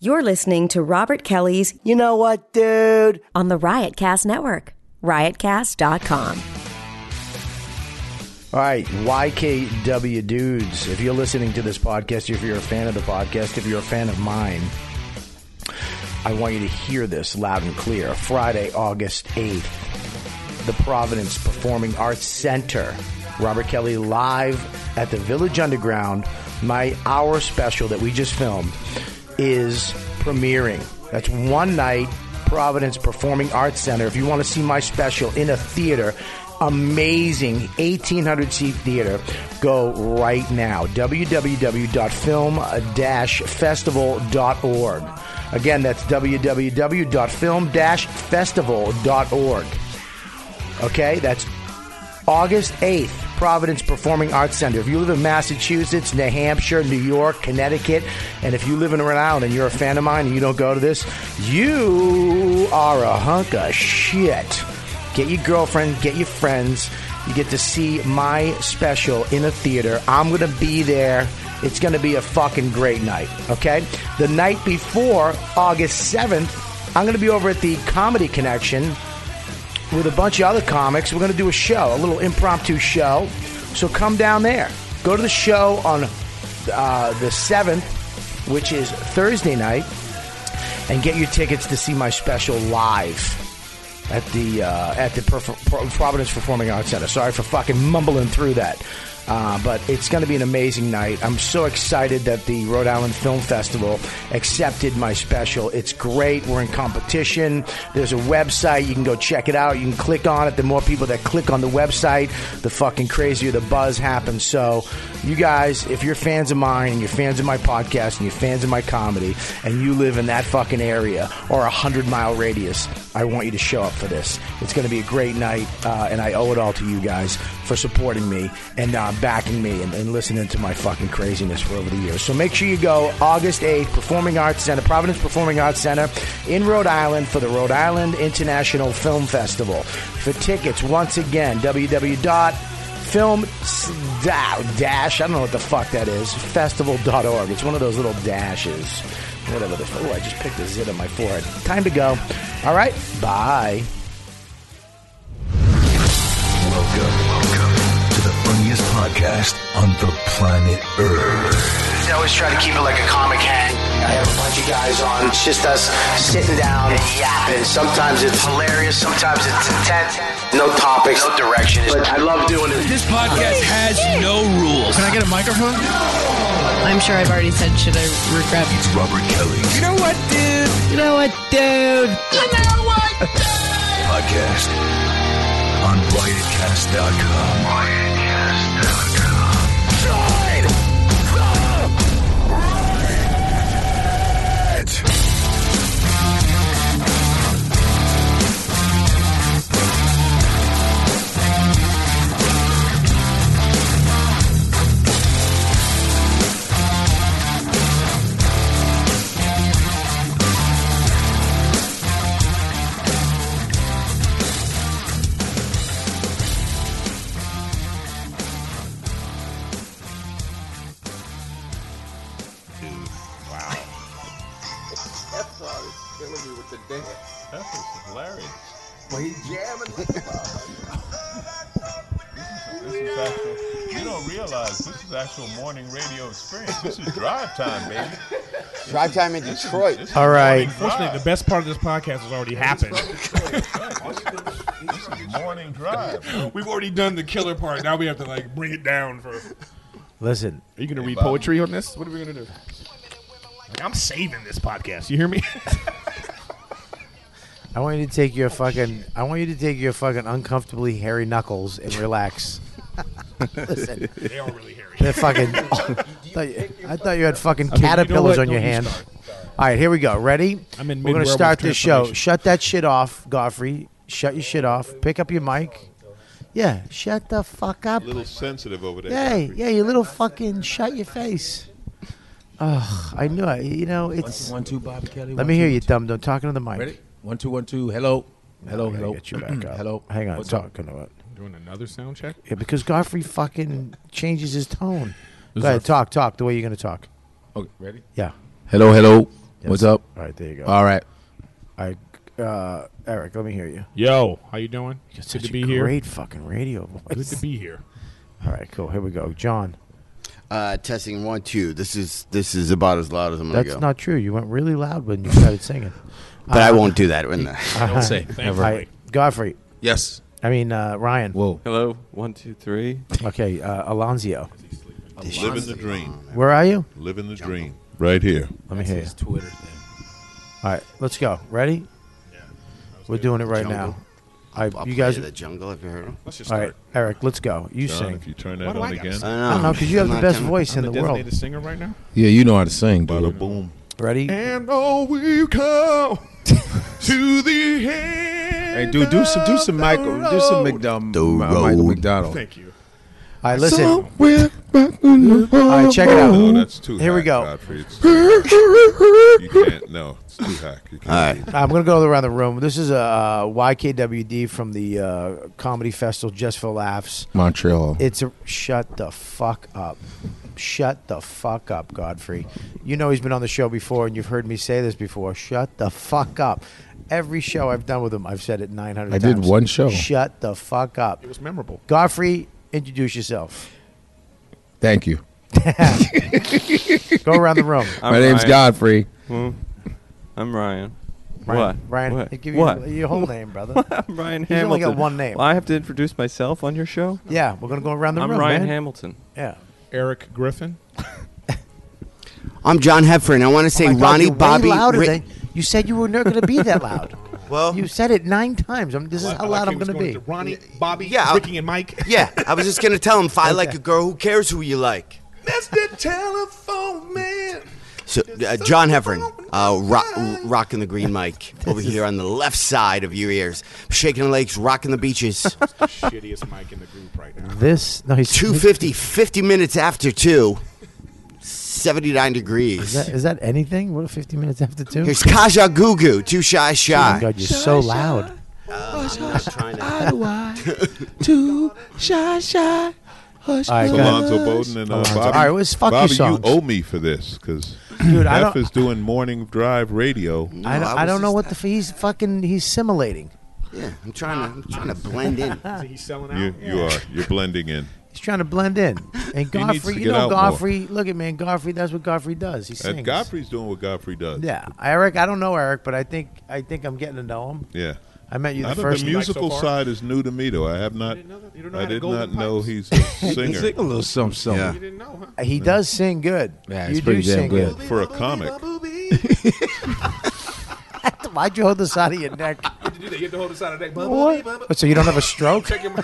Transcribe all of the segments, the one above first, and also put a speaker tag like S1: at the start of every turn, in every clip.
S1: You're listening to Robert Kelly's
S2: You know what, dude?
S1: on the Riotcast Network, riotcast.com.
S2: All right, YKW dudes. If you're listening to this podcast, if you're a fan of the podcast, if you're a fan of mine, I want you to hear this loud and clear. Friday, August 8th, the Providence Performing Arts Center. Robert Kelly live at the Village Underground. My hour special that we just filmed is premiering. That's one night, Providence Performing Arts Center. If you want to see my special in a theater, amazing 1800 seat theater go right now www.film-festival.org again that's www.film-festival.org okay that's August 8th, Providence Performing Arts Center. If you live in Massachusetts, New Hampshire, New York, Connecticut, and if you live in Rhode Island and you're a fan of mine and you don't go to this, you are a hunk of shit. Get your girlfriend, get your friends. You get to see my special in a theater. I'm going to be there. It's going to be a fucking great night, okay? The night before, August 7th, I'm going to be over at the Comedy Connection with a bunch of other comics. We're going to do a show, a little impromptu show. So come down there. Go to the show on uh, the 7th, which is Thursday night, and get your tickets to see my special live at the uh, at the Perf- Pro- Providence Performing Arts Center. Sorry for fucking mumbling through that. Uh, but it's going to be an amazing night. I'm so excited that the Rhode Island Film Festival accepted my special. It's great. We're in competition. There's a website. You can go check it out. You can click on it. The more people that click on the website, the fucking crazier the buzz happens. So, you guys, if you're fans of mine and you're fans of my podcast and you're fans of my comedy and you live in that fucking area or a hundred mile radius, I want you to show up for this. It's going to be a great night, uh, and I owe it all to you guys for supporting me and uh, backing me and, and listening to my fucking craziness for over the years. So make sure you go August 8th, Performing Arts Center, Providence Performing Arts Center in Rhode Island for the Rhode Island International Film Festival. For tickets, once again, www film s- da- dash i don't know what the fuck that is festival.org it's one of those little dashes whatever the oh i just picked a zit on my forehead time to go all right bye
S3: Welcome, welcome to the funniest podcast on the planet Earth.
S2: i always try to keep it like a comic hang i have a bunch of guys on it's just us sitting down and yapping sometimes it's hilarious sometimes it's intense no topics no direction but i love doing it
S4: This podcast has no rules.
S5: Can I get a microphone?
S6: I'm sure I've already said should I regret.
S3: It's Robert Kelly's
S4: You know what, dude?
S5: You know what, dude?
S3: podcast on riotcast.com. Riotcast.com.
S7: That was hilarious. This is actual. You don't realize this is actual morning radio experience. This is drive time, baby.
S8: Drive time in Detroit.
S7: This is
S2: All right.
S7: morning drive.
S5: Fortunately, the best part of this podcast has already happened.
S7: This is morning drive.
S5: We've already done the killer part. Now we have to like bring it down for. Are
S2: listen
S5: you gonna read poetry on this? What are we gonna do? Like, I'm saving this podcast. You hear me?
S2: i want you to take your fucking i want you to take your fucking uncomfortably hairy knuckles and relax listen
S5: they are really hairy.
S2: They're fucking. thought you- I thought you had fucking caterpillars
S5: what?
S2: on your
S5: Don't you
S2: hand.
S5: start.
S2: All right, here we go. Ready?
S5: I'm in
S2: We're gonna
S5: mid-werewolf
S2: start this show.
S5: transformation.
S2: Shut that shit off, Godfrey. Shut your shit off. Pick up your mic. Yeah, shut the fuck up.
S7: A little sensitive over there.
S2: Hey, yeah, you little fucking. Shut your face. Ugh, I knew it. You know, it's.
S9: One two, Bobby Kelly.
S2: Let me hear you, dumb. Don't talking to the mic.
S9: Ready? One two, one two. Hello, hello,
S2: I gotta
S9: hello.
S2: Get you back up.
S9: hello.
S2: Hang on.
S9: What's up?
S2: talking about.
S5: Doing another sound check.
S2: Yeah, because Godfrey fucking changes his tone.
S9: This
S2: Go ahead,
S9: is our-
S2: talk, talk the way you're gonna talk.
S9: Okay, ready?
S2: Yeah.
S9: Hello, hello,
S10: What's up?
S11: All right, there you go.
S10: All right.
S11: All right, uh, Eric, let me hear you.
S5: Yo, how you doing?
S11: It's
S5: Good
S11: such
S5: to
S11: a
S5: be here.
S11: Great fucking radio
S5: Good
S11: voice.
S5: to be here.
S11: All right, cool. Here we go, John.
S3: Uh, testing one two. This is this is about as loud as I'm gonna
S11: That's
S3: go.
S11: not true. You went really loud when you started singing.
S3: but I won't do that. Wouldn't I?
S5: Don't say. Thank
S11: All right, Godfrey.
S12: Yes.
S11: I mean uh, Ryan.
S10: Whoa.
S12: Hello. One, two, three.
S11: Okay, uh, Alonzio.
S7: Living the dream.
S11: Where are you?
S7: Living the dream. Right here.
S11: Let me hear you.
S10: His Twitter thing.
S11: All right, let's go. Ready? We're doing it right now. I,
S3: I'll
S11: you
S3: play
S11: guys.
S3: the jungle. Have you heard of?
S5: Let's just
S11: All right,
S5: start.
S11: Eric, let's go. You
S7: John,
S11: sing.
S7: if you turn that
S5: do I
S7: on
S5: got?
S7: again.
S3: I don't know.
S11: I don't know because you have the best
S3: voice.
S11: voice in
S5: I'm
S11: the
S5: the
S11: world.
S5: designated singer right now.
S10: Yeah, you know how to sing, dude.
S7: Bada boom.
S11: Ready?
S5: And oh, we come to the end.
S10: Hey, dude, do some, do some
S5: of the
S10: Michael, do some
S5: road.
S10: McDonald,
S3: The
S10: Michael
S3: road.
S10: McDonald.
S5: Thank you.
S11: All right, listen. All
S10: Somewhere back in the
S11: right, check it
S7: No,
S11: out.
S7: that's too
S11: Here we
S7: hack,
S11: go.
S7: Godfrey. It's too hack. you can't. No, it's too hack. You can't
S3: All right.
S7: do that.
S11: I'm going to go around the room. This is a uh, YKWd from the uh, comedy festival Just for Laughs.
S10: Montreal.
S11: It's a shut the fuck up. Shut the fuck up, Godfrey. You know he's been on the show before, and you've heard me say this before. Shut the fuck up. Every show I've done with him, I've said it 900
S10: I
S11: times.
S10: did one show.
S11: Shut the fuck up.
S5: It was memorable.
S11: Godfrey, introduce yourself.
S10: Thank you.
S11: Go around the room.
S10: My name's Godfrey.
S12: Hmm? I'm Ryan.
S11: Ryan,
S12: What?
S11: Ryan,
S12: What?
S11: give you
S12: What?
S11: your, your whole name, brother.
S12: I'm Ryan
S11: He's
S12: Hamilton.
S11: only got one name.
S12: Well, I have to introduce myself on your show.
S11: yeah, we're gonna go around the
S12: I'm
S11: room,
S12: Ryan
S11: man.
S12: Hamilton.
S11: yeah.
S5: Eric Griffin.
S3: I'm John Heffer, and I want to say
S11: Oh my God,
S3: Ronnie
S11: you're way
S3: Bobby.
S11: louder
S3: Ri-
S11: than- you said you were not gonna be that loud.
S3: well,
S11: You said it nine times. I'm, this is
S5: I
S11: how
S5: like
S11: loud
S5: he
S11: I'm
S5: was
S11: gonna be.
S5: to Ronnie, Bobby,
S3: Yeah, I'll-
S5: Ricky, and Mike.
S3: yeah. I was just gonna tell him if I like a girl, who cares who you like?
S5: That's the telephone man.
S3: So, uh, John Heffern, uh, ro- rocking the green mic over here on the left side of your ears, shaking the lakes, rocking the beaches.
S5: Shittiest mic in the group right now.
S11: This no, he's
S3: 250, 50 minutes after two, 79
S11: Is
S3: degrees.
S11: that, is that anything? What fifty minutes after two?
S3: Here's Kaja Gugu, Too Shy
S11: oh my
S3: Shy.
S11: God, you're so loud.
S10: Oh, Too shy, shy. Hush,
S11: All right,
S7: It's
S11: Go ahead.
S7: Alonzo Bowden and uh,
S11: Alonzo.
S7: Bobby.
S11: All right, well, it's fuck your
S7: Bobby,
S11: songs.
S7: you owe me for this because
S11: Dude, I
S7: Hef
S11: don't-
S7: is doing morning drive radio.
S11: I don't,
S3: I
S11: I
S3: was
S11: don't know
S3: just-
S11: what the f- he's fucking he's simulating.
S3: Yeah, I'm trying to, I'm trying to blend in.
S12: Oh.
S5: Is he selling out?
S7: You, you are. You're blending in.
S11: He's trying to blend in. And
S7: to
S11: Godfrey, you
S7: get
S11: know
S7: out more. Uh,
S11: Godfrey. Look at man, Godfrey. That's what Godfrey does. He sings.
S7: And Godfrey's doing what Godfrey does.
S11: Yeah, Eric. I don't know Eric, but I think I think I'm getting to know him.
S7: Yeah.
S11: I met you the
S7: I don't-
S11: first
S7: the
S11: time.
S7: musical
S5: so far?
S7: side is new to me, though. I have not.
S5: didn't know that? You don't know
S7: I
S5: how to
S7: did
S5: Golden
S7: not know
S5: Pipes?
S7: he's a singer
S10: Sing a little something, something.
S5: You didn't know, huh?
S11: He does sing good.
S10: Yeah,
S11: you
S10: it's pretty
S11: do
S10: damn
S11: sing
S10: good.
S7: for a comic.
S11: good. Why'd you hold this out of your neck?
S5: You do that. You have to hold this out of that. What?
S11: What? So you don't have a stroke?
S5: Checking my,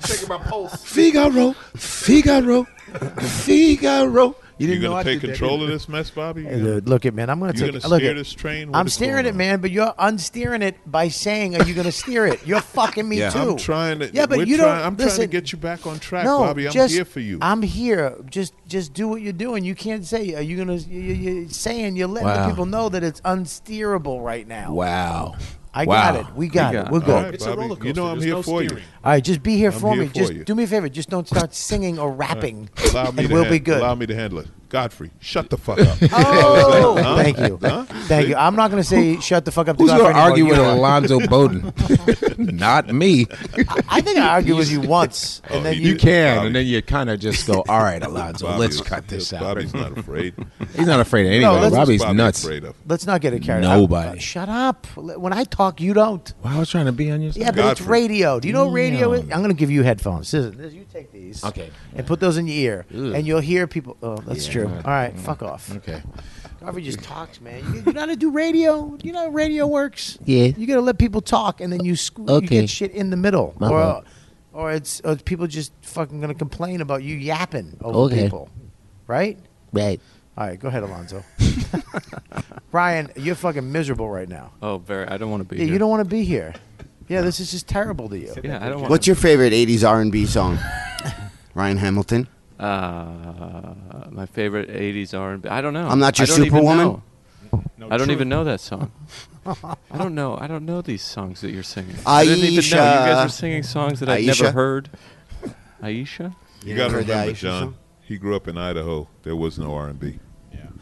S5: checking my pulse.
S10: Figaro, Figaro, Figaro. You
S7: You
S10: didn't know
S7: gonna
S10: I
S7: take
S10: did that,
S7: control of
S10: did you?
S7: this mess, Bobby?
S11: Hey, dude, look at man. I'm gonna
S7: You
S11: take.
S7: gonna
S11: look
S7: steer
S11: at,
S7: this train? What
S11: I'm
S7: is
S11: steering
S7: going
S11: it,
S7: on?
S11: man. But you're unsteering it by saying, "Are you gonna steer it?" You're fucking me
S3: Yeah.
S11: too.
S7: I'm trying to.
S11: Yeah, but
S7: we're
S11: you
S7: trying,
S11: don't.
S7: I'm
S11: listen,
S7: trying to get you back on track,
S11: no,
S7: Bobby. I'm
S11: just,
S7: here for you.
S11: I'm here. Just, just do what you're doing. You can't say. Are you gonna? You, you, you're saying you're letting the
S10: Wow.
S11: people know that it's unsteerable right now.
S10: Wow.
S11: I
S10: Wow.
S11: got it. We got,
S12: We
S11: it.
S12: got
S11: We're
S12: it.
S11: good.
S7: All right,
S5: It's a
S7: Bobby.
S5: roller
S7: You know
S5: coaster.
S7: I'm
S5: There's
S7: here
S5: no
S7: for you.
S5: steering.
S11: All right, just be here for
S7: here
S11: me.
S7: for
S11: just
S7: you.
S11: do me a favor. Just don't start singing or rapping,
S7: Allow me
S11: and
S7: to
S11: we'll
S7: hand-
S11: be good.
S7: Allow me to handle it. Godfrey, shut the fuck up.
S11: Oh,
S7: Huh?
S11: thank you, thank you. I'm not going to say shut the fuck up. To
S10: Who's
S11: God
S10: going to argue with
S11: anymore. You are.
S10: Alonzo Bowden? Not me.
S11: I think I argued with you once, and then
S7: he
S10: Oh, You
S11: you.
S7: did.
S10: can,
S7: Bobby.
S10: and then you kind of just go, all right, Alonzo,
S7: Bobby
S10: let's
S7: was-
S10: cut this out.
S7: Bobby's not afraid.
S10: He's not afraid of
S11: No,
S10: anything.
S11: let's-
S10: Bobby's
S7: Bobby
S10: nuts.
S7: Afraid of.
S11: Let's not get it carried out.
S10: Nobody.
S11: Uh, shut up. When I talk, you don't.
S10: Well, I was trying to be on your side.
S11: Yeah, but it's
S7: Godfrey.
S11: radio. Do you know what radio is?
S10: Damn.
S11: I'm going to give you headphones. Listen, this- you take these.
S10: Okay.
S11: And put those in your ear, and you'll hear people. Oh, that's true. All right, fuck off.
S10: Okay.
S11: Garvey just talks, man. You, you know how to do radio. You know how radio works.
S10: Yeah.
S11: You gotta let people talk, and then you sque- you
S10: Okay.
S11: get shit in the middle,
S10: My
S11: or
S10: bad.
S11: or it's or it's people just fucking gonna complain about you yapping over
S10: Okay.
S11: people, right?
S10: Right.
S11: All right, go ahead, Alonzo. Ryan, you're fucking miserable right now.
S12: Oh, very. I don't want to be
S11: Yeah,
S12: here.
S11: you don't want to be here. Yeah, this is just terrible to you.
S12: Yeah, I don't want.
S3: What's your favorite '80s R&B song? Ryan Hamilton.
S12: Uh, my favorite '80s R&B. I don't know.
S3: I'm Not
S12: I
S3: Your
S12: don't even
S3: Superwoman?
S12: know.
S5: No
S12: I don't
S5: truth.
S12: even know that song. I don't know. I don't know these songs that you're singing. Aisha. I didn't even know you guys were
S3: Aisha.
S12: singing songs that I've never
S3: Aisha?
S12: heard. Aisha.
S7: You got to
S3: heard the
S7: remember,
S3: Aisha
S7: John.
S3: song?
S7: He grew up in Idaho. There was no R and B.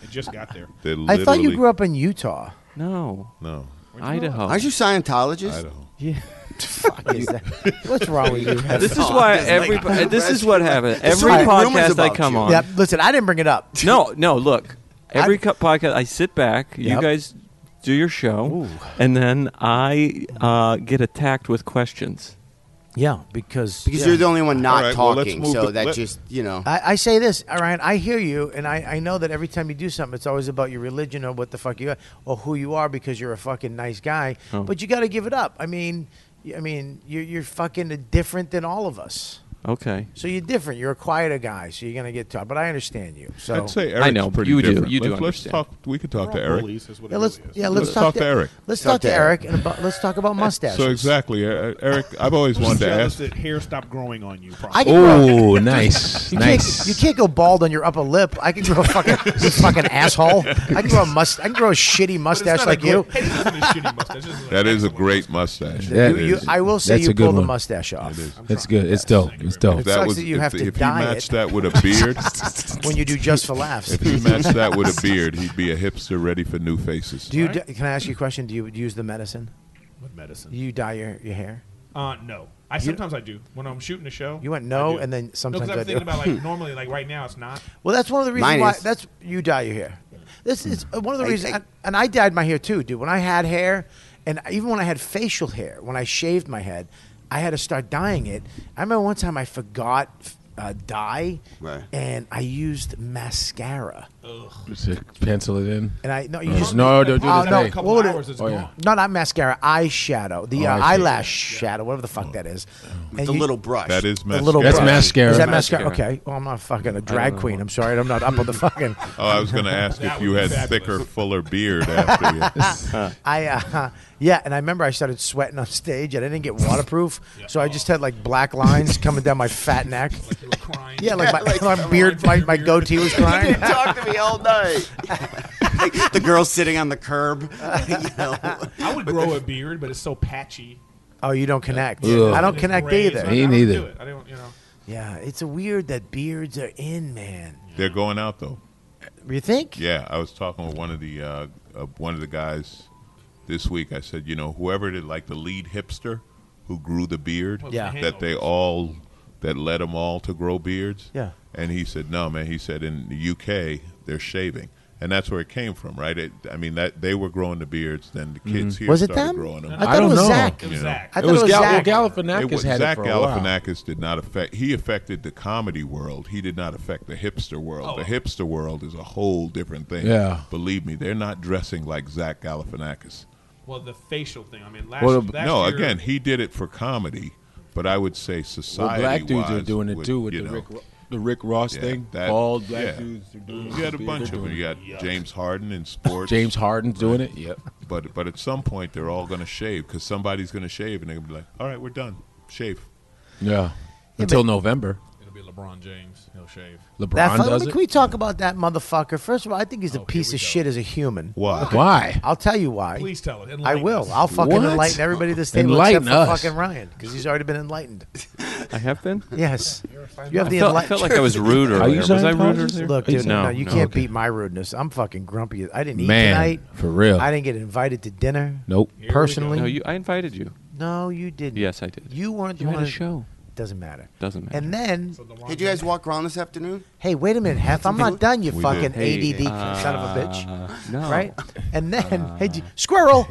S5: It just got there.
S11: I thought you grew up in Utah.
S12: No.
S7: No.
S12: Idaho.
S3: Aren't you Scientologist?
S7: Idaho.
S12: Yeah.
S11: Fuck is that? What's wrong with you?
S12: This is
S3: all.
S12: why
S3: It's
S12: every.
S3: like, I'm
S12: this is what happened.
S3: This is
S12: Every
S3: what rumors
S12: podcast I
S3: about
S12: come
S3: you.
S12: on.
S11: Yeah, listen, I didn't bring it up.
S12: No, no. Look, every
S11: I-
S12: co- podcast I sit back.
S11: Yep.
S12: You guys do your show, and then I uh, get attacked with questions.
S11: Yeah, because
S3: Because you're the only one not
S7: All right, well, let's
S3: talking,
S7: move
S3: so
S7: to-
S3: that
S7: let-
S3: just you know.
S11: I, I say this, Ryan. I hear you, and I, I know that every time you do something, it's always about your religion or what the fuck you are or who you are because you're a fucking nice guy.
S12: Oh.
S11: But you got to give it up. I mean, y- I mean, you're, you're fucking different than all of us.
S12: Okay.
S11: So you're different. You're a quieter guy, so you're gonna get taught. But I understand you. So
S7: I'd say Eric's
S12: know, but
S7: pretty
S12: you do-
S7: different.
S12: you do
S7: let's, let's
S12: understand.
S7: talk. We could talk to Eric.
S5: Bullies is what
S11: yeah,
S5: it
S11: let's
S5: really is.
S11: yeah, let's,
S7: Let's talk to Eric.
S11: Let's talk, to Eric and about, let's talk about mustaches.
S7: So exactly, Er- Er- Eric. I've always wanted to
S5: Jealous
S7: ask.
S5: that hair stopped growing on you.
S11: I
S5: Probably.
S11: can grow.
S10: Oh, nice,
S11: You
S10: nice.
S11: Can't, you can't go bald on your upper lip. I can grow a fucking you fucking asshole. I can grow a must. I can grow a shitty mustache like you.
S5: Hey, this isn't a shitty mustache. This is
S7: That
S5: an
S7: is a
S5: excellent
S7: great mustache.
S10: Yeah.
S11: You- you- I will say
S10: That's
S11: you
S10: a good
S11: pull the
S10: one.
S11: mustache off
S10: That's good. It's dope. It's dope.
S7: If that
S11: sucks
S7: was
S11: that you
S7: if,
S11: have to
S7: if
S11: dye
S7: you
S11: it.
S7: matched that with a beard,
S11: when you do just for laughs.
S7: if you matched that with a beard, he'd be a hipster ready for new faces.
S11: Do you? d Can I ask you a question? Do you use the medicine?
S5: with medicine.
S11: You dye your, your hair?
S5: Uh, no. I sometimes I do when I'm shooting a show.
S11: You went
S5: I
S11: no,
S5: do.
S11: and then sometimes
S5: no,
S11: I
S5: because
S11: do.
S5: I'm thinking about like normally, like right now, it's not.
S11: Well, that's one of the reasons
S3: Mine
S11: why.
S3: is.
S11: That's you dye your hair. This is uh, one of the
S3: I-
S11: reasons,
S3: I-
S11: and- and I dyed my hair too, dude. When I had hair, and even when I had facial hair, when I shaved my head, I had to start dyeing it. I remember one time I forgot uh, dye,
S3: Right.
S11: and I used mascara.
S10: Pencil it in.
S11: And I no, you
S5: Uh-huh.
S10: Oh,
S11: just
S10: no, don't do
S11: Oh,
S10: that.
S11: no,
S10: Hey.
S5: A couple
S11: what would it-
S5: hours, it's
S10: Oh,
S5: gone.
S10: yeah.
S11: No, not mascara. Eyeshadow, the
S10: Oh,
S11: uh,
S10: I see.
S11: eyelash shadow, whatever the fuck that is. And
S3: the
S11: you-
S3: little brush.
S7: That is
S11: the
S7: mascara.
S11: little
S10: That's
S11: brush.
S10: mascara.
S11: Is that
S12: Mascara.
S11: mascara? Okay. Well, I'm not fucking a drag queen. I'm sorry. I'm not up on the fucking.
S7: Oh, I was going to ask
S5: That
S7: if you had
S5: would be fabulous.
S7: thicker, fuller beard after you.
S11: I uh, yeah, and I remember I started sweating on stage and I didn't get waterproof, so I just had like black lines coming down my fat neck.
S5: You were crying.
S11: Yeah, like my, my beard, my, my goatee was
S3: You
S11: crying.
S3: talk to me all night. the girl sitting on the curb. you know.
S5: I would grow a beard, but it's so patchy.
S11: Oh, you don't connect.
S10: Ugh.
S11: I don't
S5: It's
S11: connect
S5: gray, so I- I
S11: either.
S10: Me
S5: don't
S10: neither.
S5: do it. I don't, you know.
S11: Yeah, it's weird that beards are in, man.
S7: They're going out though.
S11: You think?
S7: Yeah, I was talking with one of the uh, uh, one of the guys this week. I said, you know, whoever did like the lead hipster who grew the beard,
S11: Yeah.
S7: that they all that led them all to grow beards.
S11: Yeah.
S7: And he said, no, man. He said in the UK they're shaving, and that's where it came from, right? It, I mean, that they were growing the beards, then the kids here
S11: Mm-hmm. Was it
S7: started
S11: them?
S7: growing them.
S11: I thought
S10: I
S11: it
S10: don't
S11: was
S10: know.
S11: Zach.
S5: It was Zach.
S11: I thought
S10: It was, Gal-
S11: Zach.
S10: well,
S7: It
S10: Galifianakis
S7: was,
S10: had
S7: Zach
S10: it for a while.
S7: Galifianakis did not affect. He affected the comedy world. He did not affect the hipster world. The hipster world is a whole different thing.
S10: Oh, Yeah.
S7: believe me, they're not dressing like Zach Galifianakis.
S5: Well, the facial thing. I mean, last,
S10: Well,
S5: last
S7: no,
S5: year,
S7: again, he did it for comedy, but I would say
S10: Well,
S7: society.
S10: black dudes are
S7: wise
S10: doing it
S7: would,
S10: too with
S7: you
S10: the
S7: know,
S10: Rick, Ro- the Rick Ross
S7: yeah,
S10: thing.
S7: that-
S10: All black
S7: yeah.
S10: dudes are doing.
S7: You had a bunch of them. You got James Harden in sports.
S10: James Harden's doing it. Yep.
S7: but but at some point they're all going to shave because somebody's going to shave and they're going to be like, all right, we're done, shave.
S10: Yeah. Until November,
S5: it'll be LeBron James. He'll shave.
S10: LeBron
S11: That fu-
S10: does
S11: can
S10: it.
S11: we talk about that motherfucker? First of all, I think he's a
S5: here
S11: piece
S5: we
S11: of
S5: go.
S11: shit as a human.
S7: Why?
S10: Why?
S11: I'll tell you why.
S5: Please tell us.
S11: I
S5: Enlighten
S11: will.
S5: us.
S11: I'll fucking
S10: What?
S11: enlighten everybody this table
S10: Enlighten
S11: except for
S10: us.
S11: fucking Ryan because he's already been enlightened.
S12: I have been.
S11: Yes, you have
S12: I
S11: the
S12: felt, I felt like I
S11: enlightenment.
S12: was rude
S10: Are you
S12: earlier. Was I rude
S10: Scientologist?
S12: earlier?
S11: Look, dude, no,
S12: no,
S11: you
S12: no.
S11: can't beat my rudeness. I'm fucking grumpy. I didn't eat
S10: Man,
S11: tonight.
S10: for real.
S11: I didn't get invited to dinner.
S10: Nope.
S11: Personally,
S12: No, you, I invited you.
S11: No, you didn't.
S12: Yes, I did.
S11: You weren't the
S12: You had
S11: one.
S12: a show.
S11: Doesn't matter.
S12: Doesn't matter.
S11: And then,
S3: Hey, did you guys walk around this afternoon?
S11: hey, wait a minute, Hef. I'm not done. You
S7: We
S11: fucking
S7: did.
S12: Hey,
S11: ADD
S12: uh,
S11: son of a bitch.
S12: No. Uh,
S11: Right? And then, hey, d- squirrel,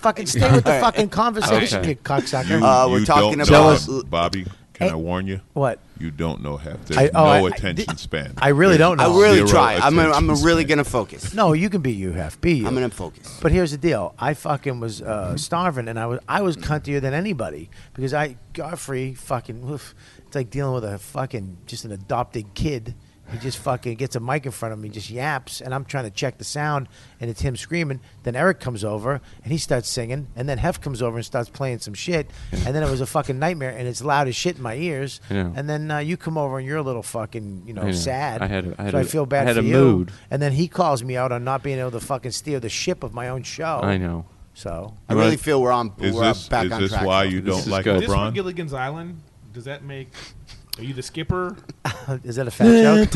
S11: fucking stay with the fucking conversation,
S12: Okay.
S11: you cocksucker.
S7: You,
S3: Uh, we're
S7: you
S3: talking
S7: don't
S3: about-
S7: know, Bobby. Can
S11: Hey.
S7: I warn you?
S11: what?
S7: You don't know half. There's
S11: I- oh, I-
S7: no
S11: I
S7: attention
S11: did-
S7: span.
S11: I really
S7: There's
S11: don't know.
S3: I really
S7: zero
S3: try. I'm. A, I'm
S7: attention
S3: a really
S7: span.
S3: gonna focus.
S11: No, you can be you, Hef. Be you.
S3: I'm gonna focus.
S11: But here's the deal: I fucking was uh, starving, and I was I was cuntier than anybody because I Godfrey fucking. Oof, it's like dealing with a fucking just an adopted kid. He just fucking gets a mic in front of me, just yaps, and I'm trying to check the sound, and it's him screaming. Then Eric comes over and he starts singing, and then Hef comes over and starts playing some shit, and then it was a fucking nightmare, and it's loud as shit in my ears.
S12: Yeah.
S11: And then uh, you come over and you're a little fucking, you know,
S12: I know.
S11: sad.
S12: I had a- I had
S11: so I
S12: a-
S11: feel bad
S12: I had
S11: for
S12: a
S11: you.
S12: mood.
S11: And then he calls me out on not being able to fucking steer the ship of my own show.
S12: I know.
S11: So
S3: I really feel we're on.
S7: Is
S3: we're
S7: this
S3: back
S7: is
S3: on
S7: this
S3: track.
S7: why you
S12: This
S7: don't
S12: is
S7: like
S12: good.
S5: This from
S7: LeBron?
S5: Gilligan's Island. Does that make Are you the skipper?
S11: Is that a fat joke?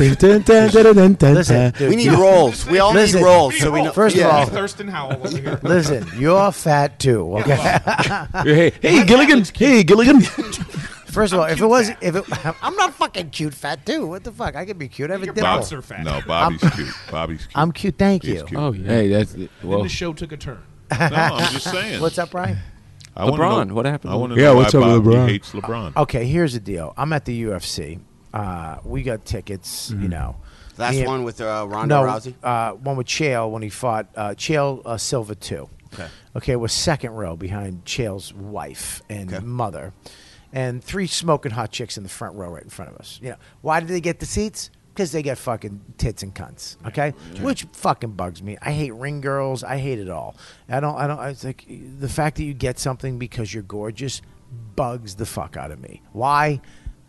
S11: Listen, dude,
S3: We need
S11: you-
S3: roles. We all need
S11: Listen,
S3: roles, so we know-
S11: First
S3: Yeah.
S11: of all,
S5: Thurston Oh, Howell over here.
S11: listen, you're fat too. Okay.
S10: hey, hey, Gilligan. Hey, Gilligan.
S11: First of all, if it was, if it, I'm not fucking cute fat too. What the fuck? I could be cute. I have a dimple.
S5: Bob's are fat.
S7: No, Bobby's cute. Bobby's cute.
S11: I'm cute. Thank
S7: He's
S11: you.
S7: cute.
S12: Oh yeah.
S10: Hey, that's
S5: Then
S10: well.
S5: the show took a turn.
S7: No, I'm just saying.
S11: What's up, Brian?
S7: I wanna
S12: LeBron,
S7: know-
S12: what happened?
S7: I want to
S10: Yeah,
S7: know
S10: what's
S7: why
S10: up with
S7: Bobby
S10: LeBron?
S7: hates LeBron.
S11: Okay, here's the deal. I'm at the UFC. Uh, we got tickets. You know,
S3: Last
S11: Me-
S3: one with uh, Ronda
S11: no,
S3: Rousey.
S11: Uh, one with Chael when he fought uh, Chael uh, Silva too. Okay. Okay, was second row behind Chael's wife and mother, and three smoking hot chicks in the front row right in front of us. You know, why did they get the seats? Because they get fucking tits and cunts. Okay, which fucking bugs me. I hate ring girls. I hate it all. I don't. I don't. I like the fact that you get something because you're gorgeous bugs the fuck out of me. Why?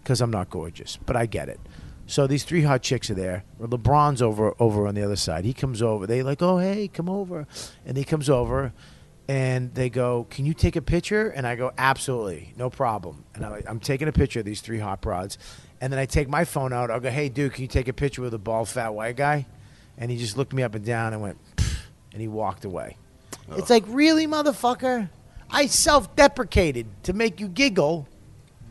S11: Because I'm not gorgeous, but I get it. So these three hot chicks are there. LeBron's over over on the other side. He comes over. They like, oh hey, come over, and he comes over, and they go, can you take a picture? And I go, absolutely, no problem. And I'm, like, I'm taking a picture of these three hot broads, and then I take my phone out. I go, hey dude, can you take a picture with a bald fat white guy? And he just looked me up and down and went, "Pfft," and he walked away. It's like really, motherfucker. I self-deprecated to make you giggle.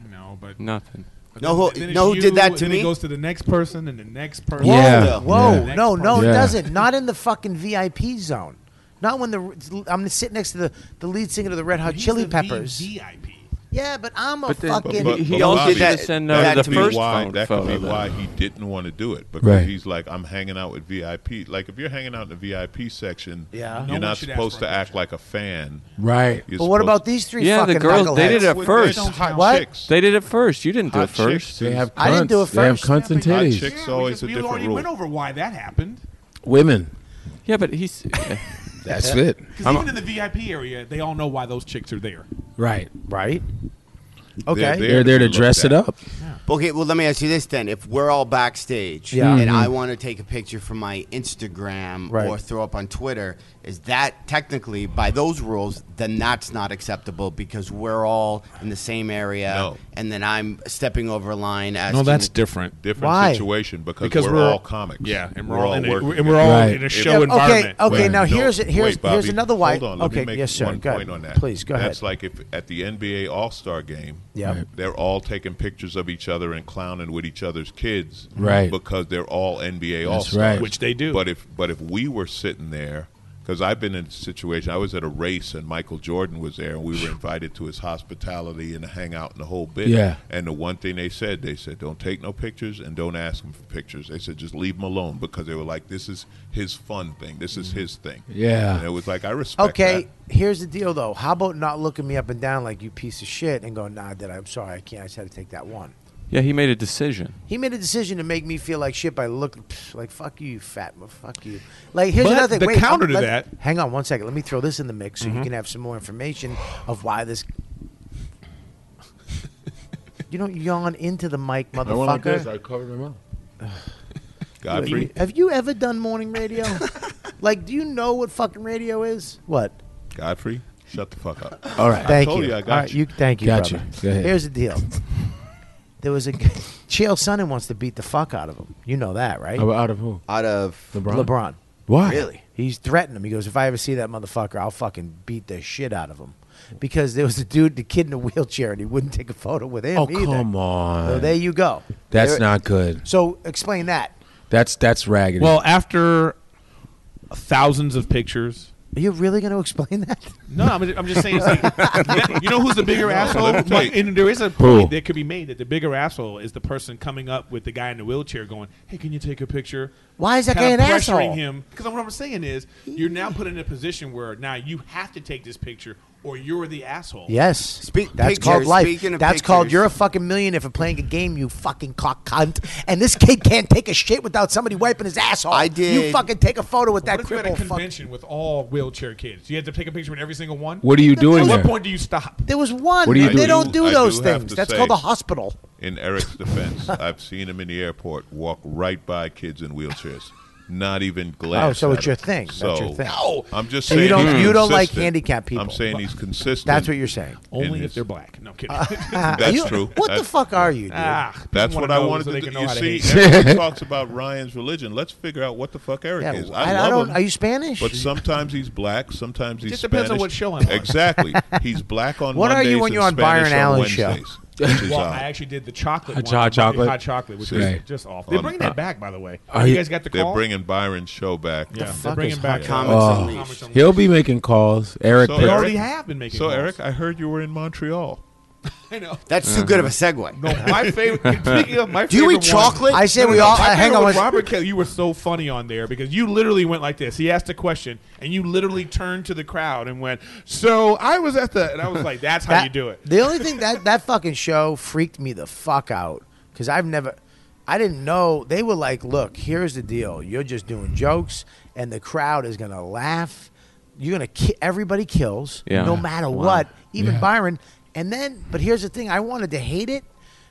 S5: No, but
S12: Nothing.
S3: No, who-
S5: Then it's
S3: no, who
S5: you,
S3: did that to
S5: and
S3: me?
S5: It goes to the next person and the next person.
S10: Yeah.
S11: Whoa,
S5: Yeah.
S11: no, no, it
S10: Yeah.
S11: doesn't. Not in the fucking VIP zone. Not when the I'm sitting next to the, the lead singer of the Red Hot
S5: He's
S11: Chili
S5: the
S11: Peppers.
S5: VIP.
S11: Yeah, but I'm a
S12: But then-
S11: fucking.
S12: But- he also
S7: Bobby-
S12: did that- send out
S3: that
S7: could
S3: to
S7: be
S3: me.
S7: why,
S12: phone
S7: That could be
S12: photo,
S7: why
S12: though.
S7: he didn't want to do it because
S10: Right.
S7: he's like, I'm hanging out with VIP. Like if you're hanging out in the VIP section,
S11: Yeah. No
S7: you're
S5: one
S7: not
S5: should ask
S7: supposed
S5: for a
S7: to act like a fan.
S10: Right.
S7: You're
S11: but what
S7: supposed-
S11: about these three?
S12: Yeah,
S11: fucking
S12: the girls they did it
S11: knuckleheads?
S12: at
S7: With
S12: first.
S7: these hot
S11: What?
S7: chicks.
S12: They did it first. You didn't do
S7: Hot
S12: it first.
S7: chicks
S10: They
S7: is-
S10: have. Cunts.
S11: I didn't do it
S10: They have
S11: first.
S10: cunts and
S5: Yeah,
S7: Hot
S10: titties.
S7: chicks
S5: we
S7: always
S5: just-
S7: a
S5: we
S7: different
S5: already
S7: rule.
S5: went over why that happened.
S10: Women.
S12: Yeah, but he's.
S10: That's it.
S5: Because even in the VIP area, they all know why those chicks are there.
S10: Right.
S11: Right.
S7: They're
S11: Okay.
S10: They're there to
S7: be
S10: dress
S7: looked
S10: it
S7: at.
S10: up.
S3: Okay, well, let me ask you this then. If we're all backstage
S12: Mm-hmm.
S11: Yeah.
S3: and I want to take a picture from my Instagram
S11: Right.
S3: or throw up on Twitter, is that technically, by those rules, then that's not acceptable because we're all in the same area
S7: No.
S3: and then I'm stepping over a line as.
S5: No, that's
S3: to-
S5: different.
S7: Different
S11: Why?
S7: situation because,
S5: Because
S7: we're,
S5: we're-
S7: all comics.
S5: Yeah, and we're, all in a,
S7: working.
S5: and we're all
S10: Right.
S5: in a
S10: If-
S5: show
S11: Yeah, okay.
S5: environment.
S11: Okay.
S7: Wait,
S11: now
S7: no.
S11: here's it. Here's
S7: Wait, Bobby,
S11: here's another why.
S7: Hold on, let me
S11: okay.
S7: make
S11: yes, sir.
S7: One
S11: go
S7: point
S11: ahead.
S7: on that.
S11: Please go
S7: That's
S11: ahead.
S7: like if at the NBA All Star Game,
S11: Yeah. Right.
S7: they're all taking pictures of each other and clowning with each other's kids,
S10: Right.
S7: Because they're all NBA All
S10: That's
S7: Stars,
S10: right.
S5: Which they do.
S7: But if but if we were sitting there. Because I've been in a situation, I was at a race and Michael Jordan was there, and we were invited to his hospitality and to hang out and the whole bit.
S10: Yeah.
S7: And the one thing they said, they said, don't take no pictures and don't ask him for pictures. They said, just leave him alone because they were like, this is his fun thing. This is his thing.
S10: Yeah.
S7: And it was like, I respect
S11: Okay.
S7: that.
S11: Here's the deal, though. How about not looking me up and down like you piece of shit and going, Nah, did I? I'm sorry, I can't. I just had to take that one.
S12: yeah, he made a decision.
S11: He made a decision to make me feel like shit by looking pff, like fuck you, you fat mo- fuck you. Like here's
S5: But
S11: another thing.
S5: the
S11: Wait,
S5: counter to
S11: let-
S5: that-
S11: Hang on one second. Let me throw this in the mix so you can have some more information of why this. you don't yawn into the mic, motherfucker.
S10: covered my mouth.
S7: Godfrey,
S11: Have you ever done morning radio? like, do you know what fucking radio is? What?
S7: Godfrey, shut the fuck up.
S10: All right.
S11: Thank
S7: told
S11: you.
S7: you I got
S11: All right,
S7: you.
S11: Thank you,
S10: Got
S11: brother.
S10: you. Go ahead.
S11: Here's the deal. There was a g- Chael Sonnen wants to beat the fuck out of him. You know that, right?
S10: How about out of who?
S3: Out of.
S10: Oh, LeBron.
S11: LeBron.
S10: Why?
S3: Really?
S11: He's threatened him. He goes, if I ever see that motherfucker, I'll fucking beat the shit out of him. Because there was a dude, the kid in a wheelchair, and he wouldn't take a photo with him
S10: Oh
S11: either.
S10: come on.
S11: So there you go.
S10: that's not good.
S11: So explain that.
S10: That's that's raggedy.
S5: Well, after thousands of pictures.
S11: Are you really going to explain that?
S5: No, I'm, I'm just saying. It's like, you know who's the bigger asshole?
S7: let me tell you.
S5: and there is a point
S10: Who?
S5: that could be made that the bigger asshole is the person coming up with the guy in the wheelchair, going, "Hey, can you take a picture?"
S11: Why is that
S5: Kinda
S11: guy an
S5: pressuring
S11: asshole?
S5: him because what I'm saying is you're now put in a position where now you have to take this picture or you're the asshole.
S11: Yes.
S3: Speak-
S11: That's
S3: pictures,
S11: called life.
S3: speaking of
S11: That's called
S3: pictures.
S11: you're a fucking millionaire for playing a game, you fucking cock cunt. And this kid can't take a shit without somebody wiping his asshole.
S3: I did-
S11: You fucking take a photo with
S5: What
S11: that
S5: if you had a
S11: cripple fuck.
S5: convention with all wheelchair kids? You had to take a picture with every single one.
S10: what are you doing
S5: At
S10: there?
S5: what point do you stop?
S11: There was one.
S10: What do you
S11: They
S10: do?
S11: don't do
S7: I do
S11: those
S7: have
S11: things.
S7: to
S11: That's
S7: say-
S11: called a hospital.
S7: In Eric's defense, I've seen him in the airport walk right by kids in wheelchairs. not even glass.
S11: Oh, so
S7: at
S11: it's your
S7: it.
S11: thing. That's your
S7: So,
S11: thing. No.
S7: I'm just
S11: So
S7: saying
S11: you don't-
S7: he's
S11: you don't like
S7: consistent.
S11: handicapped people.
S7: I'm saying he's consistent.
S11: That's what you're saying.
S7: in
S5: Only
S7: his-
S5: if they're black. No kidding.
S7: That's
S11: You-
S7: true.
S11: What the
S7: That's-
S11: fuck are you, dude?
S5: Ah,
S7: That's
S5: people
S7: what
S5: wanna
S7: I
S5: know
S7: wanted
S5: so
S7: to
S5: they
S7: do.
S5: can know
S7: You
S5: how to
S7: see,
S5: hate.
S7: everyone talks about Ryan's religion. Let's figure out what the fuck Eric
S11: Yeah,
S7: is.
S11: I- I
S7: love
S11: don't-
S7: him,
S11: are you Spanish?
S7: But sometimes he's black. Sometimes he's
S5: just depends on
S7: Spanish.
S5: what show I'm on.
S7: Exactly. He's black on
S11: What are
S7: Mondays
S11: you when
S7: and
S11: you're on
S7: Spanish
S11: Byron
S7: on
S11: Allen's show?
S7: Wednesdays. Which is
S5: Well,
S7: odd.
S5: I actually did the chocolate
S10: Hot
S5: one,
S10: hot
S5: the Monday
S10: chocolate?
S5: hot chocolate, which
S10: See.
S5: is
S10: Right.
S5: just awful. They
S7: On-
S5: bring that back, by the way.
S10: Are
S5: you
S10: you-
S5: guys got the
S7: They're
S5: call?
S7: bringing Byron's show back.
S5: yeah,
S11: fuck
S5: they're bringing
S11: is Oh.
S5: back
S11: Hot
S5: uh,
S3: Comics
S5: Comics
S3: Unleashed?
S5: Unleashed.
S10: He'll be making calls. Eric
S7: So
S9: Oh,
S10: picked-
S5: They
S7: Eric-
S5: already have been making.
S7: So
S5: calls.
S7: Eric, I heard you were in Montreal.
S5: I know.
S3: That's
S7: Uh-huh.
S3: too good of a segue.
S5: No, my favorite. Speaking of my
S3: Do you
S5: favorite
S3: eat chocolate?
S11: I say we all.
S5: I
S11: Uh, hang on.
S5: with
S11: one-
S5: Robert Kelly, you were so funny on there because you literally went like this. He asked a question, and you literally turned to the crowd and went, "So I was at the," and I was like, "That's how
S11: That-
S5: you do it."
S11: The only thing that that fucking show freaked me the fuck out because I've never, I didn't know they were like, look, here's the deal. You're just doing jokes, and the crowd is gonna laugh. You're gonna ki- everybody kills,
S12: Yeah.
S11: no matter
S12: Wow.
S11: what, even
S10: Yeah.
S11: Byron. And then, but here's the thing: I wanted to hate it,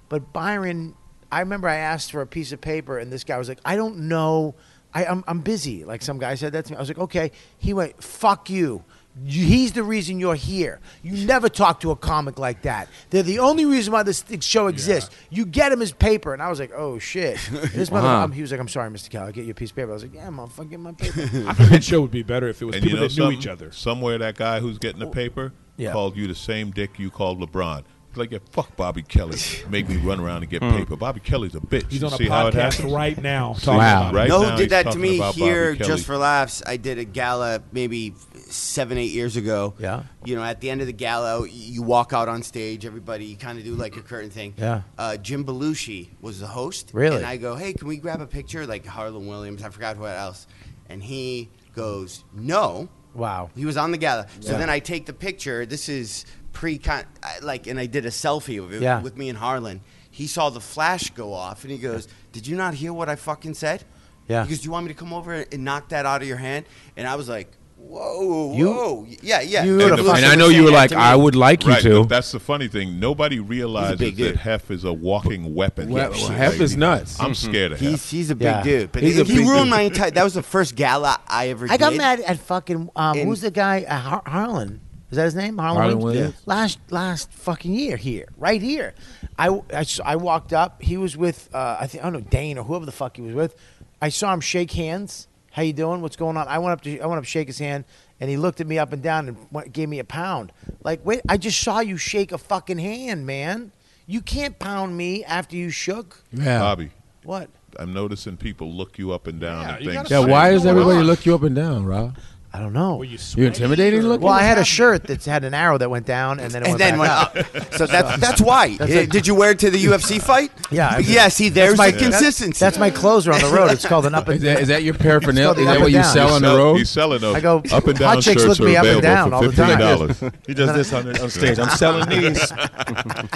S11: but Byron. I remember I asked for a piece of paper, and this guy was like, "I don't know, I, I'm I'm busy." Like some guy said that to me. I was like, "Okay." He went, "Fuck you." You- He's the reason you're here. You never talk to a comic like that. They're the only reason why this th- show exists. You get him his paper, and I was like, "Oh shit!" This motherfucker.
S12: Wow.
S11: um, He was like, "I'm sorry, Mr. Cal. I get you a piece of paper." I was like, "Yeah, motherfucker, get my paper."
S5: I think that show would be better if it was
S7: And
S5: people
S7: you know
S5: that knew
S7: something?
S5: each other.
S7: Somewhere that guy who's getting the paper
S11: Yeah.
S7: called you the same dick you called LeBron. He's like, yeah, fuck Bobby Kelly. Make me run around and get paper. Bobby Kelly's a bitch.
S5: He's
S7: You
S5: on a
S7: see how it
S5: podcast
S7: happens?
S5: right now talking
S10: Wow.
S5: about it.
S7: Right
S3: no, who
S7: now he's
S3: did that to
S7: talking
S3: me
S7: about Bobby
S3: here
S7: Kelly.
S3: just for laughs. I did a gala maybe seven, eight years ago.
S11: Yeah.
S3: You know, at the end of the gala, y- you walk out on stage, everybody, you kind of do like a curtain thing.
S11: Yeah.
S3: Uh, Jim Belushi was the host.
S11: Really?
S3: And I go, hey, can we grab a picture? Like Harlan Williams, I forgot what else. And he goes, no.
S11: Wow.
S3: He was on the gala. So then I take the picture. This is pre con, I- like, and I did a selfie of it
S11: Yeah.
S3: with me and Harlan. He saw the flash go off, and he goes, "Did you not hear what I fucking said?"
S11: Yeah.
S3: He goes, "Do you want me to come over and knock that out of your hand?" And I was like, "Whoa,
S11: You-
S3: whoa, yeah, yeah."
S11: you would've
S3: Belushi
S10: and I
S3: was
S10: know
S3: saying
S10: you were
S3: that
S10: like,
S3: to me.
S10: I would like you
S7: Right,
S10: to.
S7: but that's the funny thing. Nobody realizes
S3: big
S7: that
S3: dude.
S7: Hef is a walking weapon.
S10: Well,
S7: That's the
S10: Hef
S7: thing.
S10: is nuts.
S7: I'm scared of
S3: He's,
S7: Hef.
S3: he's a big
S11: Yeah.
S3: dude, but
S10: He's a
S3: he
S10: big
S3: ruined
S10: dude.
S3: my entire. That was the first gala I ever.
S11: I got
S3: did.
S11: mad at fucking um,
S3: And-
S11: who's the guy uh, Har- Harlan? Is that his name? Harlan,
S10: Harlan
S11: Williams?
S10: Williams.
S11: Last last fucking year here, right here. I, I, s- I walked up. He was with uh, I think I don't know Dane or whoever the fuck he was with. I saw him shake hands. How you doing? What's going on? I went up to I went up to shake his hand, and he looked at me up and down and went, gave me a pound. Like wait, I just saw you shake a fucking hand, man. You can't pound me after you shook.
S10: yeah.
S7: Bobby,
S11: What?
S7: I'm noticing people look you up and down
S5: Yeah,
S7: and
S5: you
S7: things.
S5: gotta
S10: Yeah,
S5: Shit,
S10: why
S5: what's
S10: does
S5: going
S10: everybody
S5: on?
S10: look you up and down, Rob?
S11: I don't know.
S5: Were you
S10: You
S5: sweaty
S10: intimidating
S5: or-
S10: looking?
S11: well, I had a shirt that had an arrow that went down, and then it went
S3: And then
S11: back
S3: went
S11: up.
S3: up. So that's that's why.
S11: it.
S3: Did you wear it to the UFC fight?
S11: Yeah, I did.
S3: Yeah. See, there's
S11: my-
S3: the consistency.
S11: That's my closer on the road. It's called an up
S10: Is
S11: and
S10: that, is that your paraphernalia?
S11: It's
S10: Is
S11: called
S10: that what
S11: the
S10: you
S11: up and
S10: sell
S7: He's
S10: on
S7: sell-
S10: the road?
S7: He's selling those
S11: I go,
S7: up and down
S11: hot chicks
S7: shirts
S11: look me
S7: are
S11: up and
S7: available
S11: down
S7: for
S11: all the time.
S7: $15.
S13: He does this on, on stage. I'm selling these.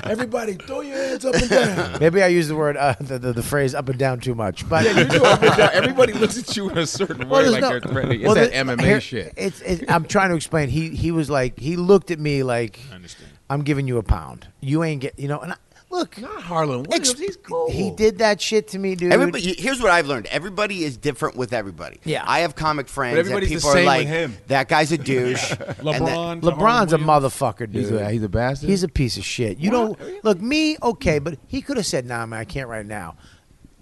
S10: Everybody, throw your hands up and down.
S11: Maybe I use the word uh, the, the the phrase up and down too much, but
S10: Everybody looks at you in a certain
S11: Well,
S10: way,
S11: there's
S10: like
S11: no-
S10: they're threatening. It's
S11: well,
S10: that
S11: there-
S10: MMA
S11: here-
S10: shit.
S11: It's, it's I'm trying to explain. He he was like he looked at me like
S5: I understand.
S11: I'm giving you a pound. You ain't get you know. And I, look,
S10: Not Harlan Williams.
S11: ex-
S10: he's cool.
S11: He did that shit to me, dude.
S3: Everybody, here's what I've learned: everybody is different with everybody.
S11: Yeah.
S3: I have comic friends
S13: everybody's
S3: that
S13: the
S3: people
S13: same
S3: are
S13: with
S3: like,
S13: him.
S3: "That guy's a douche." and that-
S5: LeBron.
S11: LeBron's a
S5: Harlan Williams.
S11: motherfucker, dude.
S10: He's a- he's a bastard?
S11: He's a piece of shit. You don't look me, okay, but he could have said, "Nah, man, I can't right now."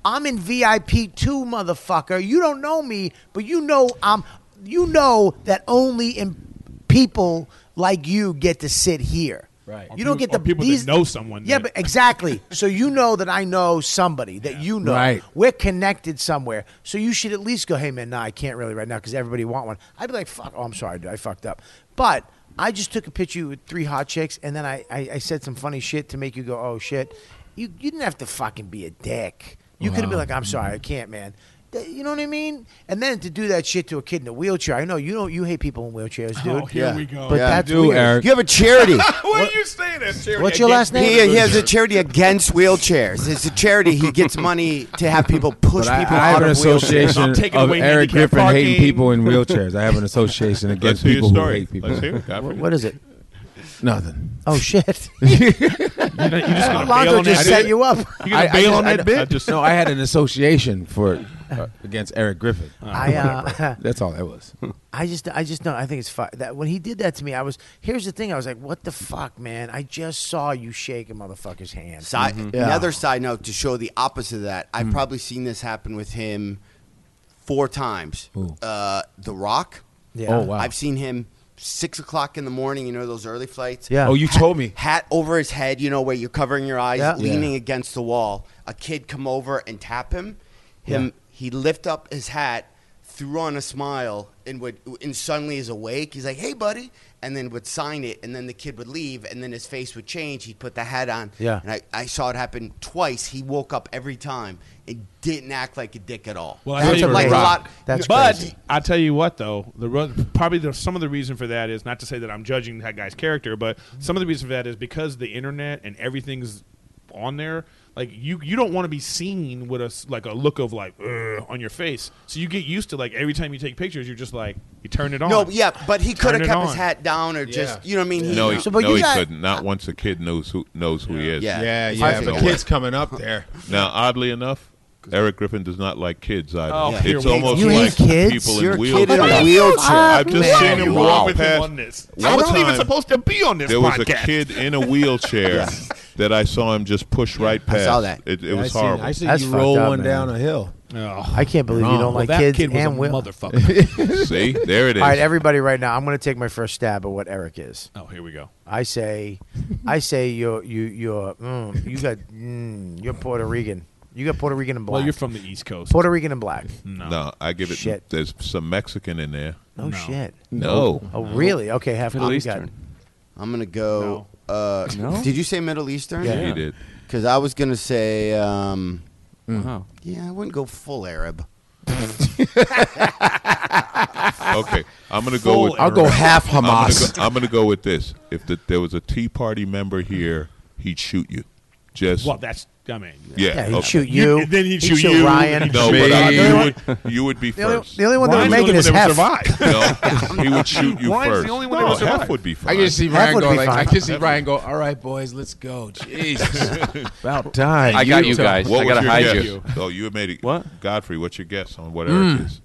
S11: I'm in VIP too, motherfucker. You don't know me, but you know I'm. You know that only in people like you get to sit here.
S10: Right.
S11: You don't
S5: Or
S11: get
S5: people-
S11: the
S5: or people that
S11: these,
S5: know someone
S11: Yeah,
S5: that-
S11: but exactly. so you know that I know somebody that you know.
S10: Right.
S11: We're connected somewhere. So you should at least go, hey man, nah, I can't really right now because everybody want one. I'd be like, fuck, oh, I'm sorry, dude, I fucked up. But I just took a picture with three hot chicks and then I, I, I said some funny shit to make you go, oh shit. You you didn't have to fucking be a dick. You could have been like, I'm sorry, I can't, man. Th- You know what I mean? And then to do that shit to a kid in a wheelchair. I know you don't you hate people in wheelchairs, dude.
S5: Oh, here we go.
S11: But that's
S10: do,
S11: weird.
S10: Eric.
S3: you have a charity.
S5: What are you saying? That charity
S11: What's your last
S5: against
S11: name?
S3: he, he has a charity against wheelchairs. It's a charity. He gets money to have people push
S10: But I,
S3: people
S10: I have
S3: out
S10: an
S3: of wheelchairs.
S10: association
S5: I'm taking
S10: of
S5: away
S10: Eric
S5: handicap
S10: Griffin hating
S5: parking.
S10: people in wheelchairs. I have an association
S7: Let's
S10: against
S7: hear your
S10: people who
S7: story.
S10: hate people.
S7: Let's hear it, Godfrey.
S11: What is it?
S10: Nothing.
S11: Oh shit!
S10: gonna
S11: Alonzo
S10: bail on
S11: just
S10: that
S11: set
S10: bit?
S11: you up.
S10: I- I just- I- I just no. I had an association for uh, against Eric Griffin.
S11: I, uh,
S10: That's all that was.
S11: I just, I just know. I think it's fine. That when he did that to me, I was. Here's the thing. I was like, "What the fuck, man? I just saw you shake a motherfucker's hand."
S3: Side,
S11: Mm-hmm.
S12: Mm-hmm.
S11: Yeah.
S3: Another side note to show the opposite of that. I've probably seen this happen with him four times.
S10: Who?
S3: Uh, the Rock.
S10: Yeah. Oh, wow.
S3: I've seen him six o'clock in the morning. You know those early flights.
S10: Yeah. Oh, you
S3: Hat-
S10: told me.
S3: Hat over his head. You know where you're covering your
S11: Oh,
S3: eyes,
S10: Yeah.
S3: leaning
S10: Yeah.
S3: against the wall. A kid come over and tap him. Him.
S10: Yeah.
S3: He lift up his hat. Threw on a smile and would, and suddenly is awake. He's like, "Hey, buddy," and then would sign it, and then the kid would leave, and then his face would change. He'd put the hat on,
S11: Yeah.
S3: and I, I saw it happen twice. He woke up every time and didn't act like a dick at all.
S5: Well, I tell you
S3: like
S5: what,
S3: a lot.
S5: but I tell you what, though, the ru- probably the, some of the reason for that is not to say that I'm judging that guy's character, but some of the reason for that is because the internet and everything's on there. Like you, you don't want to be seen with a s- like a look of like "Ugh," on your face. So you get used to like every time you take pictures, you're just like you turn it on.
S3: No, yeah, but he could
S5: Turn
S3: have
S5: it
S3: kept his
S5: on.
S3: hat down or just, you know what I mean?
S7: no, he,
S3: he,
S7: no, he couldn't. Not once a kid knows who knows who he is.
S3: Yeah.
S13: Yeah,
S7: There's
S13: yeah, but
S7: no
S13: kids
S7: way.
S13: coming up there.
S7: Now, oddly enough, Eric Griffin does not like kids either.
S13: Oh, here
S7: it's
S13: we
S7: almost
S13: go. You
S7: like
S13: hate kids?
S7: people
S13: You're
S7: in
S13: a
S7: wheelchairs.
S13: kid in a wheelchair.
S7: I've just
S13: Man,
S7: seen him
S13: wow.
S7: walk
S13: With him
S7: past.
S13: on this.
S7: One
S5: I wasn't even
S7: time,
S5: supposed to be on this
S7: There was
S5: podcast.
S7: a kid in a wheelchair that I saw him just push right past.
S3: I saw that.
S7: It, it
S3: Yeah, I
S7: was
S3: seen-
S7: horrible.
S3: I seen
S11: That's you fucked roll up, one man. down a
S10: hill.
S11: I can't believe you
S10: Wrong. Well,
S11: don't like
S10: that
S11: kids
S10: kid was a
S11: and women.
S10: motherfucker.
S7: See? There it
S11: All right,
S7: is.
S11: everybody, right now, I'm going to take my first stab at what Eric is.
S5: Oh, here we go.
S11: I say, I say you're you you're mm, you got mm, you're Puerto Rican. You got Puerto Rican and black.
S5: Well, you're from the East Coast.
S11: Puerto Rican and black.
S7: No. I give it.
S11: Shit.
S7: There's some Mexican in there.
S11: No, shit.
S7: No.
S11: Oh, really? Okay, half
S3: Middle
S11: I'm
S3: Eastern. I'm going to go. Uh,
S12: No?
S3: Did you say Middle Eastern?
S12: Yeah. Yeah. He
S7: did.
S3: Because I was going to say, um,
S10: Mm-hmm.
S12: Wow.
S3: yeah, I wouldn't go full Arab.
S7: okay, I'm gonna go. With,
S10: I'll go half
S7: I'm gonna
S10: Hamas.
S7: go- I'm gonna, go with this. If the, there was a Tea Party member here, he'd shoot you. Just
S5: Well, that's I mean,
S7: yeah,
S11: Yeah, he'd
S7: okay.
S11: shoot you. You- then he'd He'd shoot shoot you. Ryan.
S7: No,
S11: Me.
S7: but uh,
S11: The only
S7: you would you would be
S11: The only-
S7: first.
S11: the only one that would Ryan's make the it only is one that would Hef. survive.
S7: no, he would shoot you
S11: Ryan's the
S7: first.
S11: only
S10: one that
S7: no,
S10: would
S7: Hef
S10: survive.
S7: would be
S10: I
S7: fine.
S10: can just see Ryan go like I can see
S7: Hef
S10: Ryan go. All right, boys, let's go. Jesus, about time.
S12: I got you guys.
S7: What
S12: I
S7: was
S12: gotta
S7: your
S12: hide
S7: guess?
S12: you.
S7: Oh, you made it.
S12: What? Hmm.
S7: Godfrey, what's your guess on what Eric is?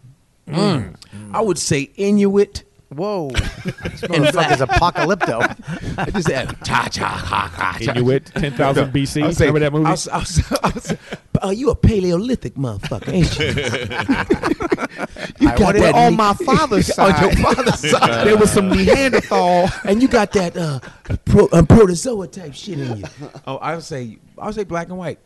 S10: Mm. I would say Inuit.
S11: Whoa, this motherfucker's apocalypto.
S10: I just said cha cha ha ha. cha.
S5: Inuit, 10,000 BC.
S10: I'll say-
S5: Remember that movie?
S10: I'll s- I'll s- I'll say, "Oh, you a Paleolithic motherfucker, ain't you? you
S11: I wanted it on my father's
S10: on your
S11: side.
S10: father's side.
S11: There was some Neanderthal.
S10: and you got that uh, pro, um, protozoa type shit in you. Oh, I'll say, I'll say black and white.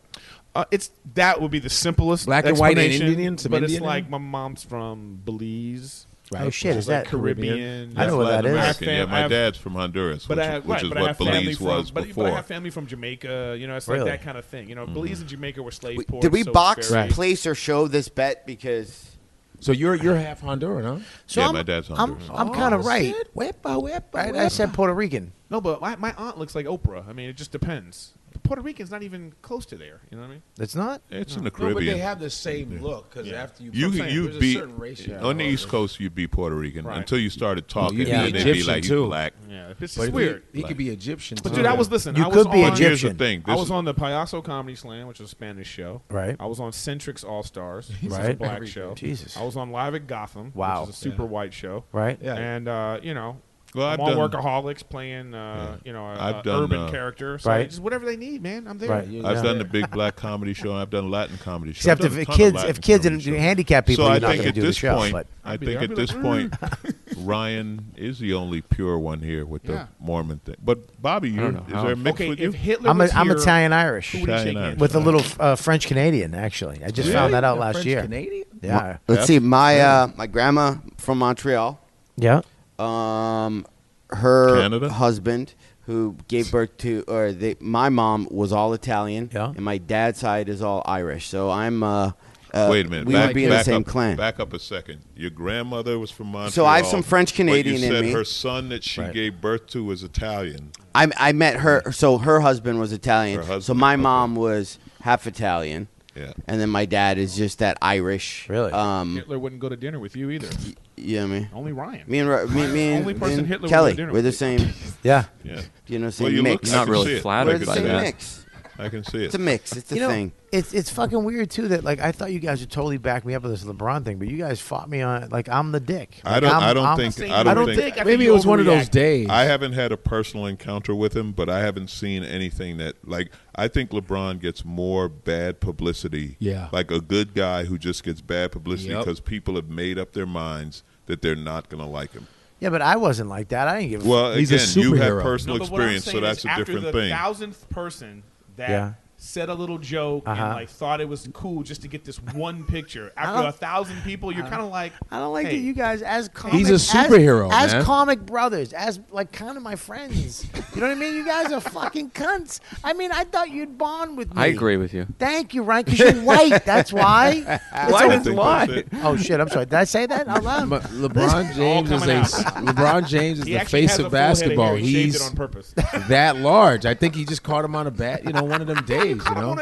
S5: Uh, it's that would be the simplest
S10: Black and white and
S5: explanation,
S10: Indian, some
S5: but
S10: Indian
S5: it's
S10: in
S5: like my mom's from Belize.
S11: Oh, shit,
S5: Which
S11: is that-
S5: like Caribbean?
S11: I know what that
S7: Latin
S11: is.
S7: American.
S5: I have
S7: Yeah,
S5: fam- I
S7: my
S5: have-
S7: dad's from Honduras,
S5: But
S7: which,
S5: I have,
S7: which
S5: right,
S7: is
S5: but I
S7: what
S5: have family
S7: Belize
S5: from,
S7: was
S5: but,
S7: before.
S5: But I have family from Jamaica. You know, it's
S3: Really?
S5: like that kind of thing. You know, Belize and Jamaica were slave ports.
S3: Did we
S5: so it's
S3: box,
S5: very-
S3: place, or show this bet? Because
S10: So you're you're half Honduran,
S3: Uh,
S10: huh?
S11: So
S7: yeah,
S11: I'm,
S7: my dad's
S11: I'm,
S7: Honduras.
S11: I'm
S9: Oh,
S11: kind of right.
S10: Wepa, wepa,
S11: right. I said Puerto Rican.
S5: No, but my, my aunt looks like Oprah. I mean, it just depends. Puerto Rican's not even close to there. You know what I mean?
S11: It's not.
S7: It's in
S10: No,
S7: the
S10: but
S7: Caribbean.
S10: they have the same look because after you,
S7: you
S10: I'm saying,
S7: you'd
S10: there's
S7: be
S10: a certain ratio.
S7: on the East Coast. You'd be Puerto Rican
S5: Right.
S7: until you started talking.
S10: you'd be
S7: and then they'd be
S10: Egyptian,
S7: like, he's
S10: too.
S7: black.
S5: Yeah, it's
S10: But
S5: just weird.
S10: He, he could be Egyptian.
S5: But
S10: too.
S5: dude, I was listening.
S11: You
S5: I was
S11: could be
S5: on,
S7: But here's the
S11: Egyptian.
S7: thing.
S5: I
S7: This
S5: was
S7: is-
S5: on the Payaso Comedy Slam, which is a Spanish show.
S11: Right.
S5: I was on Centric's All Stars,
S11: Right.
S5: right? black
S10: Every-
S5: show.
S11: Jesus.
S5: I was on Live at Gotham,
S11: Wow.
S5: which is a super white show.
S11: Right.
S10: Yeah.
S5: And uh, you know,
S7: Well, I've
S5: I'm on
S7: done-
S5: workaholics playing, uh, you know, a,
S7: I've
S5: a
S7: done,
S5: urban
S7: uh,
S5: character. So
S11: Right.
S5: Just whatever they need, man. I'm there.
S11: Right.
S10: You-
S7: I've
S10: yeah.
S7: done the big black comedy show. and I've done Latin comedy show.
S11: Except
S7: I've done
S11: if
S7: a ton of
S11: kids-
S7: Latin
S11: if kids and
S7: comedy shows.
S11: handicapped people,
S7: so
S11: you're
S7: I
S11: not
S7: think
S11: gonna
S7: at
S11: do the
S7: this
S11: show,
S7: point,
S11: but-
S7: I
S5: I'd be
S7: think
S5: there.
S7: at
S5: I'd be
S7: this
S5: like,
S7: point, Ryan is the only pure one here with
S5: Yeah.
S7: the Mormon thing. But Bobby, you,
S12: don't
S7: is
S12: know how.
S7: there a mix
S5: Okay,
S7: with
S5: if
S7: you?
S5: Hitler
S11: I'm, a,
S5: was
S11: I'm
S5: here,
S11: Italian Irish
S5: who would he shake
S7: Italian
S5: hands
S7: Irish.
S11: with a
S5: with?
S11: little uh, French Canadian. Actually, I just found that out last year.
S10: Canadian.
S11: Yeah.
S3: let's see. My uh, my grandma from Montreal.
S11: Yeah.
S3: Um, her
S7: Canada?
S3: husband who gave birth to, or they, my mom was all Italian,
S11: Yeah.
S3: and my dad's side is all Irish. So I'm. Uh, uh,
S7: Wait a minute.
S3: We
S7: back,
S3: would be in the
S7: back
S3: same
S7: up,
S3: clan.
S7: Back up a second. Your grandmother was from Montreal.
S3: So I have some French
S7: but you
S3: Canadian in
S7: said
S3: me.
S7: Her son that she
S11: Right.
S7: gave birth to was Italian.
S3: I, I met her. So her husband was Italian.
S7: Her
S3: so
S7: husband,
S3: my
S7: okay.
S3: mom was half Italian.
S7: Yeah.
S3: And then my dad is just that Irish.
S11: Really?
S3: Um,
S5: Hitler wouldn't go to dinner with you either.
S3: you know what I mean?
S5: Only Ryan.
S3: Me and Ro- me, me
S5: Ryan's the
S3: and,
S5: only person
S3: me and
S5: Hitler would
S3: Kelly,
S5: have dinner
S3: we're the
S5: with.
S3: same.
S11: Yeah.
S7: Yeah.
S3: You know,
S7: Well,
S3: you
S7: you look-
S3: mix.
S7: I Not can really see it. flattered
S3: It's
S7: by
S3: a
S7: that.
S3: mix.
S7: I can see it.
S3: It's a mix. It's a
S11: You know,
S3: thing.
S11: It's it's fucking weird too that like I thought you guys would totally back me up with this LeBron thing, but you guys fought me on it. Like I'm the dick.
S7: I don't.
S11: Like, I'm-
S7: I don't
S11: I'm-
S7: think. I don't, think,
S11: Maybe it was one of those days.
S7: I haven't had a personal encounter with him, but I haven't seen anything that like. I think LeBron gets more bad publicity.
S9: Yeah.
S7: Like a good guy who just gets bad publicity
S11: Yep.
S7: because people have made up their minds that they're not going to like him.
S11: Yeah, but I wasn't like that. I didn't give. A
S7: Well,
S11: fuck.
S7: again, you have
S5: No,
S7: personal
S5: but what I'm
S7: experience, so
S5: saying is
S7: that's a
S5: after
S7: different
S5: the
S7: thing.
S5: Thousandth person that
S7: Yeah.
S5: said a little joke
S11: Uh-huh.
S5: and like thought it was cool just to get this one picture.
S11: don't-
S5: After a thousand people, you're kind of like,
S11: I don't like
S5: hey,
S11: that you guys as comic,
S9: He's a superhero,
S11: as,
S9: man.
S11: as comic brothers, as like kind of my friends. you know what I mean? You guys are fucking cunts. I mean, I thought you'd bond with me.
S12: I agree with you.
S11: Thank you, Ryan, because you're white. That's why. It's
S12: Why
S11: a-
S12: is I think why? that's it.
S11: Oh shit! I'm sorry. Did I say that out loud?
S9: But LeBron James is a LeBron James is
S11: He
S9: the
S11: actually
S9: face
S11: has
S9: of
S11: a full head of hair.
S9: basketball.
S11: He shaved
S9: He's
S11: it on purpose.
S9: that large. I think he just caught him on a bat. You know, one of them days. You know,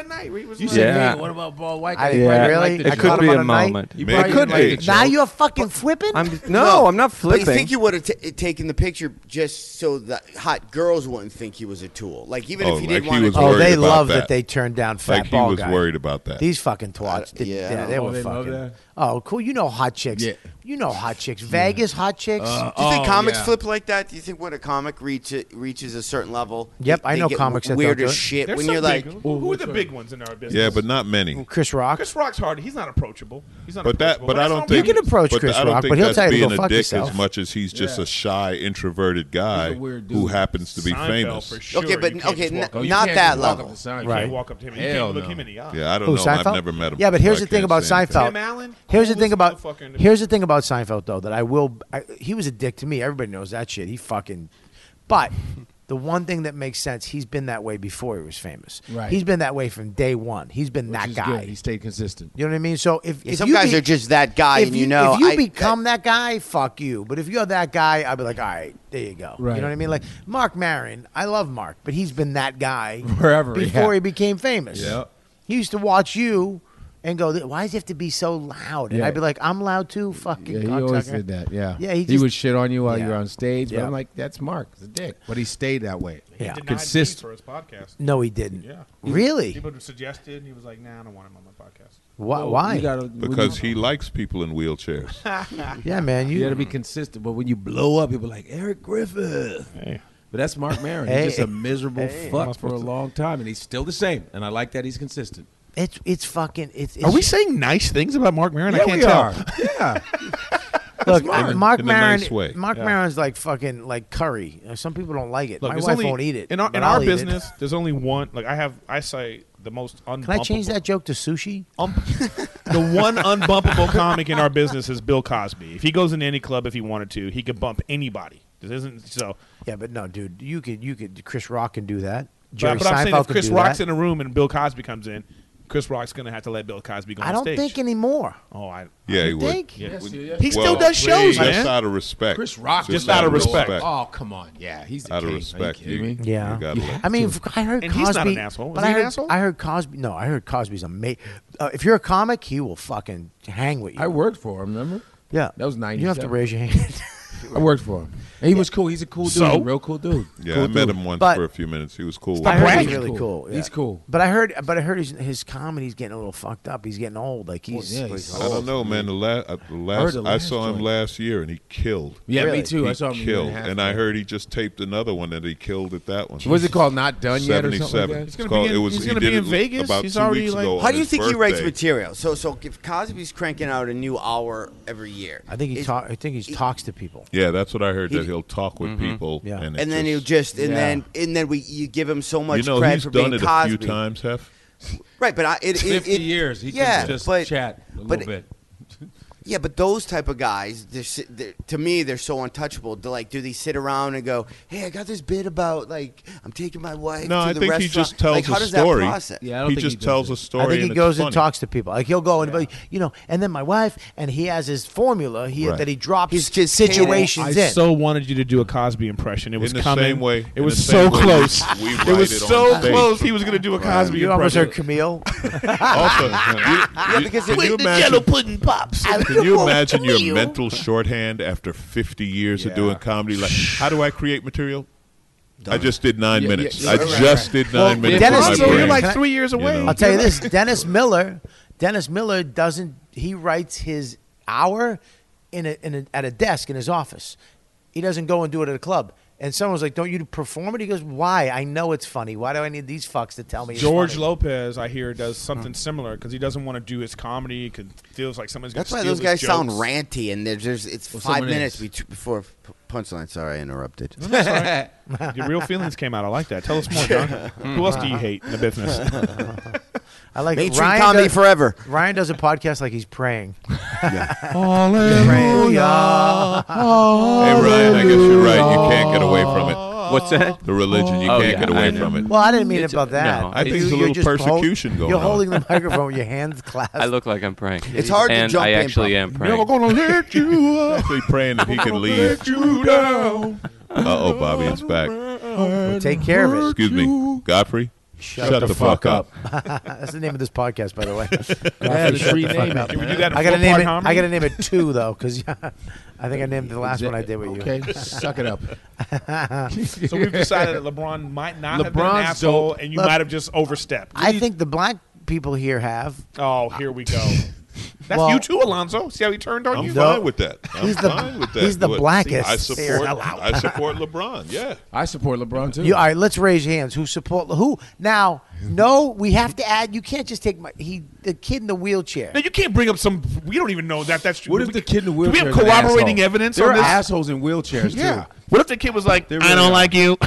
S9: you said,
S12: Yeah.
S9: "Man, what about ball white?"
S11: I
S9: guy?
S11: didn't
S9: You probably
S11: really?
S9: liked the
S12: It
S9: joke."
S12: could be a moment.
S9: You
S12: Maybe
S9: probably
S12: it
S9: didn't like
S12: could
S9: the
S12: be.
S9: joke.
S11: Now you're fucking flipping.
S12: I'm- no, I'm not
S3: But you
S12: flipping.
S3: think you would have t- taken the picture just so the hot girls wouldn't think he was a tool? Like even
S7: Oh,
S3: if he
S7: like
S3: didn't
S7: he
S3: want
S7: was
S3: to.
S11: Oh,
S7: worried
S11: they
S7: about
S11: love that.
S7: that.
S11: they turned down fat
S7: Like, he
S11: ball
S7: was
S11: guy.
S7: worried about that.
S11: These fucking twats. did- yeah, they
S9: Oh,
S11: were
S9: they love
S11: fucking.
S9: that?
S11: Oh, cool. You know hot chicks.
S9: Yeah. Uh,
S11: You know hot chicks. Vegas hot chicks.
S9: Oh,
S3: Do you think comics flip like that? Do you think when a comic reach, reaches a certain level?
S11: Yep,
S3: they-
S11: I
S3: they
S11: know
S3: get
S11: comics that don't
S3: weird
S11: do
S3: as
S11: it.
S3: shit.
S5: There's
S3: when
S5: some
S3: you're like,
S5: big- who are the big ones in our business?
S7: Yeah, but not many.
S11: Chris Rock.
S5: Chris Rock's hard. He's not approachable. He's not
S7: But that,
S5: approachable.
S7: but I
S5: That's
S7: don't
S5: not
S7: think
S5: what he is.
S11: approach
S7: but
S11: Chris
S7: I don't
S11: Rock,
S7: think
S11: but he'll
S7: that's
S11: tell you to
S7: being
S11: go
S7: a
S11: fuck
S7: dick
S11: yourself.
S7: as much as he's just a shy, introverted guy who happens to be
S5: Seinfeld,
S7: famous.
S5: for sure.
S3: Okay, but-
S5: You can't
S3: okay,
S5: just walk
S3: n-
S5: up-
S3: not
S5: you can't
S3: that
S5: just walk up
S3: level.
S5: to Seinfeld. You
S11: Right.
S5: can't walk up to him. and You
S9: Hell
S5: can't look
S9: no.
S5: him in the eye.
S7: Yeah, I don't
S11: Who,
S7: know.
S11: Seinfeld?
S7: I've never met him.
S11: Yeah, but
S7: so
S11: here's
S7: I
S11: the thing
S7: can't
S11: about
S7: say anything.
S11: Seinfeld.
S5: Tim Allen,
S11: here's the
S5: coolest
S11: thing about
S5: motherfucker in the-
S11: here's the thing about Seinfeld though that I will. I, he was a dick to me. Everybody knows that shit. He fucking. But the one thing that makes sense, he's been that way before he was famous.
S9: Right.
S11: He's been that way from day one. He's been
S9: Which
S11: that
S9: is
S11: guy.
S9: good. He stayed consistent.
S11: You know what I mean? So if,
S3: Yeah,
S11: if
S3: some
S11: you
S3: guys
S11: be-
S3: are just that guy,
S11: if
S3: and you know,
S11: if you
S3: I-
S11: become that guy, fuck you. But if you're that guy, I'd be like, all right, there you go.
S9: Right.
S11: You know what I mean? Like Mark Maron, I love Mark, but he's been that guy
S9: Forever, yeah.
S11: before he became famous.
S9: Yeah.
S11: He used to watch you and go, why does he have to be so loud? And
S9: Yeah.
S11: I'd be like, I'm loud too, fucking.
S9: Yeah, he always
S11: cocksucker."
S9: did that. Yeah,
S11: yeah. He,
S9: he,
S11: just,
S9: would shit on you while
S11: Yeah.
S9: you're on stage. But
S11: Yeah.
S9: I'm like, that's Mark. He's a dick. But he stayed that way.
S11: He Yeah. denied me
S9: consistent.
S5: for his podcast.
S11: No, he didn't.
S5: Yeah.
S11: Really?
S5: People suggested, and he was like, "Nah, I don't want him on my podcast."
S11: Why?
S9: Well,
S11: Uh, why?
S9: you gotta-
S7: because he likes people in wheelchairs.
S11: yeah, man. You,
S9: got to be consistent. But when you blow up, people are like Eric Griffith. But that's Mark Maron.
S11: Hey.
S9: He's just a miserable
S11: Hey. Am I
S9: fuck for
S11: supposed
S9: a
S11: to-
S9: long time, and he's still the same. And I like that he's consistent.
S11: It's it's fucking. It's, it's
S5: Are we saying nice things about Mark Maron?
S9: Yeah,
S5: I can't
S9: we
S5: tell.
S9: are. yeah.
S11: Look,
S9: Mark.
S11: Mark, Mark
S7: In a nice
S11: Maron.
S7: way.
S11: Mark
S5: Yeah.
S11: Maron's like fucking like curry. Uh, Some people don't like it.
S5: Look,
S11: My
S5: there's
S11: wife
S5: only-
S11: won't eat it.
S5: In our,
S11: but
S5: in our
S11: I'll eat it.
S5: business, there's only one. Like I have, I say the most. Unbumpable.
S11: Can I change that joke to sushi?
S5: the one unbumpable comic in our business is Bill Cosby. If he goes into any club, if he wanted to, he could bump anybody. This isn't so.
S11: Yeah, but no, dude, you could you could Chris Rock can do that. Jerry
S5: But, but I'm saying
S11: Seinfeld
S5: if
S11: can
S5: Chris
S11: do
S5: Rock's
S11: that.
S5: in a room and Bill Cosby comes in, Chris Rock's gonna have to let Bill Cosby go
S11: I
S5: on
S11: don't
S5: stage.
S11: think anymore.
S5: oh, I
S7: Yeah, he would.
S11: think?
S5: Yeah.
S9: Yes,
S5: Would-
S9: yes.
S11: He still
S7: Well,
S11: does shows,
S7: just
S11: man.
S7: out of respect.
S9: Chris Rock,
S5: Just out of respect.
S9: Oh come on, yeah, he's the
S7: Out of
S9: king.
S7: respect,
S9: Are you kidding
S7: you-
S9: me?
S11: Yeah.
S7: You gotta let-
S11: I mean, f- I heard
S5: And
S11: Cosby.
S5: he's not an asshole. Is
S11: But
S5: he
S11: I
S5: an
S11: heard,
S5: asshole?
S11: I heard Cosby. No, I heard Cosby's amazing. Uh, if you're a comic, he will fucking hang with you.
S9: I worked for him. Remember?
S11: yeah,
S9: That was
S11: You
S9: ninety.
S11: don't have to raise your hand.
S9: I worked for him. And he was cool. He's a cool dude.
S5: So?
S9: He's a real cool dude.
S7: Yeah,
S9: cool
S7: I met
S9: dude.
S7: him once
S11: But-
S7: for a few minutes. He was cool.
S11: I heard he's
S5: bragging.
S11: really cool.
S9: He's
S11: yeah.
S9: cool.
S11: But I heard, but I heard his, his comedy's getting a little fucked up. He's getting old. Like oh, he's,
S9: yeah,
S11: he's
S9: he's
S7: I don't know, man. The, la- uh, the last
S9: heard the
S7: I
S9: last
S7: saw him
S9: joint.
S7: last year, and he killed.
S9: Yeah,
S11: Really?
S9: me too. I
S7: He
S9: saw him. a year
S7: killed,
S9: a half
S7: and I
S9: ago.
S7: heard he just taped another one, and he killed at that one.
S9: What's it called? Not done yet or something? Like
S7: Seventy-seven.
S9: that?
S7: It's
S5: gonna
S7: called-
S5: be in-
S7: it was-
S5: he's
S7: he
S5: gonna be
S7: did it
S5: in Vegas?
S7: About
S5: He's
S7: two
S5: already,
S7: weeks
S5: like-
S7: ago. on
S3: How do you
S7: his
S3: think he writes
S7: birthday.
S3: material? So, so if Cosby's cranking out a new hour every year,
S11: I think he
S3: is-
S11: talk, I think he talks to people.
S7: Yeah, that's what I heard.
S3: He-
S7: that he'll talk with people,
S11: Yeah.
S7: and, it
S3: and then he'll
S7: just,
S3: just, and
S9: Yeah.
S3: then, and then we, you give him so much
S7: you know
S3: credit
S7: he's
S3: for
S7: done
S3: being
S7: it
S3: Cosby.
S7: a few times, Hef.
S3: right? But I, it, it,
S9: Fifty
S3: it-
S9: years. He
S3: yeah,
S9: can just
S3: but,
S9: chat a little
S3: but
S9: bit.
S3: Yeah, but those type of guys, they're, si- they're, to me, they're so untouchable. They're like, do they sit around and go, "Hey, I got this bit about like I'm taking my wife
S7: No,
S3: to
S7: I
S3: the
S7: think
S3: restaurant."
S7: he just tells
S3: like, how
S7: a
S3: does
S7: story.
S3: that process?
S9: Yeah, I don't
S7: he
S9: think
S7: just
S9: he does
S7: tells
S9: it.
S7: a story.
S11: I think he
S7: and
S11: goes
S7: it's
S11: and
S7: funny.
S11: talks to people. Like he'll go and, but, you know, and then my wife, and he has his formula he,
S7: Right.
S11: that he drops
S3: His-
S11: his,
S3: his
S11: situations
S5: I
S11: in.
S5: so wanted you to do a Cosby impression. It was
S7: In the
S5: coming.
S7: same way,
S5: it
S7: in the
S5: was
S7: same
S5: so
S7: way we-
S5: close.
S7: we
S5: it
S7: write
S5: was
S7: it on
S5: so
S7: stage.
S5: close. He was going to do a Cosby
S11: you almost
S5: impression.
S11: heard Camille.
S7: Also, yeah,
S3: because
S7: can
S3: it-
S7: you
S3: the
S7: imagine?
S11: pudding pops.
S7: Can you imagine your mental shorthand after 50 years of
S5: Yeah.
S7: doing comedy? Like, how do I create material? I just did nine
S14: Yeah,
S7: minutes.
S14: yeah,
S7: I
S14: yeah. Right,
S7: just
S14: right.
S7: did nine minutes.
S14: Dennis
S7: with my
S14: Miller-
S7: brain,
S14: You're like
S7: you
S14: three years away.
S7: know?
S11: I'll tell you this: Dennis Miller, Dennis Miller doesn't. He writes his hour in a, in a, at a desk in his office. He doesn't go and do it at a club. And someone was like, "Don't you perform it?" He goes, "Why? I know it's funny. Why do I need these fucks to tell me?" It's
S5: George
S11: funny?
S5: Lopez, I hear, does something similar because he doesn't want to do his comedy. Cause feels like someone's going to
S3: That's why
S5: steal
S3: those guys
S5: his
S3: sound
S5: jokes.
S3: ranty, and there's, there's it's
S5: Well,
S3: five
S5: someone
S3: minutes
S5: is.
S3: bet- before p- punchline. Sorry, I interrupted.
S5: No, that's all right. Your real feelings came out. I like that. Tell us more, John. Who else do you hate in the business?
S11: I like
S3: Mainstream
S11: Ryan
S3: comedy
S11: does-
S3: forever.
S11: Ryan does a podcast like he's praying.
S14: Hallelujah.
S7: Hey Ryan, I guess you're right. You can't get away from it. What's that? The religion. You
S12: Oh,
S7: can't
S12: yeah,
S7: get away
S12: I know.
S7: from it.
S11: Well, I didn't mean
S12: It's-
S11: about that.
S12: no,
S7: I think
S12: it's-
S7: there's a
S12: you're
S7: little
S12: just hold-
S7: persecution going
S11: You're
S7: on.
S11: holding the microphone, with your hands clasped.
S12: I look like I'm praying.
S11: It's hard to
S12: and
S11: jump
S12: I
S11: in,
S12: actually am praying.
S7: gonna let you up. Actually praying that he can leave.
S14: down.
S7: Uh oh, Bobby, it's back.
S11: take care of it.
S7: Excuse me, Godfrey. Shut, the, fuck, up.
S11: That's the name of this podcast, by the way.
S7: Yeah,
S11: Godfrey,
S7: just
S11: shut the
S7: rename
S11: fuck
S7: it.
S11: up.
S7: Can we do that in
S11: I gotta
S7: full
S11: name
S7: part
S11: it.
S7: harmony?
S11: I gotta name it two though, because I think I named the last one I did with you.
S9: Okay, suck it up.
S5: so we've decided that LeBron might not have been an
S11: LeBron's
S5: asshole,
S11: dope.
S5: and you
S11: Look,
S5: might have just overstepped.
S11: I think the black people here have.
S5: Oh, here we go. That's
S11: Well-
S5: you too, Alonzo. See how he turned on
S7: I'm
S5: you?
S7: fine with that. I'm
S11: He's the-
S7: fine with that.
S11: he's the
S7: What-
S11: blackest.
S7: I
S11: Fair
S7: support.
S11: enough.
S7: I support LeBron. Yeah.
S9: I support LeBron too.
S11: You, all right, let's raise hands. Who support who? Now, no, we have to add. You can't just take my he the kid in the wheelchair.
S5: Now you can't bring up some. We don't even know that. That's true.
S9: What if the kid in
S5: Do
S9: the
S5: we
S9: wheelchair?
S5: have
S9: is an
S5: corroborating
S9: asshole?
S5: evidence
S9: There
S5: on
S9: are
S5: this?
S9: assholes in wheelchairs
S5: Yeah.
S9: too.
S5: What if the kid was like,
S9: really
S5: "I don't
S9: are.
S5: like you"?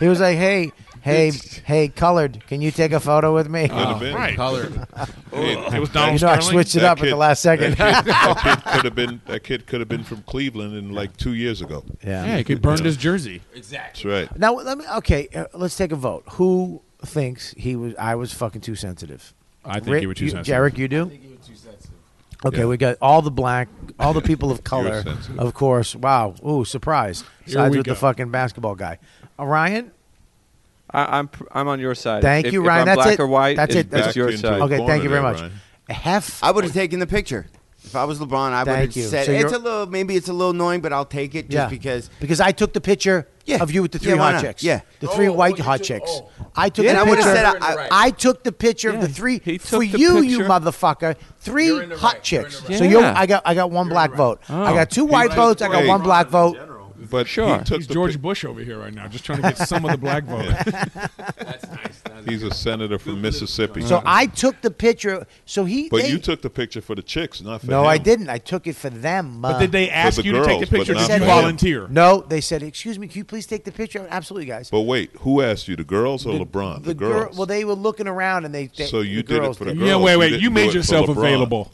S11: He was like, "Hey, hey, hey, colored, can you take a photo with me?"
S7: Could have been colored.
S5: It was
S11: Donald You know, I Sterling? switched it up at the last second.
S7: That kid, that kid could have been. That kid could have been from Cleveland in like two years ago.
S11: Yeah.
S5: Yeah, he could burned his jersey.
S7: Exactly. That's right.
S11: Now let me. Okay, uh, let's take a vote. Who thinks he was? I was fucking too sensitive.
S5: I think you were too sensitive.
S11: Jarek, you do. Okay,
S5: Yeah.
S11: we got all the black, all the people of color,
S5: sensitive.
S11: of course. Wow, ooh, surprise!
S12: Here
S11: Sides
S12: we
S11: with the
S12: go.
S11: fucking basketball guy, Orion.
S12: I, I'm pr- I'm on your side.
S11: Thank
S12: If-
S11: you,
S12: if
S11: Ryan.
S12: I'm
S11: That's
S12: black
S11: it.
S12: or white,
S11: That's
S12: it's-
S11: it. That's
S12: it's your
S11: it.
S12: side.
S11: Okay, thank you very much. Hef.
S3: I would have taken the picture if I was LeBron. I would
S11: Thank
S3: have
S11: you.
S3: said
S11: So
S3: it's
S11: you're-
S3: a little, maybe it's a little annoying, but I'll take it just
S11: Yeah.
S3: because.
S11: Because I took the picture
S3: Yeah.
S11: of you with the
S3: Yeah,
S11: three
S3: why
S11: hot
S3: not?
S11: chicks.
S3: Yeah.
S11: the three
S12: Oh,
S11: white hot chicks. I took.
S3: Yeah,
S11: the picture.
S3: and I would've said I- You're in the right.
S11: I took the picture of the three for
S3: the
S11: you, you
S3: picture.
S11: motherfucker. 3 hot chicks.
S12: right.
S11: So you,
S12: Yeah.
S11: I got, I got one black vote. I
S12: Oh.
S11: got two
S12: He
S11: white
S12: was
S11: votes. I got
S12: great.
S11: one black vote.
S7: But
S12: Sure.
S7: he took
S5: He's
S7: the
S5: George
S7: pic-
S5: Bush over here right now, just trying to get some of the black vote.
S7: He's a senator from Mississippi.
S11: So I took the picture. So he.
S7: But
S11: they-
S7: you took the picture for the chicks, not for
S11: no,
S7: him.
S11: I didn't. I took it for them.
S7: But
S11: uh,
S7: did they For ask the you to take girls, the but picture? not
S11: They said-
S7: for him. volunteer?
S11: No, they said, "Excuse me, can you please take the picture?" Absolutely, guys.
S7: But wait, who asked you, the girls or LeBron? The,
S11: The girl.
S7: girls.
S11: Well, they were looking around and they. they
S7: so you
S11: the
S7: did it
S11: girls
S7: for the
S11: did.
S7: girls. didn't do it for LeBron.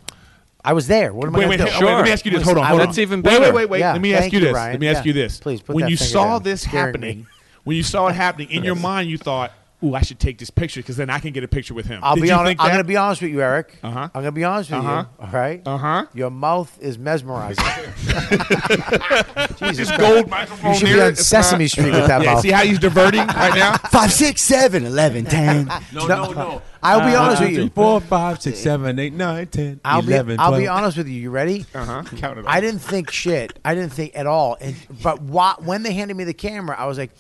S11: I was there. What am
S5: Wait,
S11: I
S5: wait,
S11: going to do?
S5: hey, oh, wait, let me ask you this. Hold on, hold on. Wait, wait, wait, wait.
S11: Yeah,
S5: let me ask
S11: thank
S5: you this.
S11: Ryan.
S5: Let me ask
S11: Yeah.
S5: you this.
S11: Please, put
S5: when
S11: that
S5: you
S11: finger
S5: saw
S11: down.
S5: this
S11: Scaring
S5: happening,
S11: me.
S5: when you saw it happening in your mind, you thought, "Ooh, I should take this picture because then I can get a picture with him."
S11: I'll
S5: Did
S11: be
S5: you
S11: honest.
S5: think
S11: I'm
S5: that?
S11: going to be honest with you, Eric. Uh-huh. I'm going to be honest with
S5: Uh-huh.
S11: you. All right. Uh huh. Your mouth is mesmerizing. Jesus
S5: This
S11: Christ.
S5: gold microphone
S11: You should be
S5: here,
S11: on
S5: it's
S11: Sesame
S5: not-
S11: Street with that
S5: Yeah,
S11: mouth.
S5: see how he's diverting right now?
S3: Five, six, seven, eleven, ten.
S9: No, no, no.
S11: I'll
S5: Uh,
S11: be honest with
S9: One, two,
S11: you.
S9: three, Four, five, six, seven, eight, nine, ten,
S11: I'll
S9: eleven,
S11: be, I'll be
S9: 12.
S11: honest with you. You ready?
S5: Uh-huh. Count it
S11: I didn't think shit. I didn't think at all. And but why, when they handed me the camera, I was like,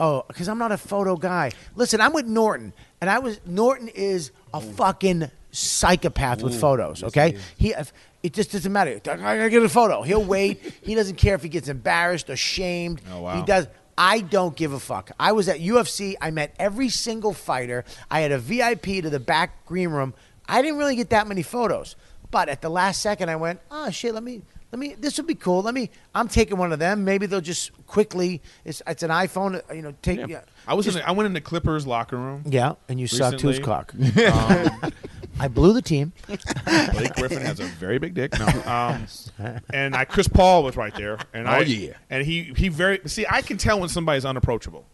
S11: oh, because I'm not a photo guy. Listen, I'm with Norton, and I was Norton is a fucking psychopath with
S10: Ooh,
S11: photos.
S10: yes,
S11: Okay, he. if- it just doesn't matter. I gotta get a photo. He'll wait. he doesn't care if he gets embarrassed or shamed.
S5: Oh, wow.
S11: He does. I don't give a fuck. I was at UFC. I met every single fighter. I had a VIP to the back green room. I didn't really get that many photos, but at the last second, I went, "Oh shit, let me, let me. This would be cool. Let me. I'm taking one of them. Maybe they'll just quickly. It's, it's an iPhone. uh, You know, take. yeah.
S5: I was in. The, I went in the Clippers locker room.
S11: Yeah, and you saw
S5: recently.
S11: tooth cock.
S5: Um,
S11: I blew the team.
S5: Blake Griffin has a very big dick. No, um, and I Chris Paul was right there, and
S9: Oh,
S5: I
S9: yeah.
S5: and he he very see I can tell when somebody's unapproachable.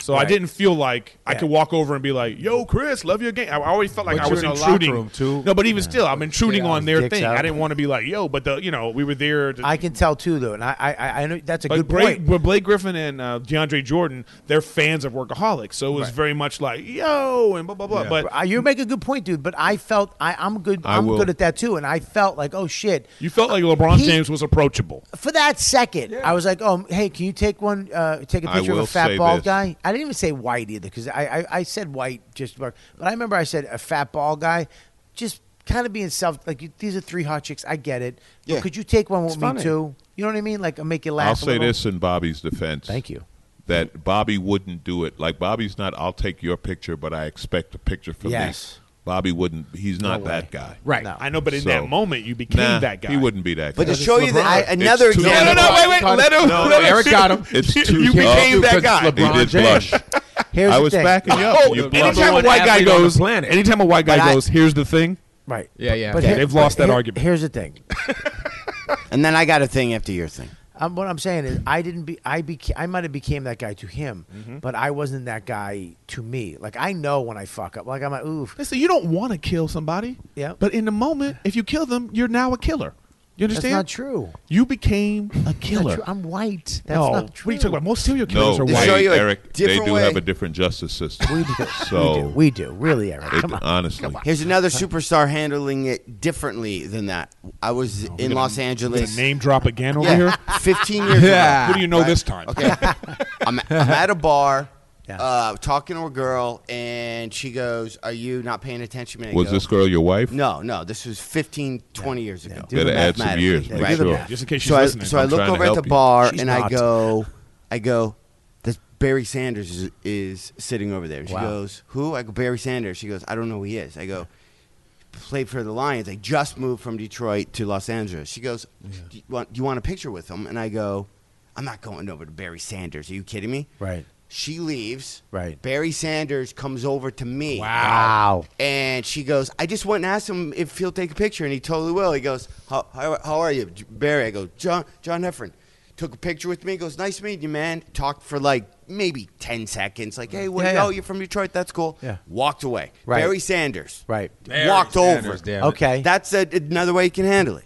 S5: So I
S15: Right.
S5: didn't feel like I
S15: Yeah.
S5: could walk over and be like, "Yo, Chris, love your game." I I always felt like
S15: But
S5: I was
S15: you're in a locker
S5: intruding.
S15: room, too.
S5: No, but even still, I'm intruding
S11: Yeah,
S5: on their
S11: dicks
S5: thing.
S11: out.
S5: I didn't want to be like, "Yo," but the you know we were there. To,
S11: I can tell too, though, and I, I, I- I know that's a
S5: like
S11: good
S5: Blake,
S11: point.
S5: but Blake Griffin and uh, DeAndre Jordan, they're fans of workaholics, so it was
S11: Right.
S5: very much like yo and blah blah blah. But
S11: Uh, you make a good point, dude. But I felt I, I'm good.
S5: I
S11: I'm
S5: will-
S11: good at that too, and I felt like, oh shit.
S5: you felt like LeBron
S11: He-
S5: James was approachable.
S11: For that second, I was like, "Oh, hey, can you take one? Uh, take a
S5: I
S11: picture of
S5: will
S11: a fat
S5: say
S11: bald
S5: this.
S11: guy." I didn't even say white either because I, I I said white just about, but I remember I said a fat bald guy, just kind of being self like you, these are three hot chicks. I get it. But
S9: Yeah.
S11: could you take one with
S9: It's
S11: me
S9: funny.
S11: too? You know what I mean? Like make you laugh.
S7: I'll
S11: a
S7: say
S11: little.
S7: this in Bobby's defense. Thank
S11: you.
S7: That Bobby wouldn't do it. Like Bobby's not. I'll take your picture, but I expect a picture from
S11: Yes.
S7: me. Bobby wouldn't. He's
S5: No
S7: not
S5: way.
S7: that guy.
S5: Right. No. I know, but in that moment, you became
S7: Nah,
S5: that guy.
S7: He wouldn't be that.
S5: But
S7: guy.
S5: to show you that- I-
S7: It's
S5: another
S7: too-
S5: example- No, no, no, wait, wait, let him-
S7: No,
S5: let him-
S7: Eric got him. It's too
S5: You became that guy.
S7: He did blush.
S11: Here's
S7: I
S11: the
S7: was
S11: thing.
S7: backing you up.
S5: Oh,
S7: You blushed.
S5: anytime a white guy goes, anytime a white guy
S11: But I-
S5: goes, here's the thing.
S11: Right.
S5: Yeah, yeah.
S11: here-
S5: They've lost
S11: but
S5: that
S11: here-
S5: argument.
S11: Here's the thing.
S9: And then I got a thing after your thing.
S11: Um, what I'm saying is, I didn't be. I became. I might have became that guy to him, but I wasn't that guy to me. Like I know when I fuck up. Like I'm like, oof.
S5: Listen, you don't want to kill somebody.
S11: Yeah.
S5: But in the moment, if you kill them, you're now a killer. You
S11: That's
S5: understand?
S11: not true.
S5: You became a
S11: Not
S5: killer.
S11: true. I'm white. That's
S5: no.
S11: not
S5: What are
S11: true.
S5: you talking about? Most serial killers
S7: No,
S5: are
S7: they,
S5: white.
S7: Eric, they do
S9: way.
S7: have a different justice system.
S11: We do.
S7: So
S11: we do. Really, Eric.
S7: It- honestly,
S9: Here's another superstar handling it differently than that. I was in
S5: gonna-
S9: Los
S5: we're gonna
S9: Angeles.
S5: name drop again over
S9: Yeah,
S5: here.
S9: 15 years
S5: Yeah.
S9: ago.
S5: What do you know this time?
S9: Okay. I'm, I'm at a bar uh, talking to a girl, and she goes, Are you not paying attention? to me?" I
S7: Was
S9: go,
S7: this girl your wife?
S9: No, no. This was 15, 20 years ago.
S7: do the Gotta add some mathematically. years, make
S9: Right.
S7: sure. Yeah, just in case she's
S9: so I,
S7: listening.
S9: so I
S7: I'm
S9: look
S7: trying to
S9: over at
S7: help
S9: the
S7: you.
S9: bar,
S7: She's
S9: and I
S7: not.
S9: go, I go, this Barry Sanders is, is sitting over there. She
S16: Wow.
S9: goes, Who? I go, Barry Sanders. She goes, I don't know who he is. I go, played for the Lions. I just moved from Detroit to Los Angeles. She goes, do, you want, do you want a picture with him? And I go, I'm not going over to Barry Sanders. Are you kidding me?
S11: Right.
S9: She leaves.
S11: Right.
S9: Barry Sanders comes over to me.
S11: Wow.
S9: And she goes, I just went and asked him if he'll take a picture, and he totally will. He goes, How, how, how are you, J- Barry? I go, John, John Heffron. Took a picture with me. He Goes, nice meeting you, man. Talked for like maybe ten seconds. Like, hey, what?
S11: Yeah, yeah.
S9: Oh, you're from Detroit. That's cool.
S11: Yeah.
S9: Walked away.
S11: Right.
S9: Barry Sanders.
S11: Right.
S5: Barry
S9: walked
S5: Sanders,
S9: over.
S5: damn it.
S11: Okay.
S9: That's a, another way you can handle it.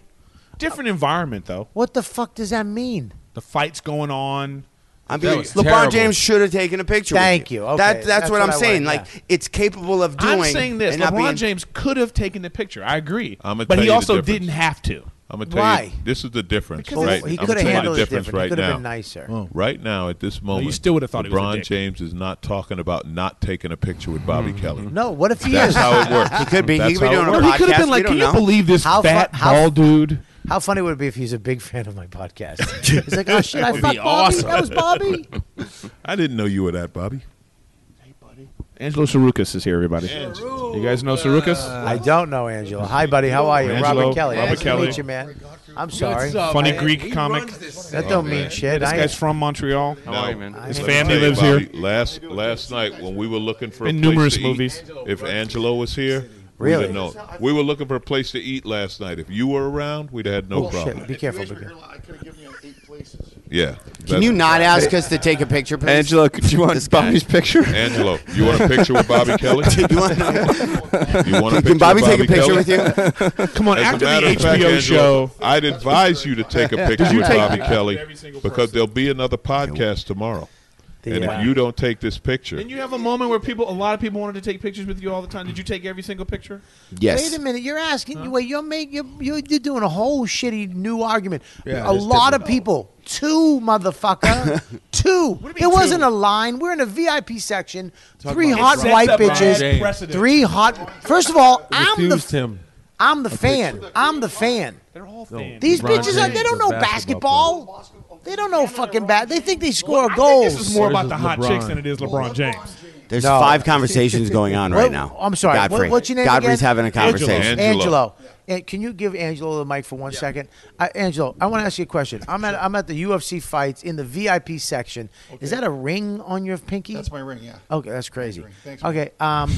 S5: Different environment though.
S11: What the fuck does that mean?
S5: The fight's going on.
S9: I
S5: That
S9: mean,
S5: was
S9: LeBron
S5: terrible.
S9: James should have taken a picture.
S5: Thank
S9: with you.
S5: you. Okay.
S9: That- that's,
S5: That's
S9: what,
S5: what
S9: I'm
S5: I
S9: saying.
S5: want,
S9: Like, it's capable of doing.
S5: I'm saying this.
S9: and not
S5: LeBron
S9: being-
S5: James could have taken the picture. I agree.
S7: I'ma
S5: but
S7: tell
S5: he
S7: you the
S5: also
S7: difference.
S5: didn't have to.
S7: I'm gonna tell you, this is the difference,
S5: Because
S7: right?
S5: he
S7: I'm
S5: coulda
S7: gonna tell you
S5: handled
S7: the
S5: it
S7: difference
S5: different.
S7: right
S5: He coulda
S7: now.
S5: been nicer.
S11: Oh.
S7: Right now, at this moment,
S5: still would've thought he was a
S7: LeBron
S5: dick.
S7: James is not talking about not taking a picture with Bobby Kelly.
S11: No, what if he
S7: That's
S11: is?
S7: how it works.
S11: He could be. He
S7: That's
S11: could be
S7: how it
S11: doing a
S7: works.
S11: podcast.
S5: Could have been like, can you believe this
S11: How fu-
S5: fat
S11: how
S5: bald
S11: fu-
S5: dude?
S11: How funny would it be if he's a big fan of my podcast? He's like, oh shit, I
S5: Would
S11: fucked
S5: be
S11: Bobby.
S5: awesome.
S11: That was Bobby.
S7: I didn't know you were that, Bobby.
S5: Angelo Sarukas is here, everybody. You guys know Sarukas?
S11: I don't know Angelo. Hi, buddy. How are you?
S5: Angelo,
S11: Robert Kelly.
S5: Robert
S11: nice
S5: Kelly.
S11: to meet you, man. I'm sorry.
S5: Funny Greek comic.
S11: That don't mean shit.
S5: Oh, This
S11: I-
S5: guy's from Montreal.
S7: No.
S5: His
S7: Let me
S5: family
S7: tell you,
S5: lives
S7: Bobby,
S5: here.
S7: Last last night when we were looking for a
S5: In
S7: place
S5: numerous
S7: to eat,
S5: movies.
S7: if Angelo was here,
S11: Really?
S7: we'd have known. We were looking for a place to eat last night. If you were around, we'd have had no
S11: Oh, shit.
S7: problem.
S11: Be careful. Be careful.
S7: Yeah.
S9: Can you not ask us to take a picture, please?
S17: Angelo, could you want
S9: This guy.
S17: Bobby's picture?
S7: Angelo, you want a picture with Bobby Kelly?
S9: you want-
S7: You want a
S9: Can
S7: picture
S9: Bobby
S7: with
S9: take a picture
S7: Kelly?
S9: with you? Come on,
S7: As a
S9: after the
S7: matter of fact,
S9: HBO
S7: Angelo,
S9: show-
S7: I'd advise you to take a
S9: Did
S7: picture
S9: you
S7: with
S9: take-
S7: Bobby Kelly
S5: Every single
S7: because there'll be another podcast tomorrow.
S5: The,
S7: and
S5: uh,
S7: if you don't take this picture,
S5: Didn't you have a moment where people, a lot of people wanted to take pictures with you all the time? Did you take every single picture?
S11: Wait a minute. You're asking. Wait. You're making. You're, you're, you're doing a whole shitty new argument.
S5: Yeah,
S11: a
S5: it's
S11: lot of people. Two motherfucker. two. It wasn't a line. We're in a VIP section.
S15: Talk
S11: three
S15: about it.
S11: hot
S15: It sets
S11: white
S15: a bad
S11: bitches.
S15: precedent.
S11: Three hot. First of all, I'm the.
S15: Refused him.
S11: I'm the
S15: a
S11: fan.
S15: picture.
S11: I'm the fan. They're all fans. These
S15: LeBron
S11: bitches are. They
S15: James
S11: don't
S15: is
S11: know
S15: basketball
S11: basketball. They don't know fucking bad. They think they score goals.
S5: This is more about the hot chicks than it is LeBron James.
S9: There's
S11: No.
S9: five conversations going on right
S11: What-
S9: now.
S11: I'm sorry. what-
S9: Godfrey.
S11: what's your name
S9: Godfrey's
S11: again?
S9: having a conversation.
S11: Angelo. Eh, Can you give Angelo the mic for one second? I, Angelo, I want to ask you a question. I'm at I'm at the UFC fights in the VIP section. Is that a ring on your pinky?
S18: That's my ring, yeah.
S11: Okay, that's crazy.
S18: Thanks, man.
S11: okay, um,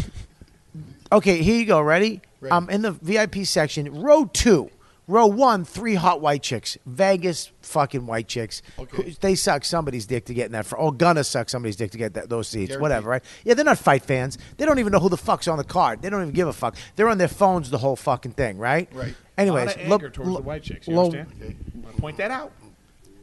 S11: okay, here you go. Ready? Um,
S18: Ready.
S11: I'm in the VIP section, row two. Row one, three hot white chicks. Vegas fucking white chicks. Who- They suck somebody's dick to get in that. Fr- or gonna suck somebody's dick to get that, those seats.
S9: Guaranteed.
S11: Whatever, right? Yeah, they're not fight fans. They don't even know who the fuck's on the card. They don't even give a fuck. They're on their phones the whole fucking thing, right?
S5: Right.
S11: Anyways,
S5: A lot of
S11: Lo-
S5: anger towards
S11: Lo-
S5: the white chicks. You
S11: Lo-
S5: understand? Point that out.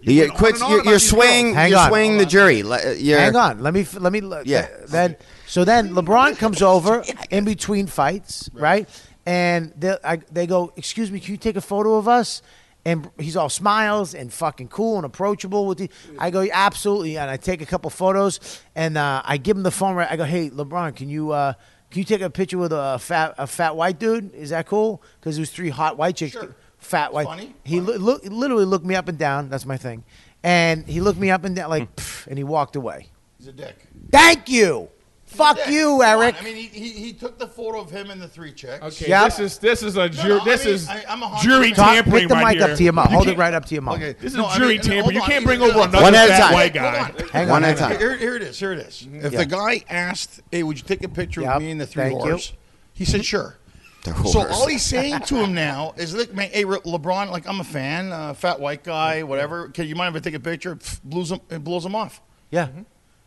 S3: You
S11: went on
S3: quit.
S11: and on
S3: You're,
S11: about
S3: you're
S11: these girls.
S3: swaying.
S11: Hang
S3: you're
S11: on.
S3: swaying the jury. Le- You're,
S11: Hang on. Let me. f- Let me. l-
S3: Yeah.
S11: th- Then. So then LeBron comes over in between fights, right? And they I, they go, "Excuse me, can you take a photo of us?" And he's all smiles and fucking cool and approachable with the. I go, absolutely, and I take a couple photos and uh, I give him the phone. Right, I go, hey, LeBron, can you uh, can you take a picture with a fat a fat white dude? Is that cool? Because it was three hot white chicks. Fat white. He lo- look- literally looked me up and down. That's my thing. And he looked me up and down,
S7: Hmm.
S11: like, pff, and he walked away.
S19: He's a dick.
S11: Thank you. Fuck
S19: Yeah, come
S11: you,
S19: on.
S11: Eric.
S19: I mean, he, he, he took the photo of him and the three chicks.
S5: Okay, this is this is a jury.
S19: I
S5: this
S19: mean,
S5: is
S19: I- I'm a hundred
S5: jury
S19: percent.
S11: Talk-
S5: tampering.
S11: Pick the
S5: right
S11: mic
S5: here.
S11: up to your mouth.
S5: You
S11: Hold it
S5: can't-
S11: right up to your mouth.
S5: This is
S19: No, I
S5: jury
S19: mean, no,
S5: tampering.
S19: hold
S5: you
S19: on.
S5: can't bring
S19: Here-
S5: over
S19: here-
S5: another
S19: One at a
S5: fat
S19: time.
S5: white
S19: Hold
S5: guy.
S19: on.
S11: Hang One on. at a time.
S19: Here, here it is. Here it is. If
S11: Yeah.
S19: the guy asked, "Hey, would you take a picture
S11: Yep,
S19: of me and the three
S11: thank you. Mm-hmm.
S19: whores?" He said, "Sure." So all he's saying to him now is, "Look, man, hey Re- LeBron, like I'm a fan, uh, fat white guy,
S11: Mm-hmm.
S19: whatever. Can you mind if I take a picture?" Pff, blows him, it blows him off.
S11: Yeah,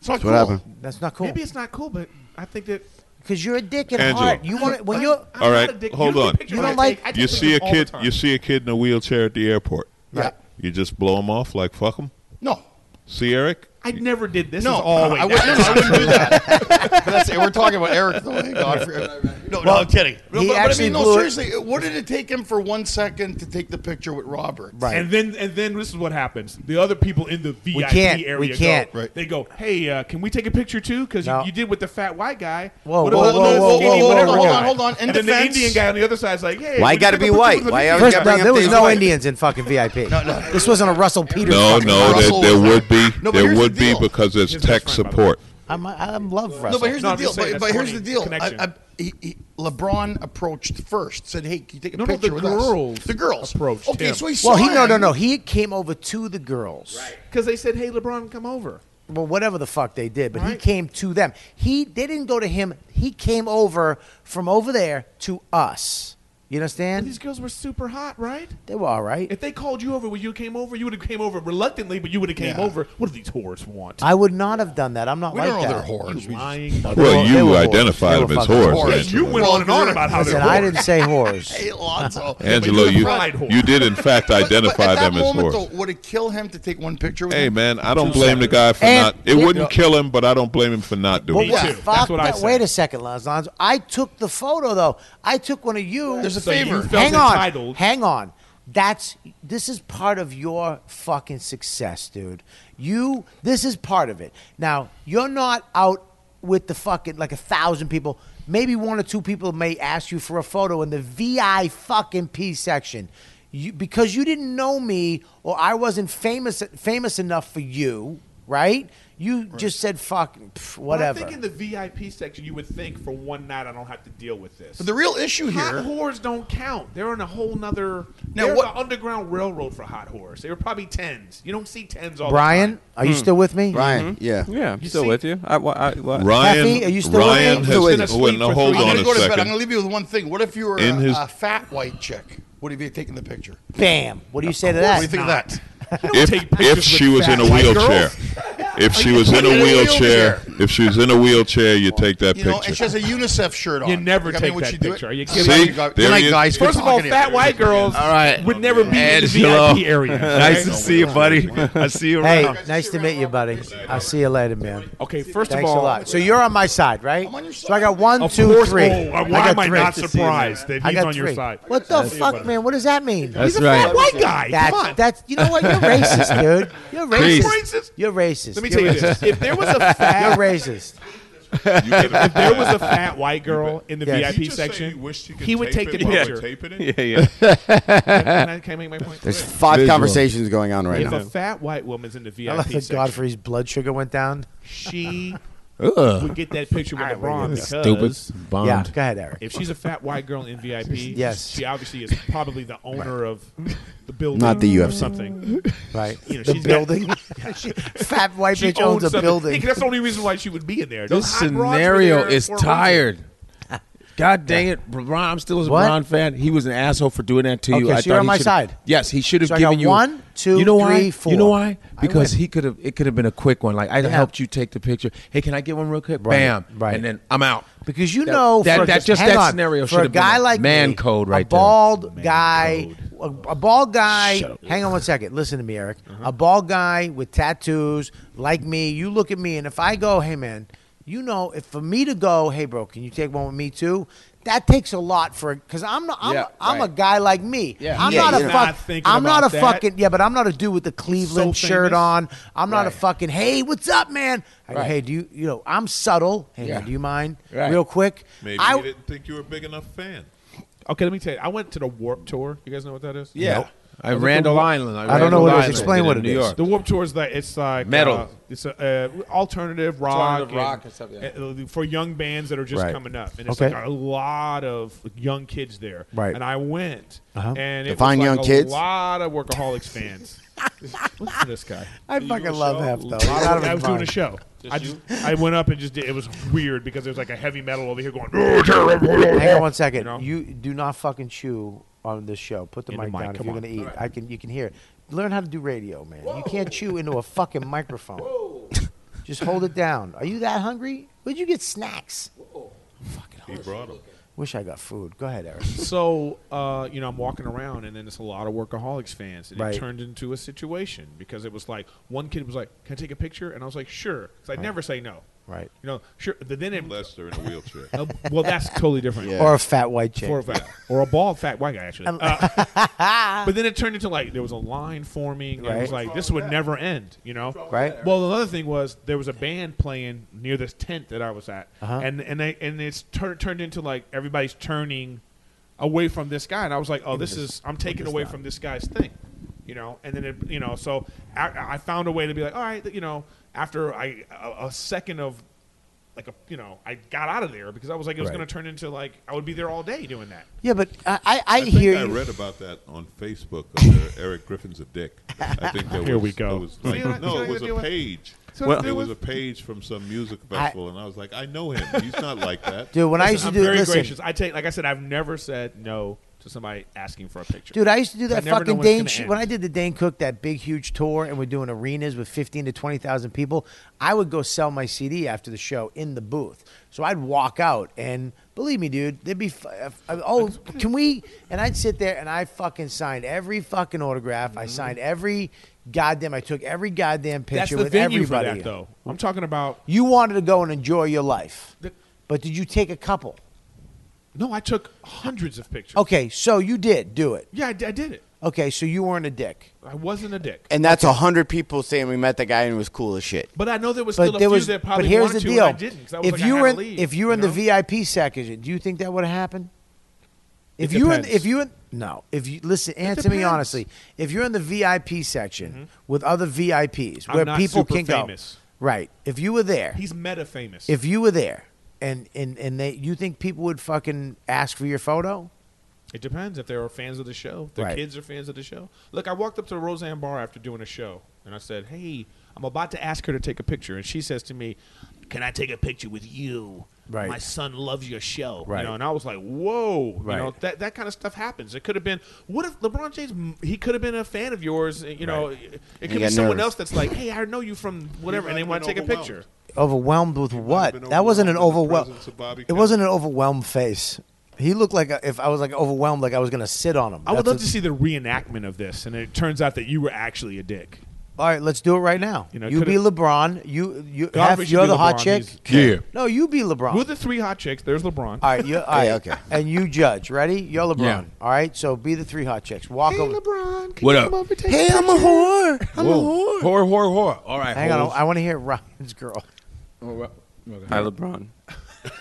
S19: it's not
S11: That's what
S19: cool.
S11: happened. That's not cool.
S5: Maybe it's not cool, but I think that
S11: Because you're a dick at
S7: Angela.
S11: heart. You want to, when you're.
S7: all right, hold on.
S11: You don't like.
S7: You see a kid. You see a kid in a wheelchair at the airport.
S19: Yeah.
S7: You just blow him off like fuck him.
S19: No.
S7: See Eric.
S5: I never did this.
S19: No,
S5: is all
S19: no,
S5: way
S19: I
S5: down.
S19: wouldn't- no, I wouldn't do that. But that's it. We're talking about Eric, though. Thank God for- No, no, I'm kidding. No,
S5: He
S19: but, but I
S5: actually
S19: mean, no,
S5: blew it.
S19: seriously, what did it take him for one second to take the picture with Robert?
S5: And then and then this is what happens. The other people in the VIP
S19: can't. We
S5: area
S19: can't.
S5: go. They go, "Hey, uh, can we take a picture too? Because
S11: No.
S5: you, you did with the fat white guy.
S11: Whoa,
S5: What
S11: whoa,
S5: about
S11: whoa,
S5: the
S11: whoa,
S5: skinny
S11: whoa,
S5: whatever
S11: whoa,
S5: guy?"
S11: whoa. Hold on, hold
S19: on. In
S5: And then the
S19: defense-
S5: Indian guy on the other side is like, "Hey,
S11: Why
S5: would you
S11: gotta
S5: take a
S11: be
S5: picture
S11: white?
S5: with the
S11: Why
S5: people?"
S11: always gotta bring up There was these no white- Indians in fucking VIP. No, no. This wasn't a Russell Peters.
S7: No,
S11: fucking
S7: no,
S11: Russell.
S7: there, there would be. there would be because there's tech support.
S11: I'm, I'm love Russell.
S19: No, but here's the deal. But, but here's the deal. I, I, he, he, LeBron approached first, said, "Hey, can you take a
S5: No, no,
S19: picture
S5: the
S19: with
S5: girls
S19: us?" The girls
S5: approached
S19: Okay,
S5: him.
S19: so he saw
S11: Well, he no,
S19: him.
S11: no, no. He came over to the girls.
S5: Because they said, "Hey, LeBron, come over."
S11: well, whatever the fuck they did, but he came to them. He they didn't go to him. He came over from over there to us. You understand?
S5: These girls were super hot, right?
S11: They were all right.
S5: If they called you over when you came over, you would have came over reluctantly, but you would have came
S11: Yeah.
S5: over. What do these whores want?
S11: I would not have done that. I'm not
S5: We
S11: like
S5: don't know
S11: that.
S5: they're whores. You We lying just- mother-
S7: Well,
S5: They
S7: you
S5: were whores.
S7: identified
S5: They
S7: him
S5: were
S7: as
S5: fucking
S7: whores.
S5: whores.
S7: Angela.
S5: You went on and on about how they're
S11: Listen, I didn't say whores.
S19: Hey, Lonzo.
S7: Angelo, you you did in fact identify
S19: At that
S7: them as
S19: moment,
S7: whores.
S19: though, would it kill him to take one picture with
S7: Hey
S19: him?
S7: man, I don't
S19: Two
S7: blame the
S19: seconds.
S7: guy for
S19: And-
S7: not. It
S19: Yeah.
S7: wouldn't kill him, but I don't blame him for not doing
S11: Well,
S7: it.
S11: fuck that- Wait a second, Lonzo. I took the photo though. I took one of you.
S19: There's a So favor. you felt
S11: Hang on.
S19: entitled.
S11: Hang on. That's this is part of your fucking success, dude. You this is part of it. Now you're not out with the fucking like a thousand people. Maybe one or two people may ask you for a photo in the VI fucking P section. You, because you didn't know me or I wasn't famous famous enough for you, right? You just said fuck pff, whatever.
S5: But I think in the VIP section, you would think for one night I don't have to deal with this.
S19: But the real issue
S5: hot
S19: here-
S5: whores don't count. They're on a whole nother.
S19: Now
S5: they're
S19: what-
S5: the underground railroad for hot whores. They were probably tens. You don't see tens all the
S11: Brian,
S5: time.
S11: are you still with me?
S12: Brian,
S2: Mm-hmm.
S12: yeah, yeah, I'm still with you. I, wa- I, wa-
S7: Ryan,
S11: Kathy, are you still
S7: Ryan
S11: with me?
S7: has.
S11: Still with
S7: no,
S11: us.
S7: wait, no,
S11: Sleep for
S7: hold
S11: three
S19: I'm
S7: on
S19: going
S7: a
S19: to go to bed. I'm going
S7: second.
S19: to leave you with one thing. What if you were a,
S7: In his-
S19: a fat white chick? Would you have taken the picture?
S11: Bam. What do you say to
S19: What
S11: that?
S19: do you think of that?
S7: If, if she was in a wheelchair, if she was in a wheelchair, if she was in a wheelchair, you take that
S19: You know, and she
S7: picture.
S19: has a UNICEF shirt on.
S5: You never
S19: Like, I mean,
S5: take
S19: would she
S5: that
S19: do it?
S5: picture. Are you
S19: Good
S5: kidding
S7: See,
S5: me?
S7: there Good night, he is. guys. Good
S5: First of all,
S7: talking to you.
S5: fat white girls would never be in the
S20: Angelo.
S5: VIP area.
S20: Nice to see you, buddy. I see you
S11: Hey,
S20: around.
S11: nice to meet you, buddy. I'll see you later, man.
S5: Okay, first of
S11: Thanks
S5: all-
S11: a lot. So you're on my side, right? I'm on your side. So I got one,
S5: Of
S11: two,
S5: course-
S11: three.
S5: oh, why
S11: I got
S5: am I
S11: three.
S5: not surprised that
S11: I
S5: he's
S11: got
S5: on your
S11: three.
S5: side?
S11: What the
S5: That's-
S11: fuck, man? What does that mean?
S5: That's He's a fat right. white guy. Come
S11: That's,
S5: on.
S11: That's you know what? You're racist, dude. You're
S5: Please.
S11: racist. You're racist.
S5: Let me
S11: You're
S5: tell you this.
S11: racist.
S5: If there was a fat-
S11: you're racist.
S5: if, if there was a fat white girl in the
S11: Yes.
S5: VIP section, he, would take the
S7: while we're
S5: picture.
S7: taping
S12: it? Yeah, yeah.
S5: can, I, can I make my point?
S3: There's five Visual. conversations going on right
S5: if
S3: now.
S5: If a fat white woman's in the
S11: I love
S5: VIP
S11: that
S5: section,
S11: Godfrey's blood sugar went down.
S5: she
S11: Ugh.
S5: would get that picture with
S11: All right,
S5: LeBron
S11: we're good.
S5: because
S11: Stupid. Bummed. Yeah, go ahead, Eric.
S5: If she's a fat white girl in VIP,
S11: Yes.
S5: she obviously is probably the owner of the building,
S3: Not the
S5: or
S3: UFC.
S5: something,
S11: Right.
S5: You know,
S11: The
S5: she's
S11: building?
S5: Got,
S11: She- fat white
S5: She
S11: bitch owns a
S5: something.
S11: building.
S5: Hey, that's the only reason why she would be in there.
S13: This
S5: Those hot broads were
S13: scenario
S5: there
S13: is
S5: for a reason.
S13: tired.
S9: God dang it, LeBron! I'm still a
S11: What?
S9: LeBron fan. He was an asshole for doing that to you.
S11: Okay,
S9: I
S11: so you're
S9: thought
S11: on
S9: he
S11: my
S9: should've-
S11: side.
S9: Yes, he should have
S11: So I got
S9: given you
S11: one, two,
S9: You know
S11: three,
S9: why?
S11: four.
S9: You know why?
S11: I
S9: Because
S11: win.
S9: he could have. It could have been a quick one. Like I
S11: Yeah.
S9: helped you take the picture. Hey, can I get one real quick?
S11: Right,
S9: Bam!
S11: right.
S9: And then I'm out.
S11: Because you
S9: That-
S11: know,
S9: that,
S11: for,
S9: that just
S11: hang
S9: that
S11: on.
S9: scenario
S11: for
S9: should
S11: a
S9: have been
S11: guy
S9: a
S11: like
S9: man
S11: me,
S9: code
S11: a
S9: right
S11: bald guy, A, a bald guy. Hang on one second. Listen to me, Eric.
S9: Uh-huh.
S11: A bald guy with tattoos like me. You look at me, and if I go, hey man, you know, if for me to go, hey bro, can you take one with me too? That takes a lot for because I'm not, I'm,
S9: Yeah,
S11: I'm
S9: right.
S11: a guy like me.
S9: Yeah.
S11: I'm
S9: Yeah,
S11: not a
S9: you're
S11: fuck.
S9: not thinking
S11: I'm not a
S9: about that.
S11: fucking yeah, but I'm not a dude with the Cleveland
S9: So
S11: shirt
S9: famous.
S11: on. I'm not a
S9: Right.
S11: fucking hey, what's up, man? I go,
S9: Right.
S11: hey, do you you know? I'm subtle. Hey,
S5: Yeah.
S11: man, do you mind?
S5: Right.
S11: Real quick.
S7: Maybe
S11: I,
S7: he didn't think you were a big enough fan.
S5: Okay, let me tell you. I went to the Warp Tour. You guys know what that is?
S7: Yeah. Nope.
S9: I
S5: was at
S9: Randall
S5: the Warp-
S9: Island. I I don't Randall know what it is. Island Explain in what it New is. York.
S5: The Warp Tour is like it's like
S9: Metal.
S5: uh, it's a, uh, alternative rock,
S9: Alternative rock and stuff, yeah.
S5: uh, for young bands that are just
S9: Right.
S5: coming up, and it's
S9: Okay.
S5: like a lot of young kids there.
S9: Right.
S5: And I went,
S9: Uh-huh.
S5: and it
S3: Define
S5: was like
S3: young
S5: a
S3: kids?
S5: lot of workaholics fans. Look at this guy.
S11: I
S5: Do you
S11: fucking
S5: do a
S11: love
S5: show?
S11: Hef, though.
S5: I
S11: He's out of
S5: was, I
S11: his
S5: was doing a
S11: mind.
S5: show.
S11: Just
S5: I,
S11: you?
S5: I went up and just did, it was weird because there was like a heavy metal over here going.
S11: Hang on one second. You,
S5: You know?
S11: do not fucking chew on this show. Put the
S5: In the
S11: mic,
S5: mic,
S11: down if
S5: come
S11: you're
S5: on.
S11: gonna eat. I can. You can hear it. Learn how to do radio, man. You can't chew into a fucking microphone. Just hold it down. Are you that hungry? Where'd you get snacks?
S7: He brought him.
S11: Wish I got food. Go ahead, Eric.
S5: so uh, you know i'm walking around and then it's a lot of workaholics fans and
S11: Right.
S5: it turned into a situation because it was like one kid was like can i take a picture and i was like sure because i
S11: Right.
S5: never say no
S11: Right.
S5: you know sure but then it
S7: Unless they're in a wheelchair.
S5: Uh, well that's totally different
S11: Yeah. Or a fat Um, white chick.
S5: or a, fat, or a bald fat white guy actually Uh, but then it turned into like there was a line forming and it was
S11: Right.
S5: like this would never end you know
S11: Right.
S5: well another thing was there was a band playing near this tent that i was at
S11: Uh-huh.
S5: and and they and it's tur- turned into like everybody's turning away from this guy, and I was like, oh, this is I'm taking away from this guy's thing, you know. And then it, you know, so I, I found a way to be like, all right, you know, after I a, a second of like a you know, I got out of there because I was like, it was
S7: Right.
S5: going to turn into like I would be there all day doing that.
S11: Yeah, but I I, I,
S7: I think
S11: hear
S7: I
S11: you.
S7: read about that on Facebook under Eric Griffin's a dick. I think there
S5: Here
S7: was,
S5: we go.
S7: there was
S5: See
S7: like-
S5: what I- see
S7: no,
S5: what
S7: it
S5: I
S7: was
S5: deal
S7: a
S5: with?
S7: page.
S5: See what I
S7: there
S5: deal
S7: was a
S5: with?
S7: page from some music festival, and I was like, I know him. He's not like that.
S11: Dude, when I used to
S5: I'm
S11: do-
S5: very
S11: listen.
S5: gracious. I take like I said, I've never said no to somebody asking for a picture.
S11: Dude, I used to do
S5: I
S11: that
S5: never know
S11: fucking
S5: when it's
S11: Dane.
S5: gonna
S11: Sh-
S5: end.
S11: when I did the Dane Cook, that big, huge tour, and we're doing arenas with fifteen to twenty thousand people, I would go sell my CD after the show in the booth. So I'd walk out, and believe me, dude, there'd be f- uh, f- uh, oh, can we? And I'd sit there, and I fucking signed every fucking autograph. I signed every goddamn. I took every goddamn picture
S5: Mm-hmm. That's the
S11: with
S5: venue for
S11: everybody.
S5: that, though. I'm talking about
S11: You wanted to go and enjoy your life, but did you take a couple?
S5: no. I took hundreds of pictures.
S11: Okay, so you did do it.
S5: Yeah, I, d- I did it.
S11: Okay, so you weren't a dick.
S5: I wasn't a dick.
S3: And that's a hundred people saying we met the guy and it was cool as shit.
S5: But I know there was
S11: but
S5: still a
S11: there
S5: few
S11: was,
S5: that
S11: but
S5: probably
S11: here's
S5: wanted
S11: the
S5: to,
S11: deal:
S5: and I didn't. 'cause I was
S11: if
S5: like, I
S11: you
S5: had
S11: were
S5: to
S11: in,
S5: leave,
S11: if you were in
S5: know?
S11: the VIP section, do you think that would have happened?
S5: It
S11: If you were in,
S5: depends.
S11: if you were in, no, if you listen, answer me
S5: depends. Mm-hmm.
S11: honestly. If you're in the VIP section with other VIPs,
S5: I'm
S11: where
S5: not
S11: people
S5: super
S11: can
S5: famous.
S11: go, right? If you were there,
S5: He's meta famous.
S11: if you were there, and and and they, you think people would fucking ask for your photo?
S5: It depends if there are fans of the show. Their
S11: Right.
S5: kids are fans of the show. Look, I walked up to Roseanne Barr after doing a show, and I said, "Hey, I'm about to ask her to take a picture," and she says to me, "Can I take a picture with you?
S11: Right.
S5: My son loves your show."
S11: Right.
S5: You know, and I was like, "Whoa!"
S11: Right.
S5: You know, that that kind of stuff happens. It could have been what if LeBron James? He could have been a fan of yours. eh, You know, it, it could be
S3: got
S5: someone
S3: nervous.
S5: else that's like, "Hey, I know you from whatever," and they want to take a picture.
S11: Overwhelmed with what? That wasn't an overwhelmed. It wasn't an overwhelmed face. He looked like a, if I was like overwhelmed, like I was gonna sit on him.
S5: I would
S11: That's
S5: love to see the reenactment of this, and it turns out that you were actually a dick.
S11: All right, let's do it right now. You,
S5: know,
S11: be
S5: coulda-
S11: LeBron. You you
S5: God
S11: half,
S5: forbid
S11: you're
S5: you be
S11: the hot
S5: LeBron,
S11: chick.
S5: he's- Yeah.
S11: No, you be LeBron.
S5: We're the three hot chicks. There's LeBron.
S11: all right, you all right,
S5: Yeah,
S11: okay. And you judge. Ready? You're LeBron.
S5: Yeah.
S11: All right. So be the three hot chicks. Walk over. LeBron.
S9: What up?
S11: hey, I'm a whore.
S9: I'm Whoa. a whore. Whore, whore, whore. All right.
S11: Hang on.
S9: hoes.
S11: I want to hear Ryan's
S5: Oh,
S11: girl.
S12: Hi, LeBron.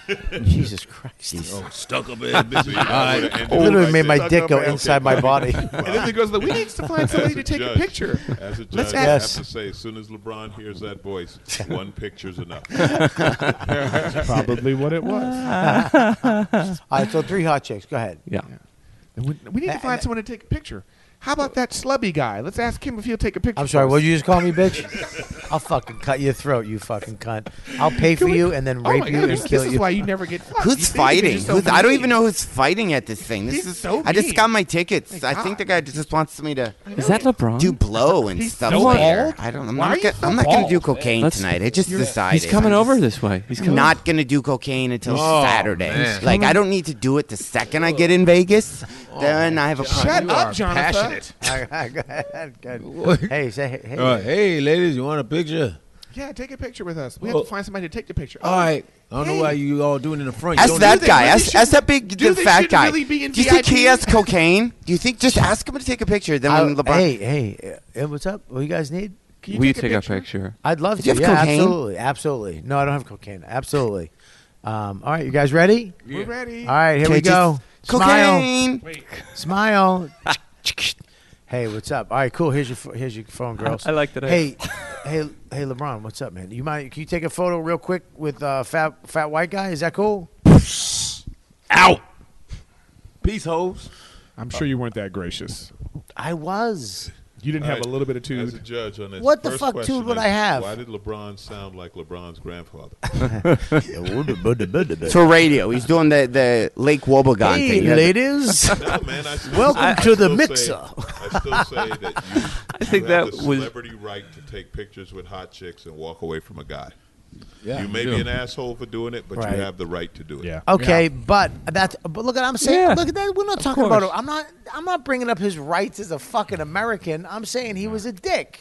S11: Jesus Christ.
S12: Oh,
S9: stuck up
S12: ass bitch.
S11: bitch.
S9: So you guys would've
S11: I
S9: ended
S5: Oh,
S11: literally
S9: it
S11: made my
S9: like that.
S11: dick go
S9: Okay.
S11: inside my body.
S7: Wow.
S5: And then the girls like, "We need to find somebody
S7: As
S5: to take a
S7: judge-
S5: picture."
S7: As a judge,
S5: Let's
S7: I have
S5: ask-
S7: to say, as soon as LeBron hears that voice, one picture's enough.
S5: That's probably what it was.
S11: All right. So three hot chicks. Go ahead.
S12: Yeah.
S5: we, we need to find someone to take a picture. How about that slubby guy? Let's ask him if he'll take a picture.
S11: I'm sorry.
S5: first.
S11: What did you just call me, bitch? I'll fucking cut your throat, you fucking cunt. I'll pay for
S5: Can we-
S11: you and then
S5: Oh
S11: rape
S5: my
S11: you
S5: goodness,
S11: and
S5: this
S11: kill
S5: is
S11: you.
S5: why you never get fucked. You
S3: Who's
S5: think you're
S3: fighting?
S5: just so
S3: Who's, I don't
S5: mean.
S3: even know who's fighting at this thing. This
S5: He's
S3: is
S5: so
S3: I just
S5: mean.
S3: got my tickets.
S5: My
S3: I think
S5: God.
S3: the guy just wants me to.
S12: Is that LeBron?
S3: Do blow and
S12: He's
S3: stuff
S12: so
S3: there.
S12: bald?
S3: I don't. I'm
S12: Why are
S3: not.
S12: you
S3: Gonna,
S12: so
S3: I'm not going to
S12: bald?
S3: do cocaine
S12: Let's-
S3: tonight. I just
S12: You're- he's
S3: decided.
S12: coming
S3: I'm
S12: over
S3: just
S12: this way. He's coming
S3: not going to do cocaine until
S12: Oh,
S3: Saturday.
S12: man. He's
S3: Like I
S12: coming-
S3: don't need to do it the second I get in Vegas.
S9: Oh,
S3: then I have a
S11: Shut
S3: problem.
S11: up, Jonathan. Go ahead, go ahead. hey, say hey. hey.
S9: Uh, hey, ladies, you want a picture?
S5: Yeah, take a picture with us. We
S9: Well-
S5: have to find somebody to take the picture. Oh,
S9: All right. I don't know why
S5: Hey.
S9: you all doing it in the front. You
S3: Ask
S9: don't
S3: that
S9: do
S3: guy.
S9: Really
S3: Ask,
S9: shouldn't-
S3: ask that big,
S5: do
S3: the
S5: they
S3: fat
S5: should
S3: guy.
S5: really be in
S3: do you think he
S5: VIP?
S3: has cocaine? Do you think just ask him to take a picture? Then when
S11: I-
S3: LeBron,
S11: Hey, hey, uh, what's up? What you guys need?
S12: Can you Will you take a take a picture? picture?
S11: I'd love
S12: Do
S11: to.
S12: you have
S11: yeah,
S12: cocaine?
S11: absolutely, absolutely. No, I don't have cocaine. Absolutely. Um, all right, you guys ready?
S5: We're ready.
S11: All right, here
S3: Can I
S11: we go.
S3: just- Cocaine.
S11: Smile. Smile. hey, what's up? All right, cool. Here's your ph- here's your phone, girls.
S12: I like that.
S11: Hey, hey, hey, LeBron, what's up, man? You mind? Can you take a photo real quick with uh, fat fat white guy? Is that cool?
S5: Out.
S9: Peace, hoes.
S5: I'm sure you weren't that gracious.
S11: I was.
S5: You didn't
S7: All
S5: have
S7: right,
S5: a little bit of tude.
S7: As a judge on this
S11: What the
S7: first
S11: fuck
S7: question
S11: tude would
S7: is,
S11: I have?
S7: Why did LeBron sound like LeBron's grandfather?
S3: it's for radio. He's doing the the Lake Wobegon
S11: Hey,
S3: thing. You know, the-
S11: ladies.
S7: No, man, I still-
S11: Welcome
S7: I- I
S11: to the
S7: still
S11: mixer.
S7: Say, I still say that you,
S12: I think
S7: you have
S12: that
S7: the
S12: was-
S7: celebrity right to take pictures with hot chicks and walk away from a guy.
S9: Yeah,
S7: you may
S9: you
S7: be
S9: do.
S7: an asshole for doing it, but
S11: Right.
S7: you have the right to do it. Yeah.
S11: Okay, but that's but look at I'm saying.
S9: Yeah.
S11: Look at that. We're not
S9: Of
S11: talking about.
S9: course.
S11: I'm not. I'm not bringing up his rights as a fucking American. I'm saying he was a dick,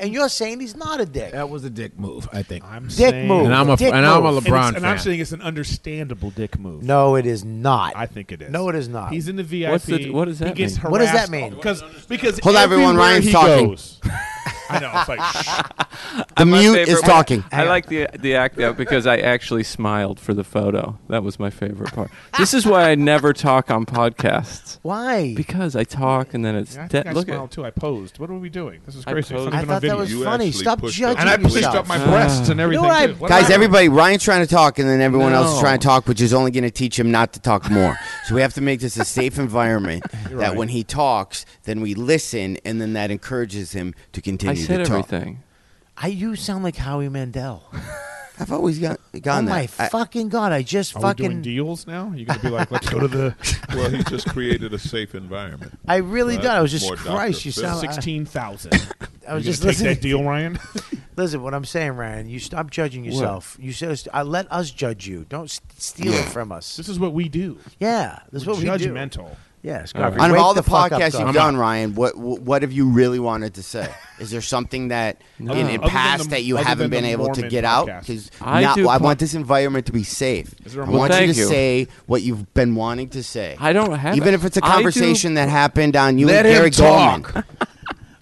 S11: and you're saying he's not a dick.
S9: That was a dick move, I think.
S5: I'm
S11: Dick saying- move.
S9: And I'm a,
S11: Dick
S9: and I'm a
S11: move.
S9: LeBron
S5: and, it's- and I'm
S9: fan.
S5: saying it's an understandable dick move.
S11: No, it is not.
S5: I think it is.
S11: No, it is not.
S5: He's in the VIP.
S12: What's the- what does
S5: he
S12: that
S5: gets
S12: mean?
S5: Harassed
S11: What does that mean?
S5: Because because
S3: Hold on, everyone.
S5: everywhere
S3: Ryan's
S5: he
S3: talking.
S5: Goes, I know. It's like shh.
S3: The
S12: My
S3: mute
S12: favorite-
S3: is talking.
S12: I like the the act out because I actually smiled for the photo. That was my favorite part. This is why I never talk on podcasts.
S11: Why?
S12: Because I talk and then it's
S5: Yeah, I
S12: de-
S5: think I
S12: look at
S5: smiled too. I posed. What are we doing? This is
S12: I
S5: crazy. It's
S12: posed.
S5: not
S12: I
S5: even
S12: thought
S5: on
S12: that
S5: video.
S12: was
S7: You
S11: funny.
S7: actually
S11: Stop
S7: pushed
S11: judging
S7: up-
S5: And I pushed
S11: yourself.
S5: up my breasts
S12: Ah.
S5: and
S11: You know
S5: everything.
S11: what I-
S5: too. What
S3: Guys,
S5: about-
S3: everybody, Ryan's trying to talk, and then everyone else is
S12: No.
S3: trying to talk, which is only going to teach him not to talk more. so we have to make this a safe environment
S12: You're
S3: that
S12: right.
S3: when he talks, then we listen, and then that encourages him to continue
S12: I said
S3: to talk.
S12: everything.
S11: I you sound like Howie Mandel.
S3: I've always got,
S11: Oh
S3: gone
S11: my
S3: that. I-
S11: fucking god! I just
S5: Are we
S11: fucking.
S5: doing deals now? You're gonna be like, let's go to the
S7: well, he just created a safe environment.
S11: I really
S7: Right?
S11: did. I was just
S7: More Dr.
S11: Christ. You
S7: Phil.
S11: sound I-
S5: sixteen thousand.
S11: I was just
S5: take
S11: listening.
S5: that deal, Ryan.
S11: Listen, what I'm saying, Ryan, you stop judging
S12: What?
S11: yourself. You said, I let us judge you. Don't s- steal it from us.
S5: This is what we do.
S11: Yeah, this is
S5: We're
S11: what we do.
S5: judgmental.
S11: Yes,
S12: All right.
S11: Garvey,
S3: Out of
S11: wake
S3: all the,
S11: fuck up,
S3: podcasts
S11: Garvey.
S3: you've done, Ryan, what what have you really wanted to say? Is there something that in,
S12: Other than
S3: in
S12: the-
S3: past that you
S5: other
S3: haven't been
S5: than the
S3: able to
S5: Mormon
S3: get out?
S5: podcast.
S3: Because
S12: I
S3: I,
S12: do
S3: want
S12: po-
S3: this environment to be safe.
S5: Is there
S3: I
S5: a Mormon-
S3: want you
S12: Well,
S3: to
S12: thank you.
S3: say what you've been wanting to say.
S12: I don't have
S3: Even
S12: it.
S3: if it's a
S12: I do-
S3: conversation that happened on you and
S9: Let him
S3: Gary
S9: talk.
S3: Goldman.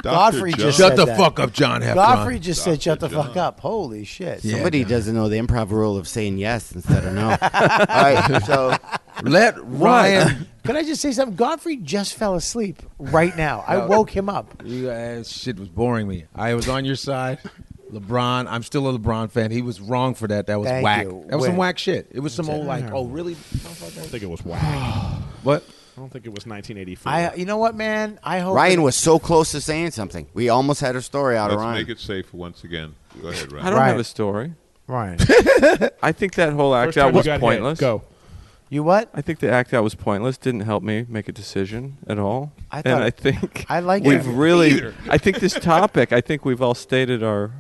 S11: Godfrey just
S9: Shut
S11: said
S9: the
S11: that.
S9: fuck up, John Heffron.
S11: Godfrey just said, shut the fuck up. Holy shit.
S9: Yeah.
S3: Somebody doesn't know the improv rule of saying yes instead of no. all right, so
S9: Let Ryan.
S11: Can I just say something? Godfrey just fell asleep right now. I woke him up.
S9: you guys, shit was boring me. I was on your side. LeBron, I'm still a LeBron fan. He was wrong for that. That was
S11: Thank
S9: whack.
S11: you.
S9: That was some
S11: Win.
S9: whack shit. It was some old like, oh really?
S5: I don't think it was whack. I
S9: What?
S5: don't think it was 1984.
S11: I, you know what, man? I hope
S3: Ryan
S11: that-
S3: was so close to saying something. We almost had her story out
S7: Let's
S3: of Ryan.
S7: make it safe once again. Go ahead, Ryan.
S12: I don't
S11: Right.
S12: have a story.
S11: Ryan.
S12: I think that whole act
S5: First
S12: out
S5: time you
S12: was
S5: got hit.
S12: pointless.
S5: Go.
S11: You what?
S12: I think the act out was pointless. Didn't help me make a decision at all.
S11: I
S12: and
S11: thought-
S12: I think
S11: I like
S12: we've
S11: it.
S12: really.
S5: Either.
S12: I think this topic. I think we've all stated our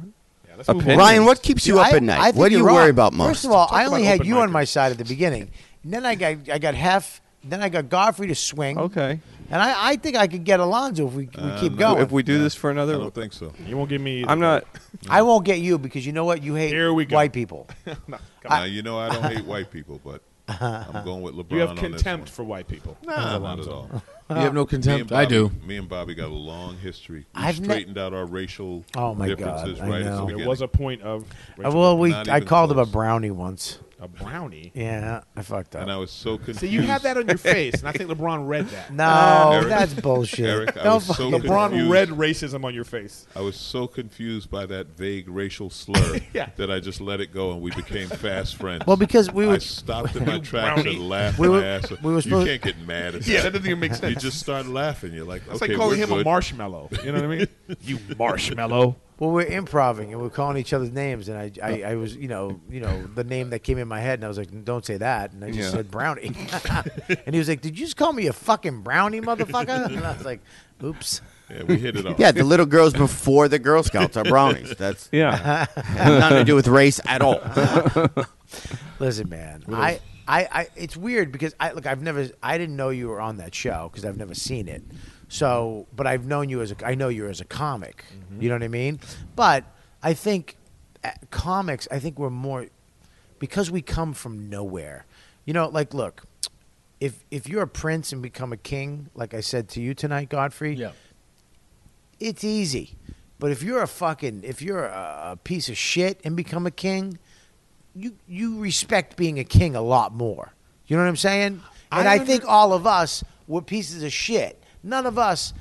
S5: let's move on.
S12: opinion.
S3: Ryan, what keeps you
S11: Dude,
S3: up
S11: I-
S3: at
S11: I
S3: night?
S11: think
S3: What do you
S11: you're wrong.
S3: worry about most?
S11: First of all, I only
S5: about
S11: had
S5: open
S11: you on
S5: micers.
S11: my side at the beginning. And then I got I got half. Then I got Godfrey to swing.
S12: Okay.
S11: And I, I think I could get Alonzo if we, we keep going.
S12: If we do this for
S7: I
S12: another,
S7: don't think so.
S5: You won't give me. either.
S12: I'm not.
S11: I won't get you because you know what? You hate
S5: Here we go.
S11: white people.
S7: now you know I don't hate white people, but I'm going with LeBron.
S5: You have
S7: on this
S5: contempt
S7: one.
S5: for white people.
S7: Nah, not at all.
S9: You have
S7: Me
S9: no
S7: and
S9: contempt.
S7: Bobby,
S9: I do.
S7: Me and Bobby got a long history. We
S11: I've ne-
S7: straightened out our racial
S11: Oh, my God,
S7: differences
S11: I
S7: right at
S11: know.
S7: the
S11: There
S5: There
S7: beginning.
S5: was a point of
S11: Uh, well, we
S7: Not
S11: I
S7: even
S11: called him a
S7: close.
S11: brownie once.
S5: a brownie.
S11: Yeah, I fucked up.
S7: and I was so confused.
S5: So you have that on your face, and I think LeBron read that.
S11: No,
S7: Eric-
S11: that's bullshit.
S7: Eric, I
S11: Don't
S7: was so
S11: fucking-
S7: confused.
S5: LeBron read racism on your face.
S7: I was so confused by that vague racial slur
S5: Yeah.
S7: that I just let it go, and we became fast friends.
S11: Well, because we
S7: I
S11: were-
S7: stopped in my tracks
S5: brownie.
S7: and laughed
S11: We
S7: my
S11: were-
S7: ass. off.
S11: we were
S7: you
S11: supposed-
S7: can't get mad at
S5: Yeah,
S7: that.
S5: that doesn't even make sense.
S7: You just start laughing. You're like,
S5: That's
S7: okay,
S5: like calling
S7: we're
S5: him
S7: good.
S5: a marshmallow. You know what I mean? you marshmallow.
S11: Well, we're improvising and we're calling each other's names, and I, I, I was, you know, you know, the name that came in my head, and I was like, "Don't say that," and I just
S2: Yeah.
S11: said brownie, and he was like, "Did you just call me a fucking brownie, motherfucker?" And I was like, "Oops."
S7: Yeah, we hit it off.
S3: Yeah, the little girls before the Girl Scouts are brownies. That's
S12: Yeah.
S3: has nothing to do with race at all.
S11: Listen, man,
S3: What
S11: I,
S3: is-
S11: I, I, it's weird because I look, I've never, I didn't know you were on that show because I've never seen it. So, but I've known you as a, I know you as a comic.
S3: Mm-hmm.
S11: You know what I mean? But I think uh, comics, I think we're more because we come from nowhere. You know, like look, if if you're a prince and become a king, like I said to you tonight, Godfrey, yeah. it's easy. But if you're a fucking if you're a, a piece of shit and become a king, you you respect being a king a lot more. You know what I'm saying? And I,
S2: I
S11: think all of us were pieces of shit. None of us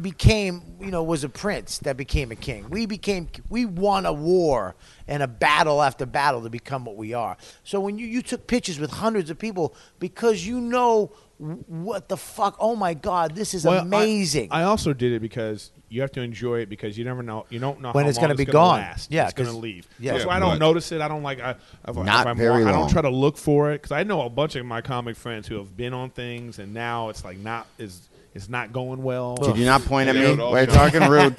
S11: became, you know, was a prince that became a king. We became we won a war and a battle after battle to become what we are. So when you you took pictures with hundreds of people because you know wh- what the fuck, oh my god, this is
S5: Well, I-
S11: amazing.
S5: I, also did it because you have to enjoy it because you never know. You don't know
S11: When
S5: how
S11: it's
S5: long
S11: gonna be
S5: gonna
S11: gone.
S5: Last.
S11: Yeah,
S5: it's going to
S11: 'cause-
S5: leave.
S11: yeah.
S5: that's why I
S11: Right.
S5: don't notice it. I don't like. I, if,
S11: Not
S5: if I'm
S11: very
S5: wa- I
S11: long.
S5: don't try to look for it because I know a bunch of my comic friends who have been on things and now it's like not is. It's not going well.
S3: Did you not point at
S5: Yeah,
S3: me?
S5: it all
S3: We're
S5: shows.
S3: talking rude.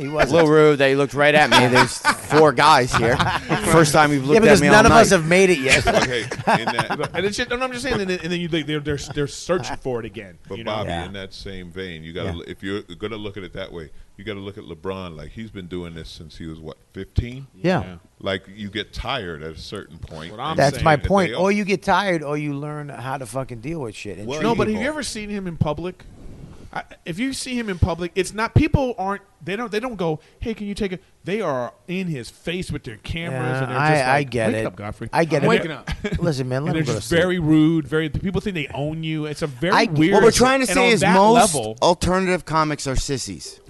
S11: he
S3: A little rude. They looked right at me. There's four guys here. First time you've
S11: yeah,
S3: looked
S11: because
S3: at me
S11: none
S3: all
S11: of us
S3: night.
S11: have made it yet.
S5: and it's just, and I'm just saying, and then, and then you, like, they're, they're they're searching for it again.
S7: But
S5: you know?
S7: Bobby, in that same vein, you got to
S5: Yeah.
S7: if you're going to look at it that way, you got to look at LeBron like he's been doing this since he was what 15.
S11: Yeah. Yeah.
S7: Like you get tired at a certain point. and
S11: That's
S7: saying
S11: my
S7: that they
S11: point.
S7: all-
S11: Or you get tired, or you learn how to fucking deal with shit. and
S7: Well,
S11: treat
S5: no, but have
S11: people.
S5: you ever seen him in public? I, if you see him in public, it's not people aren't they don't they don't go, hey, can you take a? They are in his face with their cameras.
S11: Yeah,
S5: and they're
S11: I,
S5: just like,
S11: I get
S5: Wake
S11: it,
S5: up, Godfrey.
S11: I get
S5: And
S11: it.
S5: they're-
S11: Listen, man, let me
S5: and they're
S11: go to
S5: just
S11: sleep.
S5: very rude. Very people think they own you. It's a very
S3: I-
S5: weird.
S3: What we're trying to
S5: and
S3: say
S5: on
S3: is
S5: that
S3: most
S5: level,
S3: alternative comics are sissies.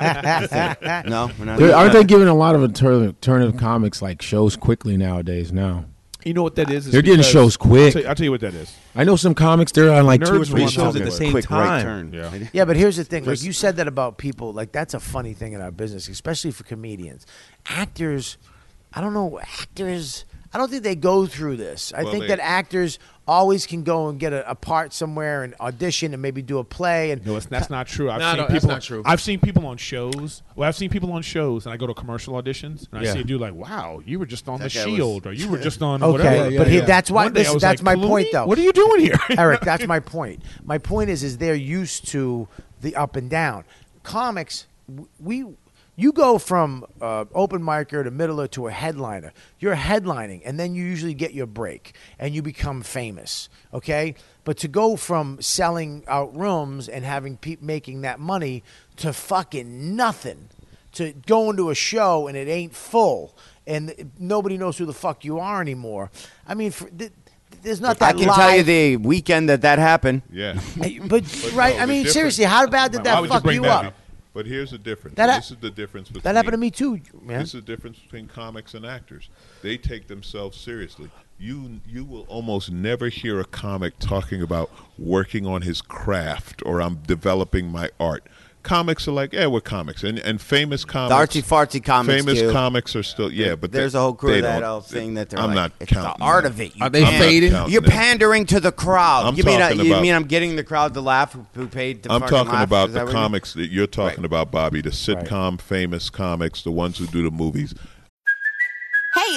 S3: no, we're not.
S9: Dude, aren't they giving a lot of alternative alternative comics like shows quickly nowadays? Now
S5: you know what that is. is
S9: They're getting
S5: because-
S9: shows quick.
S5: I'll tell, I'll tell you what that is.
S9: I know some comics they're on like two or
S5: Nerds
S9: three
S5: want
S9: shows at
S5: something
S9: the same
S5: quick,
S9: time.
S5: right
S3: turn.
S5: Yeah.
S11: Yeah, but here's the thing. Like
S5: There's-
S11: you said that about people, like that's a funny thing in our business, especially for comedians. Actors, I don't know, actors. I don't think they go through this. I
S2: Well,
S11: think
S2: they-
S11: that actors always can go and get a, a part somewhere and audition and maybe do a play. And
S5: No, it's, that's not true. I've
S11: No,
S5: seen
S11: no, that's
S5: people.
S11: not true.
S5: I've seen people on shows. Well, I've seen people on shows, and I go to commercial auditions, and
S11: Yeah.
S5: I see a dude like, "Wow, you were just on
S11: That
S5: the
S11: guy was-
S5: Shield, or you were just on
S11: okay,
S5: whatever."
S11: but he- that's why.
S5: One day I
S11: listen,
S5: was
S11: that's
S5: like,
S11: my point,
S5: "Clooney?
S11: though.
S5: What are you doing here,
S11: Eric? That's my point. My point is, is they're used to the up and down. Comics, w- we, you go from uh, open micer to middler to a headliner. You're headlining, and then you usually get your break and you become famous. Okay, but to go from selling out rooms and having pe- making that money to fucking nothing to going to a show and it ain't full and nobody knows who the fuck you are anymore. I mean, for, th- there's not
S3: I
S11: that
S3: can
S11: live.
S3: tell you the weekend that that happened.
S7: Yeah.
S11: but, right, I
S7: the
S11: mean,
S7: difference-
S11: seriously, how bad did
S7: Why
S11: that
S7: would
S11: fuck
S7: bring
S11: you
S7: that
S11: up?
S7: But here's the difference.
S11: That ha-
S7: this is the difference between
S11: that happened to me too, man.
S7: This is the difference between comics and actors. They take themselves seriously. You you will almost never hear a comic talking about working on his craft or I'm developing my art. Comics are like, yeah, we're comics, and and famous comics,
S3: artsy-fartsy comics
S7: famous
S3: do.
S7: comics are still, yeah, but
S3: There's
S7: they-
S3: a whole crew
S7: they
S3: that
S7: don't-
S3: I'll thing that they're
S7: I'm
S3: like,
S7: not
S3: it's
S7: counting
S3: the art
S7: that.
S3: of it. You
S7: I'm not
S3: can't-
S7: counting
S3: You're
S7: that.
S3: pandering to the crowd.
S7: I'm
S3: you mean I,
S7: talking
S3: you
S7: about-
S3: mean I'm getting the crowd to laugh who, who paid? To
S7: I'm
S3: fucking
S7: talking
S3: laugh?
S7: about
S3: Is
S7: the
S3: that what you mean?
S7: comics that you're talking about, Bobby. The sitcom famous comics, the ones who do the movies.
S21: Hey,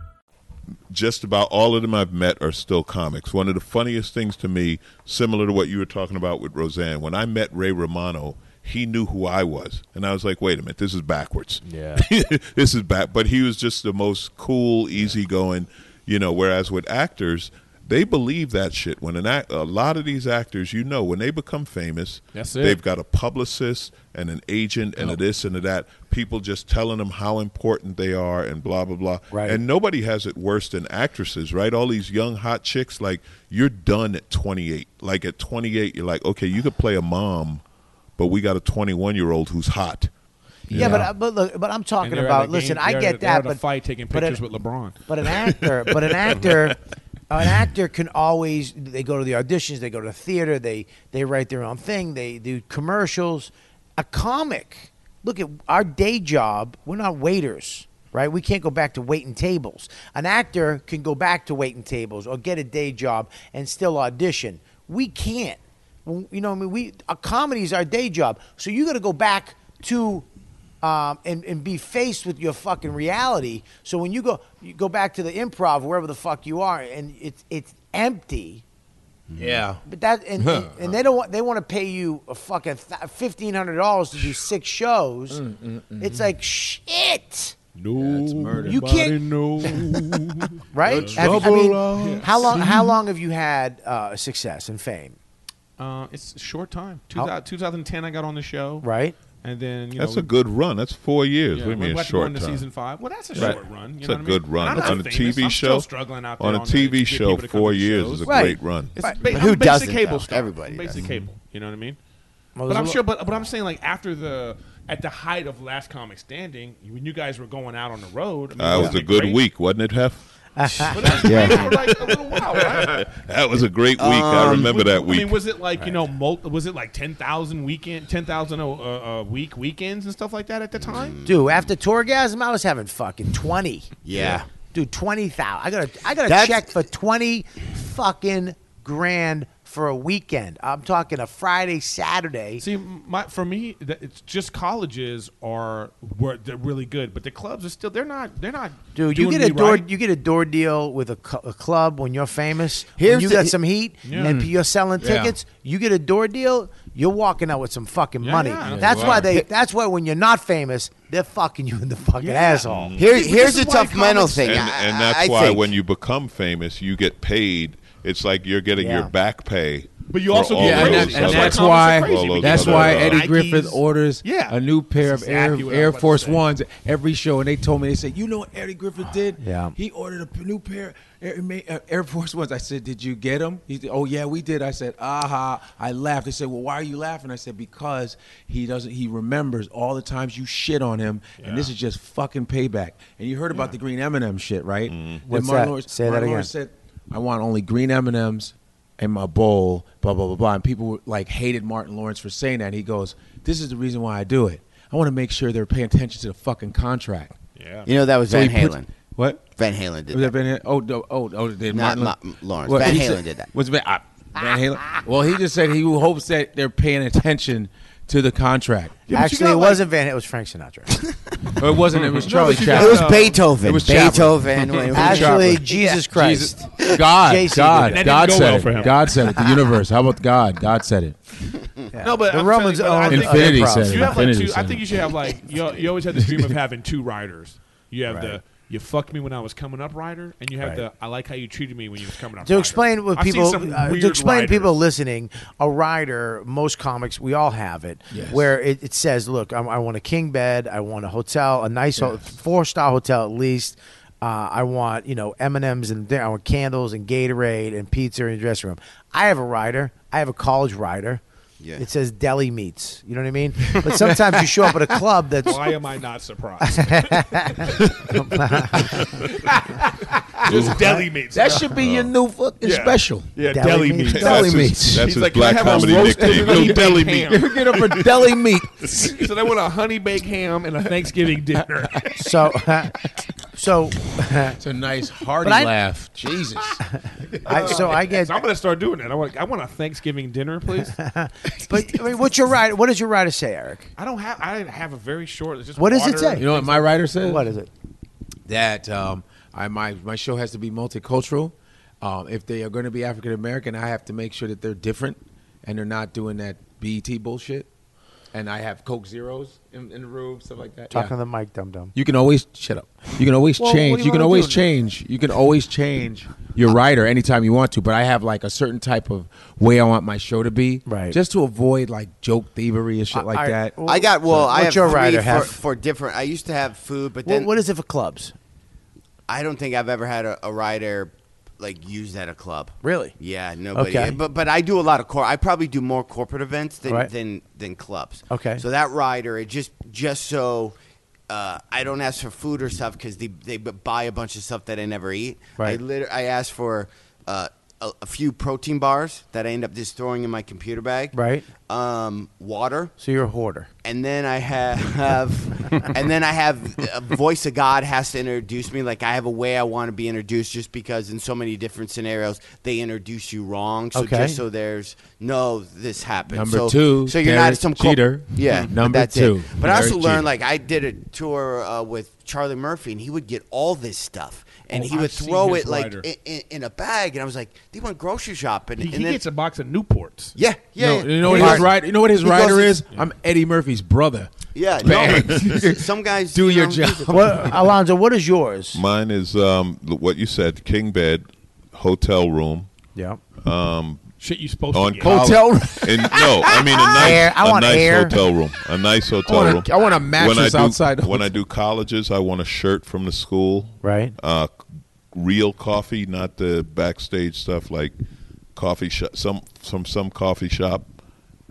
S7: Just about all of them I've met are still comics. One of the funniest things to me, similar to what you were talking about with Roseanne, when I met Ray Romano, he knew who I was, and I was like, "Wait a minute, this is backwards. Yeah, this is back." But he was just the most cool, easygoing, you know. Whereas with actors, They believe that shit. When an act, a lot of these actors, you know, when they become famous,
S5: That's it.
S7: they've got a publicist and an agent and a this and a that. People just telling them how important they are and blah blah blah. Right. And nobody has it worse than actresses, right? All these young hot chicks, like you're done at 28. Like at 28, you're like, okay, you could play a mom, but we got a 21 year old who's hot. you
S11: Yeah,
S7: know?
S3: uh,
S11: but but look, but I'm talking
S5: And they're at
S11: about.
S5: a
S11: listen,
S5: game-
S11: I
S5: they're at
S11: get
S5: a- they're
S11: that,
S5: at a
S11: but
S5: fight taking
S11: but an-
S5: pictures with LeBron.
S11: But an actor, but an actor, an actor can always. They go to the auditions. They go to the theater. They they write their own thing. They do commercials. A comic. Look at our day job. We're not waiters. Right, we can't go back to waiting tables. An actor can go back to waiting tables or get a day job and still audition. We can't. You know, what I mean, we a comedy is our day job. So you got to go back to um, and, and be faced with your fucking reality. So when you go you go back to the improv, wherever the fuck you are, and it's it's empty.
S5: Mm-hmm.
S22: Yeah.
S11: But that and, and, and they don't want they want to pay you a fucking fifteen hundred dollars to do six shows.
S5: Mm, mm-hmm.
S11: It's like shit.
S5: No, it's murder.
S11: You can't- Right?
S5: That's
S11: Have you- I
S5: trouble
S11: mean,
S5: I
S11: how long? How
S5: see.
S11: long have you had uh, success and fame?
S5: Uh, it's a short time.
S11: How-
S5: 2000, 2010, I got on the show.
S11: Right.
S5: And then you
S7: That's
S5: know,
S7: a good run. That's four years. what
S5: Yeah,
S7: do you
S5: we're
S7: mean
S5: about
S7: a
S5: to go
S7: short
S5: into
S7: time?
S5: season five. Well, that's a short run, you
S7: It's
S5: know
S7: a
S5: what I mean?
S7: good run.
S5: And I'm
S7: on a
S5: not famous.
S7: TV
S5: I'm
S7: show,
S5: still struggling out there
S7: on a
S5: on the-
S7: TV
S5: to get
S7: show,
S5: people to come
S7: four
S5: to
S7: years
S5: shows.
S7: is a
S5: Right.
S7: great run.
S5: It's But- ba- but who I'm basic doesn't, cable though? star. Everybody I'm basic doesn't. cable. You know what I mean?
S11: Well,
S5: but
S11: there's
S5: I'm
S11: a lo-
S5: sure. But but I'm saying like after the at the height of Last Comic Standing, when you guys were going out on the road, I mean,
S7: That was
S5: wasn't
S7: a
S5: it
S7: good
S5: great?
S7: week, wasn't it, Hef?
S5: But that was great for, like, a little while, right?
S7: That was a great week. I
S5: Um,
S7: remember that week.
S5: I mean, was it like you know, mul- was it like ten thousand weekend, ten thousand a uh, uh, week weekends and stuff like that at the
S11: Mm-hmm.
S5: time?
S11: Dude, after Torgasm, I was having fucking twenty.
S5: Yeah.
S11: Dude, twenty thousand. I got a I got a
S5: That's-
S11: check for twenty fucking grand for a weekend. I'm talking a Friday, Saturday.
S5: See, my for me, that it's just colleges are were they're really good, but the clubs are still they're not they're not.
S11: Dude, you
S5: doing
S11: get a
S5: me
S11: door
S5: right.
S11: you get a door deal with a, cu- a club when you're famous.
S5: Here's
S11: when you
S5: the-
S11: got some heat
S5: Yeah. Mm.
S11: and you're selling
S5: Yeah.
S11: tickets. You get a door deal. You're walking out with some fucking
S2: Yeah,
S11: money.
S2: yeah,
S11: that's
S2: you
S11: why
S2: are.
S11: they. That's why when you're not famous, they're fucking you in the fucking asshole.
S2: Here- here's a tough mental thing.
S7: and,
S2: I-
S7: and that's
S2: I
S7: why
S2: think-
S7: when you become famous, you get paid. It's like you're getting
S9: Yeah.
S7: your back pay.
S5: But you
S7: for
S5: also
S7: all
S5: get-
S7: those
S5: and
S7: other-
S5: that- and
S9: that's
S5: That's why
S9: why.
S5: comics are crazy because
S9: That's
S5: of
S9: why
S5: the
S9: Eddie
S5: Nikes.
S9: Griffith orders
S5: Yeah.
S9: a new pair of Air,
S5: exactly what I
S9: Air
S5: was about to
S9: Force
S5: say.
S9: Ones every show, and they told me they said, "You know what Eddie Griffith did?
S11: Yeah.
S9: he ordered a p- new pair Air, Ma- uh, Air Force Ones." I said, "Did you get them?" He said, "Oh yeah, we did." I said, "Aha!" I laughed. They said, "Well, why are you laughing?" I said, "Because he doesn't. He remembers all the times you shit on him, and this is just fucking payback." And you heard about the green M and M shit, right?
S5: Mm-hmm.
S9: Then
S11: What's
S9: Martin
S11: that?
S9: Lawrence-
S11: Say that
S9: Martin
S11: again.
S9: Lawrence said, I want only green M and M's in my bowl, blah blah blah blah. And people were, like hated Martin Lawrence for saying that. And he goes, "This is the reason why I do it. I want to make sure they're paying attention to the fucking contract."
S2: Yeah. You know, that was Van
S9: he puts-
S2: Halen.
S9: what?
S2: Van Halen did
S9: Was that Van Halen? Oh, no, oh, oh, did
S2: Not
S9: Martin
S2: Ma- Lawrence. Van
S9: he
S2: Halen
S9: said-
S2: did that.
S9: Was Van, uh, Van Halen? Well, he just said he hopes that they're paying attention to the contract.
S11: Actually, it wasn't Van. It was Frank Sinatra.
S9: Or it wasn't. It was
S11: No,
S9: Charlie
S11: but you
S9: Chaplin.
S11: got, It was uh, Beethoven.
S9: It was Chaplin.
S11: Beethoven.
S9: It was
S11: Actually,
S9: Chaplin.
S11: Jesus Christ.
S9: Jesus. God.
S11: JC did
S9: God.
S11: that. That
S9: God
S11: didn't go
S9: said
S11: well
S9: it.
S11: for him.
S9: God said it. The universe. How about God? God said it.
S5: No, but
S11: The
S5: I'm
S11: Romans
S5: telling you, but I
S9: own
S5: think-
S9: Infinity
S5: you
S9: Saturn.
S5: have like
S9: Infinity
S5: two, I
S9: Saturn.
S5: think you should have like you, you always had the dream of having two riders. You have the you fucked me when I was coming up rider, and you have
S11: Right.
S5: the I like how you treated me when you was coming up.
S11: to
S5: rider.
S11: explain what
S5: I've seen
S11: people
S5: some
S11: uh,
S5: weird
S11: to explain
S5: riders.
S11: people listening a rider most comics we all have it
S5: Yes.
S11: where it, it says look i i want a king bed i want a hotel a nice four star hotel at least uh, I want you know M and M's and I want candles and Gatorade and pizza in the dressing room. I have a rider. I have a college rider.
S5: Yeah.
S11: It says deli meats. You know what I mean? But sometimes you show up at a club that's
S5: Why am I not surprised?
S11: Just
S5: Just deli meats.
S9: That should be your new fucking
S5: Yeah.
S9: special.
S5: Yeah, deli, meats.
S9: Deli meats.
S7: That's
S5: He's
S7: his
S5: like,
S7: black
S5: "Can I have a
S7: comedy
S5: roast
S7: nickname.
S5: turkey
S7: Yo, deli
S5: bacon
S7: meat.
S5: ham?"
S9: Get up for deli meat.
S5: so they want a honey baked ham and a Thanksgiving dinner.
S11: so. so
S9: It's a nice hearty
S5: But I-
S9: laugh. Jesus.
S11: I- so I get.
S5: I'm gonna start doing that. I want. I want a Thanksgiving dinner, please.
S11: but I mean, what's your rider? What does your rider say, Eric?
S5: I don't have. I have a very short. It's just
S11: What does it
S5: water.
S11: say?
S9: You know what my writer said?
S11: What is it?
S9: That um, I my my show has to be multicultural. Um, if they are going to be African American, I have to make sure that they're different and they're not doing that BET E bullshit.
S2: and I have Coke Zeros in, in the room, stuff like that.
S11: Talking
S2: yeah.
S11: to the mic, dum dum.
S2: You can always shut up. You can always
S11: Well, what do
S2: change.
S11: you
S2: You, can
S11: wanna
S2: always
S11: do?
S2: change. You can always change your rider anytime you want to. But I have like a certain type of way I want my show to be, right? Just to avoid like joke thievery and shit like that.
S9: I got well. I have
S2: your
S9: three
S2: rider
S9: for, for different. I used to have food, but
S11: Well,
S9: then
S11: what is it for clubs?
S9: I don't think I've ever had a, a rider like used at a club.
S11: Really?
S9: Yeah, nobody.
S11: Okay.
S9: But but I do a lot of cor. I probably do more corporate events than
S11: Right.
S9: than than clubs.
S11: Okay.
S9: So that rider, it just just so. Uh, I don't ask for food or stuff because they, they b- buy a bunch of stuff that I never eat.
S11: Right.
S9: I, liter- I ask for uh, a, a few protein bars that I end up just throwing in my computer bag.
S11: Right.
S9: Um, water
S11: So you're a hoarder.
S9: and then I ha- have, and then I have a voice of God has to introduce me. Like I have a way I want to be introduced, just because in so many different scenarios they introduce you wrong. So
S2: Okay.
S9: just so there's no, this happened.
S2: Number
S9: so,
S2: two,
S9: so you're
S2: Derek
S9: not some cul-
S2: Jeter. Mm-hmm.
S9: Yeah, but
S2: Number
S9: that's
S2: two,
S9: It. But I also
S2: Derek
S9: learned
S2: Jeter.
S9: like I did a tour uh, with Charlie Murphy, and he would get all this stuff. And
S5: Oh,
S9: he would
S5: I've seen
S9: throw
S5: his
S9: it like
S5: rider.
S9: in, in, in a bag, and I was like, "They went grocery shopping."
S5: He,
S9: and
S5: he
S9: then,
S5: gets a box of Newports.
S9: yeah, yeah,
S2: No,
S9: yeah.
S2: you know what
S9: He
S2: his
S9: goes-
S2: rider. You know what his
S9: he
S2: rider
S9: goes-
S2: is? I'm Eddie Murphy's brother.
S9: Yeah,
S2: Bang.
S9: no, but some guys
S2: do
S9: you
S2: your
S9: know,
S2: job.
S11: Well, Alonzo, what is yours?
S7: Mine is um, l- what you said: king bed, hotel room.
S11: Yeah.
S7: Um,
S5: Shit, you supposed
S7: on
S5: to get.
S7: college-
S2: Hotel room.
S7: and no, I mean a nice,
S2: Air. I
S7: a
S2: want
S7: nice
S2: air.
S7: hotel room. A nice hotel
S2: I want a-
S7: room.
S2: I want a
S7: When
S2: mattress
S7: do-
S2: outside the
S7: When I do colleges, I want a shirt from the school.
S11: Right.
S7: Uh, real coffee, not the backstage stuff like coffee shop. Some from some coffee shop,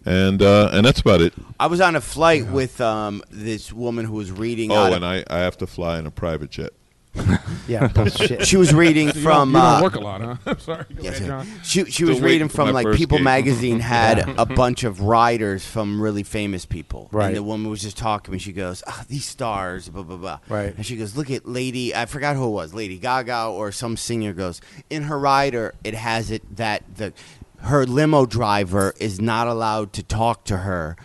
S7: and uh, and that's about it.
S9: I was on a flight with um, this woman who was reading. out
S7: Oh,
S9: of-
S7: and I, I have to fly in a private jet.
S11: Yeah, oh, bullshit.
S9: She was reading
S5: So you don't-
S9: from.
S5: you don't
S9: uh,
S5: work a lot, huh? I'm sorry. Go
S9: yes,
S5: ahead, John.
S9: She she
S5: Still
S9: was
S5: waiting
S9: reading
S5: for
S9: from
S5: my
S9: like
S5: first
S9: People
S5: gig.
S9: magazine had
S5: Yeah.
S9: a bunch of riders from really famous people,
S11: Right.
S9: and the woman was just talking, and she goes, "Ah, "These stars, blah blah blah."
S11: Right.
S9: And she goes, "Look at Lady, I forgot who it was, Lady Gaga or some singer." Goes in her rider, it has it that the her limo driver is not allowed to talk to her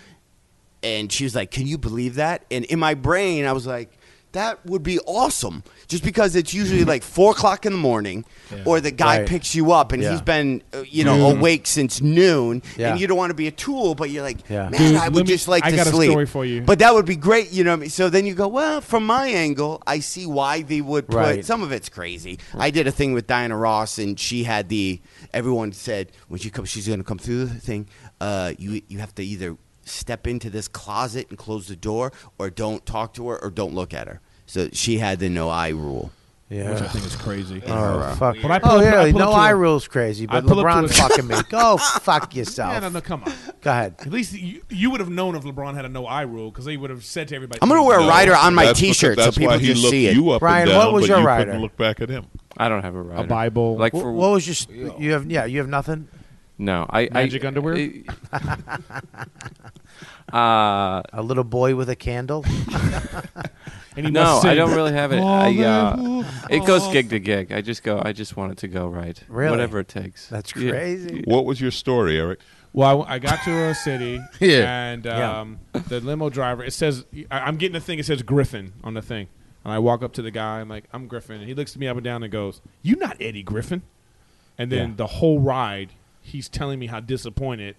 S9: and she was like, "Can you believe that?" And in my brain, I was like, "That would be awesome." Just because it's usually like four o'clock in the morning, or the guy
S11: Right.
S9: picks you up and
S11: Yeah.
S9: he's been, uh, you know,
S11: Noon.
S9: awake since noon,
S11: Yeah.
S9: and you don't want to be a tool, but you're like,
S11: Yeah.
S9: "Man,
S5: Dude,
S9: I
S5: let
S9: would
S5: me-
S9: just like
S5: I
S9: to
S5: got a
S9: sleep."
S5: story for you.
S9: But that would be great, you know. What I mean? So then you go, "Well, from my angle, I see why they would put
S11: Right.
S9: some of it's crazy." I did a thing with Diana Ross, and she had the everyone said when she comes, she's going to come through the thing. Uh, you you have to either step into this closet and close the door, or don't talk to her, or don't look at her. So she had the no eye rule.
S11: Yeah.
S5: Which I think is crazy.
S11: Oh, fuck.
S5: But I pull
S11: oh,
S5: up- I
S11: yeah.
S5: pull up
S11: no
S5: to a-
S11: eye rules crazy,
S5: I
S11: but
S5: pull up to
S11: LeBron
S5: a-
S11: fucking me. Go fuck yourself.
S5: Yeah, no, no, come on.
S11: Go ahead.
S5: At least you, you would have known if LeBron had a no eye rule because they would have said to everybody.
S9: I'm gonna wear a
S5: No.
S9: rider on my
S7: That's because-
S9: T-shirt so
S7: that's
S9: people
S7: why he
S9: just
S7: looked
S9: see it.
S7: you up and
S11: Brian,
S7: down,
S11: what was
S7: but
S11: your
S7: you
S11: rider?
S7: couldn't look back at him.
S3: I don't have a rider.
S5: Bible.
S3: Like
S11: Wh-
S3: for
S11: what was your? s- You have yeah. You have nothing.
S3: no, I
S5: Magic
S3: I,
S5: underwear?
S3: uh,
S11: A little boy with a candle.
S5: And he
S3: no,
S5: must
S3: I
S5: sing.
S3: don't really have it.
S11: Oh,
S5: All
S3: I,
S5: that
S3: uh,
S5: will
S3: it goes
S5: pass.
S3: gig to gig. I just go. I just want it to go right.
S11: Really?
S3: Whatever it takes.
S11: That's
S3: Yeah.
S11: crazy.
S7: What was your story, Eric?
S5: Well, I, I got to a city,
S3: Yeah.
S5: and
S3: Yeah.
S5: um, the limo driver. It says I, I'm getting a thing. It says Griffin on the thing, and I walk up to the guy. I'm like, I'm Griffin, and he looks at me up and down and goes, "You not Eddie Griffin?" And then
S11: Yeah.
S5: the whole ride, he's telling me how disappointed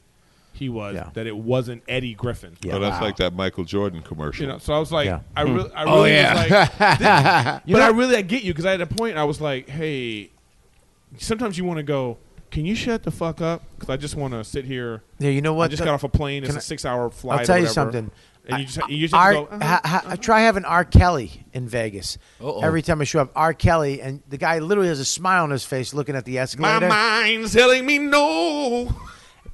S5: he was
S11: Yeah.
S5: that it wasn't Eddie Griffin.
S7: oh, that's like that Michael Jordan commercial.
S5: You know, so I was like,
S7: Yeah.
S5: I,
S11: Hmm.
S7: Mm.
S5: really, I really
S7: Oh, yeah.
S5: was like, this-
S7: You
S5: but
S7: know-
S5: I really, I get you because I had a point. I was like, hey, sometimes you want to go. Can you shut the fuck up? Because I just want to sit here.
S11: Yeah, you know what?
S5: I just
S11: The-
S5: got off a plane. It's
S11: Can
S5: a
S11: I-
S5: six-hour flight.
S11: I'll
S5: or
S11: tell you
S5: whatever.
S11: something.
S5: And you just, you just
S11: R,
S5: have to go. uh-huh.
S11: ha- ha- try having R. Kelly in Vegas.
S5: Uh-oh.
S11: Every time I show up, R. Kelly, and the guy literally has a smile on his face looking at the
S5: My
S11: escalator.
S5: mind's telling me no.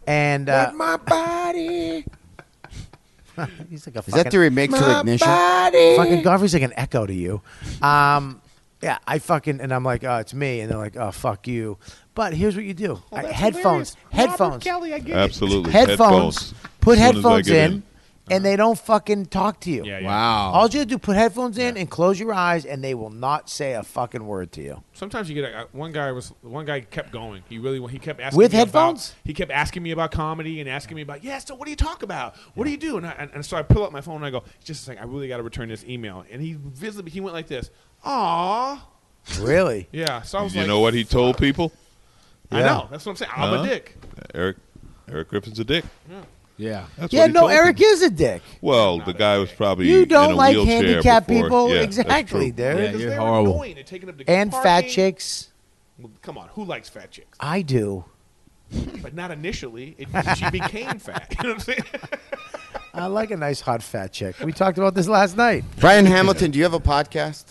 S11: And uh,
S5: But
S11: my body. he's like a
S9: Is that the remake to My Ignition? body.
S11: Fucking Garvey's like an echo to you. Um, yeah, I fucking and I'm like, oh, it's me, and they're like, oh, fuck you. But here's what you do:
S5: Oh,
S11: I- headphones, headphones,
S5: Kelly, I get
S7: Absolutely.
S11: headphones.
S7: Headphones.
S11: Put
S7: As soon as I
S11: headphones in,
S7: get in.
S11: and they don't fucking talk to you.
S5: yeah.
S11: Wow. All you do put headphones in and close your eyes, and they will not say a fucking word to you.
S5: Sometimes you get a, uh, one guy was one guy kept going. He really he kept asking
S11: With
S5: me about-
S11: headphones?
S5: he kept asking me about comedy and asking me about yeah. So what do you talk about? What do you do? And, I, and, and so I pull up my phone and I go just like I really got to return this email. And he visibly he went like this. Aw.
S11: Really?
S5: Yeah. So I was
S7: you
S5: like,
S7: know what he told people?
S5: I know. That's what I'm saying. I'm a
S7: Huh?
S5: dick.
S7: Eric Eric Griffin's a dick.
S5: Yeah.
S9: Yeah.
S7: That's
S11: yeah,
S7: what he
S11: no,
S7: told
S11: Eric is a dick.
S7: Well, the guy was probably
S11: You
S7: in
S11: don't
S7: a
S11: like
S7: wheelchair
S11: handicapped
S7: before.
S11: people,
S7: Yeah, that's
S11: exactly,
S7: true.
S11: dude.
S5: Because they're annoying. They take it up to
S11: and fat
S5: parking.
S11: chicks.
S5: Well, Come on, who likes fat chicks?
S11: I do.
S5: But not initially. It, she became fat. You know what I'm saying?
S11: I like a nice hot fat chick. We talked about this last night.
S2: Brian Hamilton, do you have a podcast?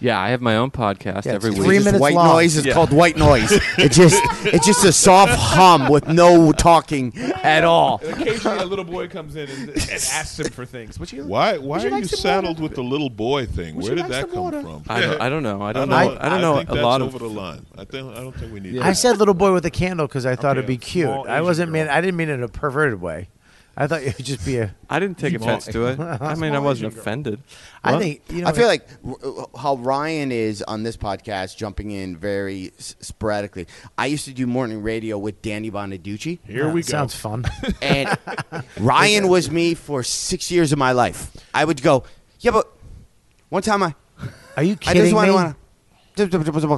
S3: Yeah, I have my own podcast
S2: Yeah,
S3: every
S2: it's
S3: week.
S2: three minutes White long. noise is called white noise. It just- it's just a soft hum with no talking at all.
S5: And occasionally, a little boy comes in and, and asks him for things. Would you?
S7: Why? Why
S5: would you
S7: are
S5: like
S7: you
S5: some
S7: saddled
S5: water?
S7: with the little boy thing?
S5: Would
S7: Where
S5: you
S7: did
S5: like
S7: that
S5: some
S7: come
S5: water?
S7: from?
S3: I don't- I don't know. I don't know- I don't know
S7: think
S3: a
S7: that's
S3: lot of-
S7: over the line. I think I don't think we need.
S11: I said little boy with a candle because I thought
S7: Okay,
S11: it'd be
S7: a
S11: cute.
S7: small
S11: I wasn't mean. I didn't mean it in a perverted way. I thought it would just be a.
S3: I didn't take
S11: Small-
S3: offense to it. I mean, I wasn't offended.
S11: I
S3: What?
S11: think you know.
S2: I feel like r- uh, how Ryan is on this podcast, jumping in very s- sporadically. I used to do morning radio with Danny Bonaducci.
S11: Here we That go. sounds fun.
S2: And Ryan was me for six years of my life. I would go, yeah, but one time I.
S11: Are you
S2: I just
S11: kidding
S2: wanna-
S11: me?
S2: wanna-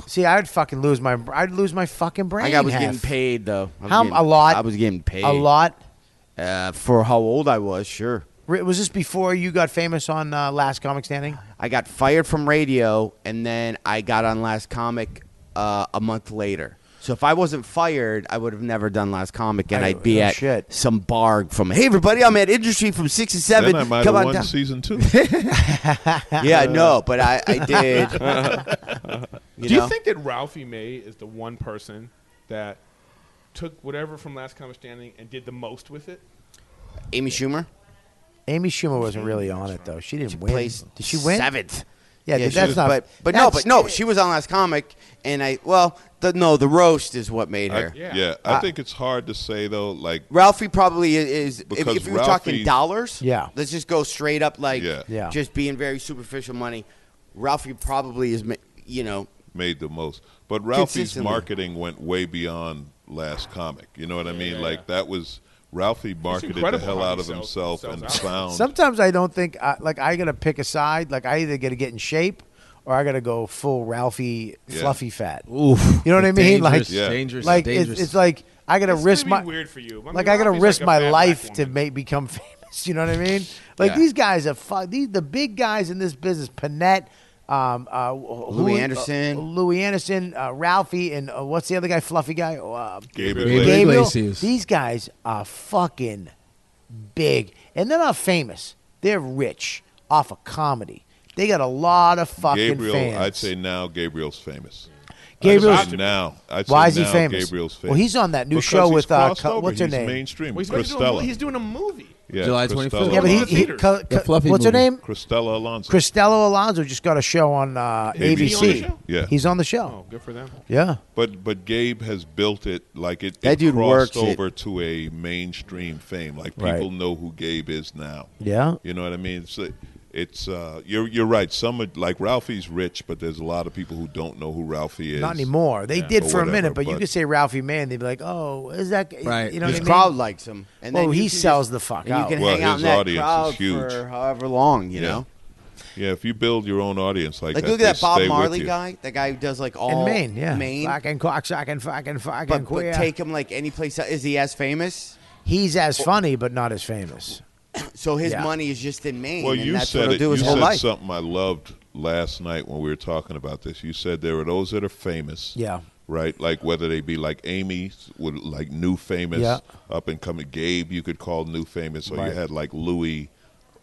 S11: See, I'd fucking lose my. I'd lose my fucking brain.
S2: I got- was
S11: half.
S2: getting paid though. I was
S11: How
S2: getting-
S11: a lot?
S2: I was getting paid
S11: A lot.
S2: uh, for how old I was. Sure.
S11: Re- Was this before you got famous on uh, Last Comic Standing?
S2: I got fired from radio, and then I got on Last Comic uh, a month later. So if I wasn't fired, I would have never done Last Comic, and
S7: I-
S2: I, would be
S11: oh,
S7: no
S2: at some bar from Hey, everybody, I'm at Industry from six to seven.
S7: Then I might
S2: Come
S7: have
S2: on
S7: won
S2: down."
S7: season two.
S2: yeah, no, but I, I did. you
S5: Do
S2: know?
S5: you think that Ralphie May is the one person that took whatever from Last Comic Standing and did the most with it?
S2: Amy Schumer?
S11: Amy Schumer wasn't really on it though. She didn't win.
S2: placed
S11: Did she win?
S2: Seventh.
S11: Yeah,
S2: she
S11: but that's
S2: was-
S11: not.
S2: But, but no,
S11: that's-
S2: but no, she was on Last Comic, and I well, the, no, the roast is what made
S7: I,
S2: her.
S7: yeah. I
S2: Uh,
S7: think it's hard to say though. Like
S2: Ralphie probably i- is. If,
S7: Because
S2: if you were talking
S7: Ralphie-
S2: dollars,
S7: Yeah.
S2: Let's just go straight up, like,
S7: Yeah. Yeah.
S2: just being very superficial money. Ralphie probably is, ma- you know,
S7: made the most. But Ralphie's
S2: Consistently.
S7: marketing went way beyond last comic. You know what I mean? like that was Ralphie marketed the
S5: incredible
S7: hell
S5: how
S7: out
S5: he
S7: of himself
S5: sells- sells
S7: and
S5: out.
S7: found.
S11: Sometimes I don't think I, like I gotta pick a side. Like I either gotta get in shape or I gotta go full Ralphie
S7: Yeah.
S11: fluffy fat.
S7: Oof.
S11: you know what I mean? Like
S9: Dangerous, Yeah. dangerous,
S11: Like
S9: dangerous.
S11: It's, it's like I gotta
S5: It's gonna
S11: risk
S5: be
S11: my
S5: weird for you. I mean,
S11: like I gotta
S5: Ralphie's
S11: risk
S5: like a
S11: my
S5: fat black
S11: life to make become famous. You know what I mean? Like
S2: Yeah.
S11: these guys are fu- these the big guys in this business. Panette. Um, uh,
S2: Louis Anderson.
S11: uh, Louis Anderson, uh, Ralphie, and uh, what's the other guy? Fluffy guy, oh, uh,
S7: Gabriel
S11: Gabriel.
S7: Iglesias.
S11: These guys are fucking big, and they're not famous. They're rich off of comedy. They got a lot of fucking
S7: Gabriel,
S11: fans.
S7: I'd say now Gabriel's famous.
S11: Gabriel's-
S7: I'd say now. I'd say
S11: Why is he
S7: now
S11: famous?
S7: Gabriel's famous.
S11: Well, he's on that new
S7: Because
S11: show
S7: he's
S11: with, uh,
S7: crossed
S11: co-
S7: over.
S11: what's her
S7: he's
S11: name?
S7: Mainstream.
S5: Well, he's, doing a
S7: Christella.
S5: mo- he's doing a movie.
S7: yeah,
S9: July
S7: Christella
S9: 25th.
S11: Yeah, but he-
S7: Alonso.
S11: he- The co- co- Fluffy what's her movie. name?
S7: Christella Alonso.
S11: Cristello Alonso just got a show on uh,
S7: Is he
S11: ABC.
S7: on the show? Yeah.
S11: he's on the show.
S5: Oh, good for them.
S11: Yeah.
S7: But but Gabe has built it like it,
S2: That
S7: it
S2: dude works
S7: crossed
S2: it.
S7: over to a mainstream fame. Like people
S11: Right.
S7: know who Gabe is now.
S11: Yeah.
S7: You know what I mean? It's it's uh, you're you're right. Some are, like Ralphie's rich, but there's a lot of people who don't know who Ralphie is.
S11: Not anymore. They
S7: Yeah.
S11: did
S7: Or
S11: for a
S7: whatever,
S11: minute, but, you could say Ralphie May, and they'd be like, "Oh, is that g-" You know,
S2: his
S11: what I mean?
S2: crowd likes him, and
S11: well,
S2: then you
S11: he
S2: can just-
S11: sells the fuck
S2: and
S11: out.
S2: You can
S7: Well,
S2: hang out
S7: his
S2: in that
S7: audience is
S2: crowd
S7: huge.
S2: for however long, you
S7: Yeah.
S2: know.
S7: Yeah, if you build your own audience like,
S2: Like,
S7: that,
S2: look at that
S7: they
S2: Bob
S7: stay with
S2: Marley
S7: you.
S2: guy. That guy who does like all
S11: in Maine, yeah,
S2: Maine.
S11: fucking cocksucking, fucking fucking
S2: But,
S11: queer.
S2: but take him like any place. Else. Is he as famous?
S11: He's as funny, but not as famous.
S2: So his
S11: Yeah.
S2: money is just in Maine.
S7: Well,
S2: and
S7: you
S2: that's what
S7: said
S2: he'll
S7: it.
S2: do his
S7: you
S2: whole
S7: said
S2: life.
S7: something I loved last night when we were talking about this. You said there are those that are famous.
S11: Yeah.
S7: Right, like whether they be like Amy, would like new famous,
S11: Yeah.
S7: up and coming. Gabe, you could call new famous, or
S11: Right.
S7: you had like Louis,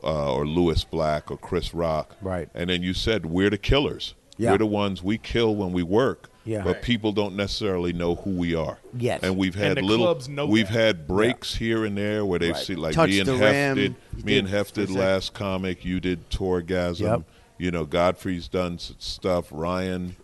S7: uh, or Louis Black, or Chris Rock.
S11: Right.
S7: And then you said we're the killers.
S11: Yeah.
S7: We're the ones we kill when we work.
S11: Yeah.
S7: But people don't necessarily know who we are.
S11: Yes.
S7: And we've
S11: And
S7: had
S11: the
S7: little.
S11: clubs know
S7: we've
S11: that.
S7: had breaks here and there where they've
S11: Right.
S7: seen like
S2: Touch
S7: me and
S2: the
S7: Hef
S2: rim.
S7: did.
S2: You
S7: Me and
S2: did-
S7: Hef did
S2: Exactly.
S7: last last comic. You did Torgasm.
S5: Yep.
S7: You know, Godfrey's done s- stuff. Ryan,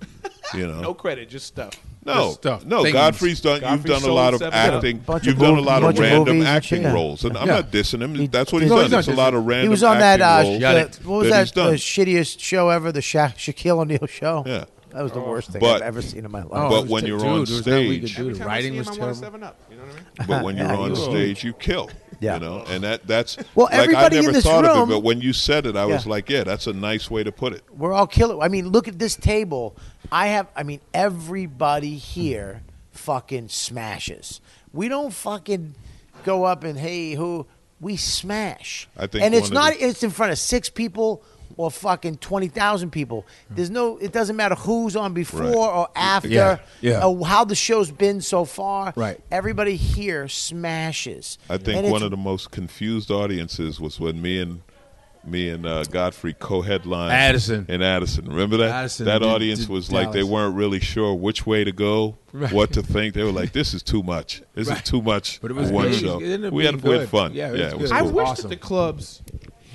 S7: you know.
S5: No credit, just stuff.
S7: No, no. Godfrey's done.
S5: Godfrey
S7: you've done a
S5: sold
S7: lot of
S5: seven-
S7: acting.
S11: Bunch of
S7: You've done a
S11: mov-
S7: lot of
S11: bunch of
S7: random
S11: movies and
S7: acting
S11: shit.
S7: roles, and I'm
S11: Yeah.
S7: not dissing him. That's what he's
S11: No,
S7: done.
S11: he's not
S7: It's a lot
S11: dissing.
S7: of random.
S11: He was on that. Uh,
S7: acting roles
S11: the- what was
S7: he's
S11: that?
S7: done.
S11: The shittiest show ever. The Sha- Shaquille O'Neal show.
S7: Yeah.
S11: That was the
S2: Oh.
S11: worst thing I've
S7: But-
S11: ever seen in my life.
S7: but Oh, it was when t- you're on dude, there was nothing we could stage- do.
S5: Every time
S9: Writing
S5: I see
S9: was
S5: him, I want
S9: terrible.
S5: to seven up. You know what I mean?
S7: But when you're
S5: Yeah,
S7: on
S5: you-
S7: stage, you kill. You know, and that that's
S11: Well,
S7: like,
S11: everybody
S7: I
S11: in
S7: never
S11: this
S7: thought
S11: room-
S7: of it, but when you said it, I was
S11: Yeah.
S7: like, yeah, that's a nice way to put it.
S11: We're all killer. I mean, look at this table. I have. I mean, everybody here fucking smashes. We don't fucking go up and hey, who we smash.
S7: I think
S11: and
S7: one
S11: it's
S7: of
S11: not.
S7: the-
S11: it's in front of six people or fucking twenty thousand people. There's no. It doesn't matter who's on before
S9: Right.
S11: or after.
S9: Yeah, yeah.
S11: Or how the show's been so far.
S7: Right.
S11: Everybody here smashes.
S7: I think
S11: And it's-
S7: one of the most confused audiences was when me and me and uh, Godfrey co-headlined
S9: Addison.
S7: and Addison. Remember that?
S9: Addison
S7: that
S9: did-
S7: audience
S9: did
S7: was like they
S9: Dallas.
S7: weren't really sure which way to go,
S9: Right.
S7: what to think. They were like, "This is too much. This is
S5: Right.
S7: too much."
S5: But it was
S7: for one
S5: good.
S7: show.
S5: It ended up
S7: We had,
S5: being
S7: we had
S5: good.
S7: fun.
S5: Yeah, it
S7: yeah,
S5: was
S7: it was
S5: good. I
S7: cool.
S5: wish that the clubs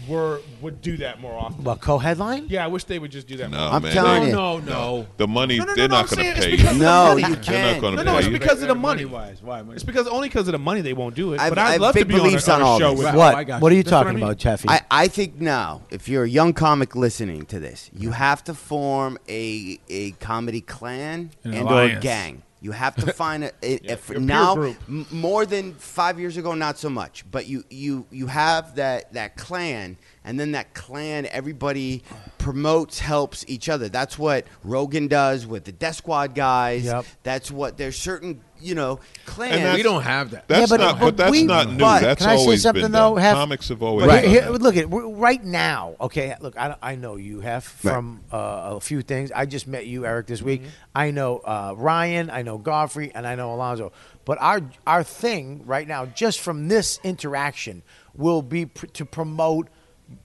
S5: were would do that more often.
S11: What co-headline?
S5: Yeah, I wish they would just do that.
S7: No,
S5: more
S7: man.
S5: often.
S7: they-
S5: no, no, no.
S7: The money,
S5: No, no, no,
S7: they're
S5: no,
S7: not going
S5: I'm saying
S7: to
S5: it's
S7: pay you.
S5: because of the money.
S7: They're not going to
S5: No, no,
S7: pay
S5: it's
S7: you.
S5: because of the money.
S9: Wise,
S5: It's because only because of the money they won't do it.
S2: I've-
S5: but I'd
S2: I've
S5: love to
S2: big
S5: be on a-
S2: beliefs on,
S5: on a
S2: all
S5: show
S2: this.
S5: with them.
S2: What?
S5: I got
S2: what are you
S5: Oh That's what I
S2: talking
S5: mean.
S2: about, Chaffee? I, I think now, if you're a young comic listening to this, you have to form a a comedy clan
S3: An
S2: and or
S3: alliance.
S2: gang. You have to find a, a, a- for
S3: your peer
S2: now
S3: group.
S2: m- more than five years ago, not so much. But you you you have that that clan, and then that clan, everybody promotes, helps each other. That's what Rogan does with the Death Squad guys. That's what there's certain you know clans.
S7: that's- We don't
S9: have that.
S7: That's not- but that's not new. That's
S11: can I say
S7: always been
S11: something
S7: done.
S11: though? Hef?
S7: Comics have always
S11: But here- here-
S7: done that.
S11: Look at we're- right now. Okay, look, I, I know you have
S7: Right.
S11: from uh, a few things. I just met you, Eric, this week. I know uh, Ryan. I know Godfrey, and I know Alonzo. But our our thing right now, just from this interaction, will be pr- to promote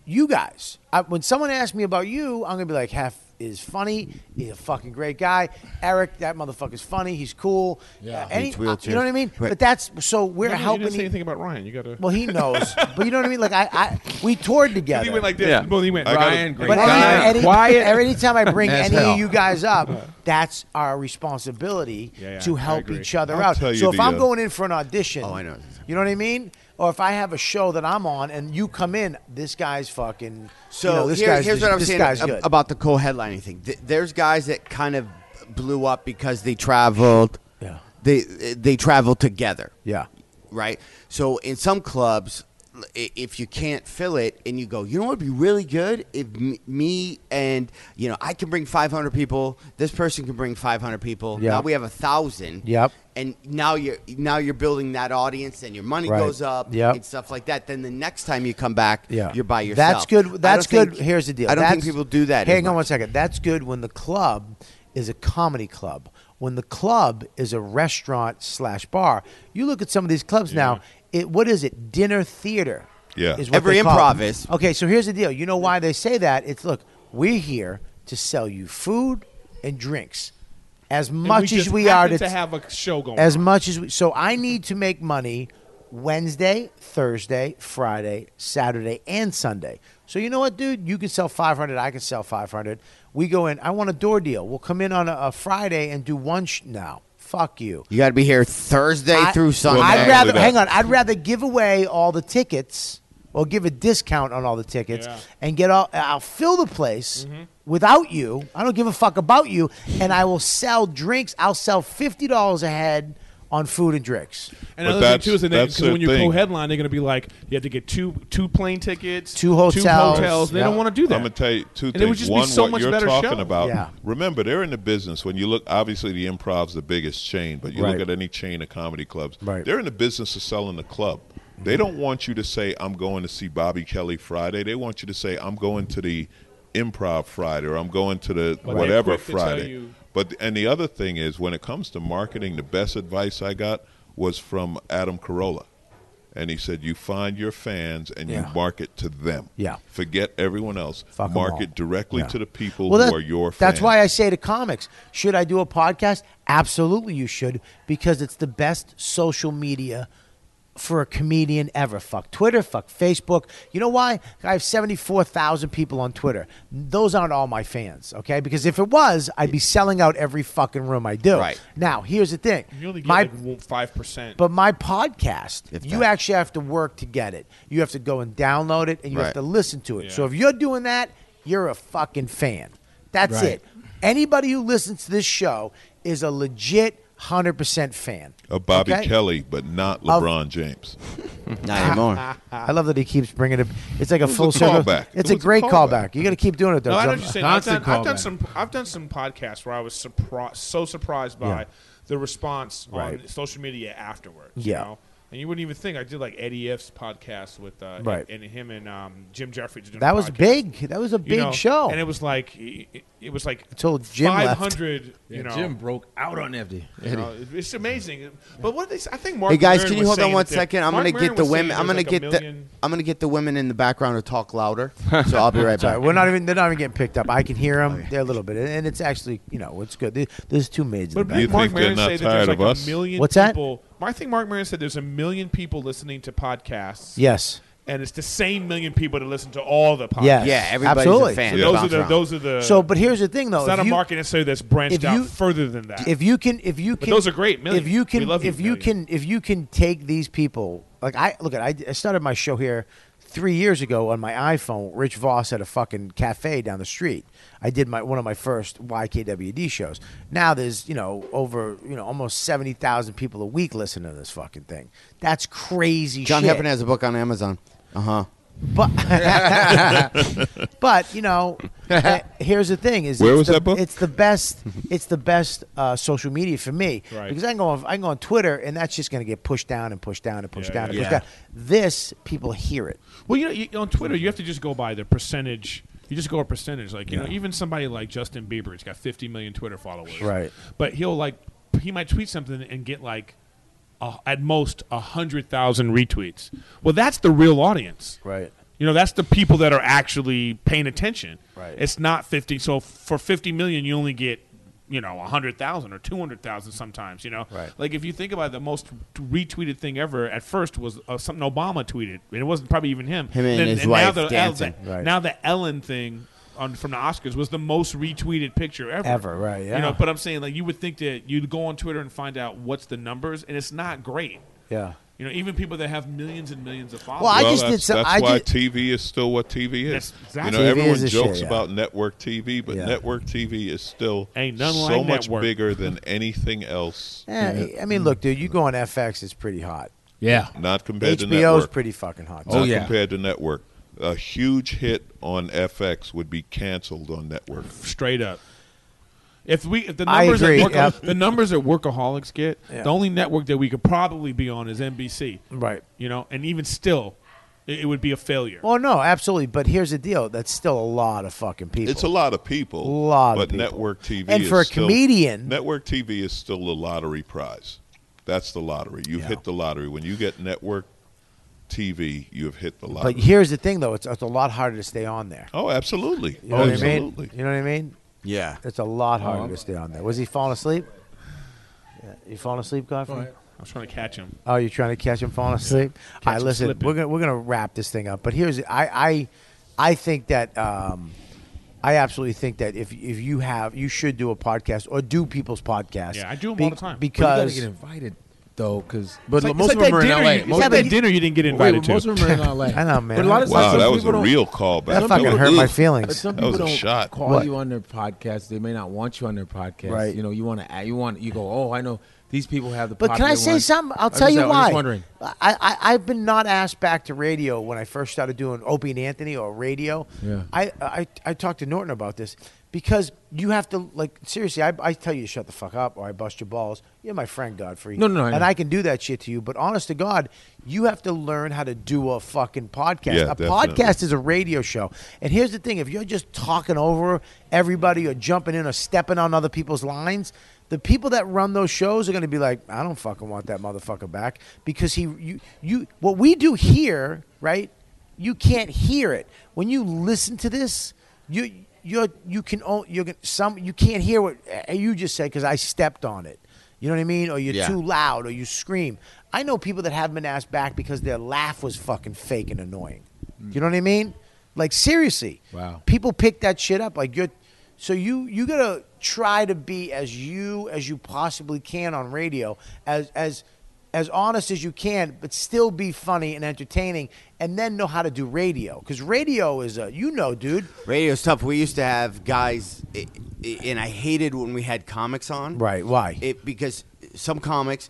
S11: you guys. I, when someone asks me about you, I'm gonna be like, half is funny. He's a fucking great guy. Eric, that motherfucker's funny. He's cool.
S9: Yeah.
S11: Uh, any-
S9: Hates
S11: you know
S9: wheelchairs.
S11: what I mean?
S9: Right.
S11: But that's so we're
S5: No, no,
S11: helping.
S5: You didn't say
S11: e-
S5: anything about Ryan. You got to.
S11: well, he knows, but you know what I mean. Like I, I we toured together.
S5: went like this. Yeah. Well, he went, I gotta- Ryan, great
S11: But
S5: guy.
S11: any, any,
S5: Quiet
S11: every time I bring
S5: as
S11: any
S5: hell.
S11: of you guys up, that's our responsibility
S5: Yeah, yeah,
S11: to
S5: I
S11: help
S5: agree.
S11: each other
S5: I'll
S11: out.
S5: tell you
S11: So if
S5: the,
S11: I'm
S5: uh,
S11: going in for an audition,
S5: Oh, I know.
S11: You know what I mean? Or if I have a show that I'm on and you come in, this guy's fucking.
S2: So
S11: you know, this
S2: here-
S11: guy's,
S2: here's
S11: this,
S2: what I'm
S11: this
S2: saying
S11: guy's
S2: ab-
S11: good.
S2: about the co-headlining thing. Th- there's guys that kind of blew up because they traveled.
S11: Yeah.
S2: They they traveled together.
S11: Yeah.
S2: Right. So in some clubs, l- i- if you can't fill it, and you go, you know what would be really good if m- me and you know I can bring 500 people. This person can bring 500 people.
S11: Yeah.
S2: Now we have a thousand.
S11: Yep.
S2: And now you're now you're building that audience, and your money
S11: Right.
S2: goes up
S11: Yep.
S2: and stuff like that. Then the next time you come back,
S11: Yeah.
S2: you're by yourself.
S11: That's good.
S2: I
S11: That's
S2: don't
S11: good.
S2: think-
S11: Here's the deal.
S2: I don't think
S11: That's-
S2: people do that. as
S11: Hang on
S2: much.
S11: one second. That's good when the club is a comedy club. When the club is a restaurant slash bar, you look at some of these clubs now. It what is it? Dinner theater.
S7: Yeah.
S11: is what
S2: Every
S11: they call
S2: improv
S11: it.
S2: is.
S11: Okay, so here's the deal. You know why they say that? It's look, we're here to sell you food and drinks, as
S5: And
S11: much
S5: we
S11: as
S5: just
S11: we are
S5: happen to have a show going.
S11: as
S5: on.
S11: much as we so i need to make money wednesday thursday friday saturday and sunday so you know what dude you can sell 500 i can sell 500 we go in i want a door deal we'll come in on a, a friday and do one sh- now fuck you
S2: You got to be here Thursday
S11: I-
S2: through Sunday.
S11: I'd rather hang on. I'd rather give away all the tickets or give a discount on all the tickets and get all. I'll fill the place without you. I don't give a fuck about you, and I will sell drinks. I'll sell fifty dollars a head on food and drinks.
S7: But
S5: And another thing
S7: that's-
S5: too is that they-
S7: that's
S5: 'cause
S7: their
S5: when you
S7: thing.
S5: co-headline, they're going to be like, you have to get two two plane tickets,
S11: Two hotels.
S5: hotels. They don't want to do that.
S7: I'm gonna tell you two
S5: And
S7: things.
S5: It would just
S7: One,
S5: be so
S7: what
S5: much
S7: you're
S5: better
S7: talking
S5: show.
S7: about.
S5: Yeah.
S7: Remember, they're in the business. When you look, obviously, the improv's the biggest chain, but you
S23: Right.
S7: look at any chain of comedy clubs. Right. They're in the business of selling the club. They don't want you to say, "I'm going to see Bobby Kelly Friday." They want you to say, "I'm going to the improv Friday," or "I'm going to the
S5: But they're
S7: whatever
S5: quick to tell
S7: Friday."
S5: you-
S7: But and the other thing is, when it comes to marketing, the best advice I got was from Adam Carolla, and he said, "You find your fans and
S11: Yeah.
S7: you market to them.
S11: Yeah.
S7: forget everyone else.
S11: Fuck 'em
S7: market
S11: all.
S7: directly
S11: Yeah.
S7: to the people
S11: Well,
S7: who
S11: that-
S7: are your fans.
S11: That's why I say to comics, should I do a podcast? Absolutely, you should because it's the best social media for a comedian ever. Fuck Twitter, fuck Facebook. You know why? I have seventy four thousand people on Twitter. Those aren't all my fans, okay? Because if it was, I'd be selling out every fucking room I do.
S5: Right.
S11: now, here's the thing.
S5: You only get
S11: My-
S5: like five percent.
S11: but my podcast, you actually have to work to get it. You have to go and download it and you have
S5: Right.
S11: to listen to it. So if you're doing that, you're a fucking fan. That's
S7: Right.
S11: it. Anybody who listens to this show is a legit 100% fan.
S7: of Oh, Bobby
S11: okay?
S7: Kelly, but not LeBron James.
S2: not anymore.
S11: I love that he keeps bringing it. It's like a
S7: was
S11: full
S7: a
S11: circle.
S7: callback.
S11: It's
S7: It
S11: a
S7: was a
S11: great
S7: callback.
S11: callback. You got to keep doing it though.
S5: No, I know
S11: John.
S5: what you're saying. I've done, I've done some. I've done some podcasts where I was surprised, so surprised by
S11: Yeah.
S5: the response
S11: Right.
S5: on social media afterwards.
S11: Yeah.
S5: You know? And you wouldn't even think I did like Eddie F's podcast with uh,
S11: Right.
S5: and, and him and um, Jim Jeffries. did a
S11: That was
S5: podcast.
S11: big. That was a
S5: You
S11: big
S5: know,
S11: show.
S5: and it was like it, it was like
S11: Until Jim left.
S5: five hundred. You
S9: Yeah,
S5: know,
S9: Jim broke out on Eddie.
S5: You know, it- it's amazing. But what they s- I think Mark.
S3: hey guys,
S5: Maron
S3: can you
S5: was
S3: hold on
S5: saying
S3: one
S5: that-
S3: second? I'm
S5: Mark
S3: gonna
S5: Maron
S3: get the
S5: was saying
S3: women.
S5: there's
S3: I'm gonna
S5: like a
S3: get
S5: million-
S3: the I'm gonna get the women in the background to talk louder. So I'll be right
S11: Sorry,
S3: back.
S11: we're not even. They're not even getting picked up. I can hear them. They're a little bit, and it's actually you know it's good. There- There's two maids. in
S5: But
S11: the
S5: didn't
S11: back.
S5: Mark Maron say that there's like a million
S11: What's that?
S5: people? I think Mark Maron said there's a million people listening to podcasts.
S11: Yes.
S5: And it's the same million people that listen to all the podcasts.
S11: Yes. Yeah, everybody's a Absolutely. fan.
S5: So
S11: Yeah.
S5: Those are
S11: Bounce
S5: the
S11: around.
S5: those are the.
S11: So, but here's the thing, though.
S5: It's not
S11: If
S5: a
S11: you-
S5: market necessarily that's branched
S11: if
S5: out
S11: you-
S5: further than that.
S11: If you can, if you
S5: But
S11: can,
S5: those are great, million.
S11: If you
S5: We
S11: can,
S5: love you,
S11: if you can, if you can take these people, like I look at, I, I started my show here three years ago on my iPhone. Rich Voss had a fucking cafe down the street. I did my one of my first YKWd shows. Now there's you know over you know almost seventy thousand people a week listening to this fucking thing. That's crazy.
S3: John
S11: shit.
S3: Heffern has a book on Amazon. Uh huh.
S11: But but you know, uh, here's the thing: is
S3: Where
S11: it's
S3: was
S11: the,
S3: that book?
S11: It's the best. It's the best uh, social media for me
S3: Right.
S11: because I can go on, I can go on Twitter and that's just going to get pushed down and pushed down and pushed
S5: Yeah,
S11: down and
S5: yeah.
S11: pushed
S5: Yeah.
S11: down. This people hear it.
S5: Well, you know, you, on Twitter, you have to just go by the percentage. You just go a percentage. Like, you know,
S11: Yeah.
S5: even somebody like Justin Bieber, he's got 50 million Twitter followers.
S11: Right.
S5: But he'll, like, he might tweet something and get, like, a, at most 100,000 retweets. Well, that's the real audience.
S11: Right.
S5: You know, that's the people that are actually paying attention.
S11: Right.
S5: It's not 50. So for 50 million, you only get, you know, 100,000 or 200,000 sometimes, you know?
S11: Right.
S5: Like, if you think about it, the most retweeted thing ever at first was uh, something Obama tweeted. And it wasn't probably even him.
S3: Him and
S5: Then-
S3: his wife
S5: now the,
S3: dancing.
S5: Now the,
S3: Right.
S5: now the Ellen thing on, from the Oscars was the most retweeted picture ever.
S11: Ever, right, yeah.
S5: You know, but I'm saying, like, you would think that you'd go on Twitter and find out what's the numbers, and it's not great.
S11: Yeah.
S5: You know, even people that have millions and millions of followers.
S7: that's, That's why TV is still what TV is.
S5: That's exactly-
S7: You know,
S5: TV
S7: everyone
S5: is the shit,
S7: jokes
S5: yeah.
S7: about network TV, but
S5: Yeah.
S7: network TV is still
S5: Ain't
S7: so
S5: nothing like
S7: much
S5: network.
S7: bigger than anything else.
S11: Eh, I mean, look, dude, you go on FX, it's pretty hot.
S7: Not compared to
S11: HBO's
S7: network.
S11: pretty Oh, fucking hot.
S7: Not compared to network. A huge hit on FX would be canceled on network.
S5: Straight up. If we if the
S7: I
S5: numbers
S7: agree,
S5: that worka-
S7: yep.
S5: the numbers that workaholics get,
S7: Yeah.
S5: the only network that we could probably be on is NBC.
S11: Right.
S5: You know, and even still, it, it would be a failure.
S11: Well, Oh, no, absolutely. But here's the deal: that's still a lot of fucking people.
S7: It's a lot of people.
S11: A lot
S7: but
S11: of people.
S7: network TV
S11: And
S7: is
S11: for a
S7: still-
S11: comedian-
S7: network TV is still the lottery prize. That's the lottery. You've hit the lottery when you get network TV. You have hit the lottery.
S11: But here's the thing, though: it's, it's a lot harder to stay on there.
S7: oh, absolutely.
S11: You know what I mean?
S7: absolutely.
S11: You know what I mean?
S3: Yeah.
S11: It's a lot
S7: Oh,
S11: harder
S7: I'm-
S11: to stay on there. Was he falling asleep? Yeah. You falling asleep, Godfrey?
S5: I was trying to catch him.
S11: Oh, you're trying to catch him falling asleep. All right,
S5: him
S11: listen,
S5: slipping.
S11: we're gonna we're gonna wrap this thing up. But here's I I I think that um, I absolutely think that if if you have you should do a podcast or do people's podcasts.
S5: Yeah, I do 'em
S11: Be-
S5: all the time. But you
S9: But you gotta
S11: Because
S9: get invited though, because
S11: But
S9: it's like,
S11: most
S9: it's
S11: of
S9: like
S11: them are
S9: that
S11: in
S9: dinner
S11: LA.
S9: you- it's
S11: Most
S9: like
S11: of that
S9: that
S11: dinner you didn't get invited
S9: Wait,
S5: to.
S9: Most of them are in LA.
S11: I know, man.
S9: But a lot of
S7: Wow,
S9: times, some
S7: that was
S9: people
S7: a
S9: don't-
S7: real callback.
S11: That
S9: some
S11: fucking
S9: people-
S11: hurt my
S9: Ugh.
S11: feelings.
S9: But Some
S11: That was
S9: people
S11: a
S9: don't
S11: shot.
S9: call
S11: What?
S9: you on their podcast. They may not want you on their podcast.
S11: Right.
S9: You know, you want to. You want. You go. Oh, I know these people have the.
S11: But can I
S9: popular
S11: say
S9: ones."
S11: something? I'll
S9: I'm
S11: tell
S9: just-
S11: you
S9: I'm
S11: why.
S9: Just wondering.
S11: I, I I've been not asked back to radio when I first started doing Opie and Anthony or radio.
S9: Yeah.
S11: I I, I talked to Norton about this because you have to like seriously. I, I tell you to shut the fuck up or I bust your balls. You're my friend, Godfrey.
S9: No, no, no, I
S11: and
S9: know.
S11: I can do that shit to you. But honest to God, you have to learn how to do a fucking podcast.
S9: Yeah,
S11: a
S9: definitely.
S11: podcast is a radio show. And here's the thing: if you're just talking over everybody or jumping in or stepping on other people's lines. The people that run those shows are going to be like, I don't fucking want that motherfucker back because he, you, you, what we do here, right? you can't hear it when you listen to this you you're you can o- you're gonna- some you can't hear what uh, you just said because i stepped on it you know what i mean or you're
S3: Yeah.
S11: too loud or you scream i know people that have been asked back because their laugh was fucking fake and annoying you know what i mean like seriously
S9: Wow.
S11: people pick that shit up like you're so you you gotta try to be as you as you possibly can on radio as as as honest as you can but still be funny and entertaining and then know how to do radio because radio is a you know dude
S3: Radio's tough. We used to have guys, i i and I hated when we had comics on.
S11: Right, why?
S3: It, because some comics,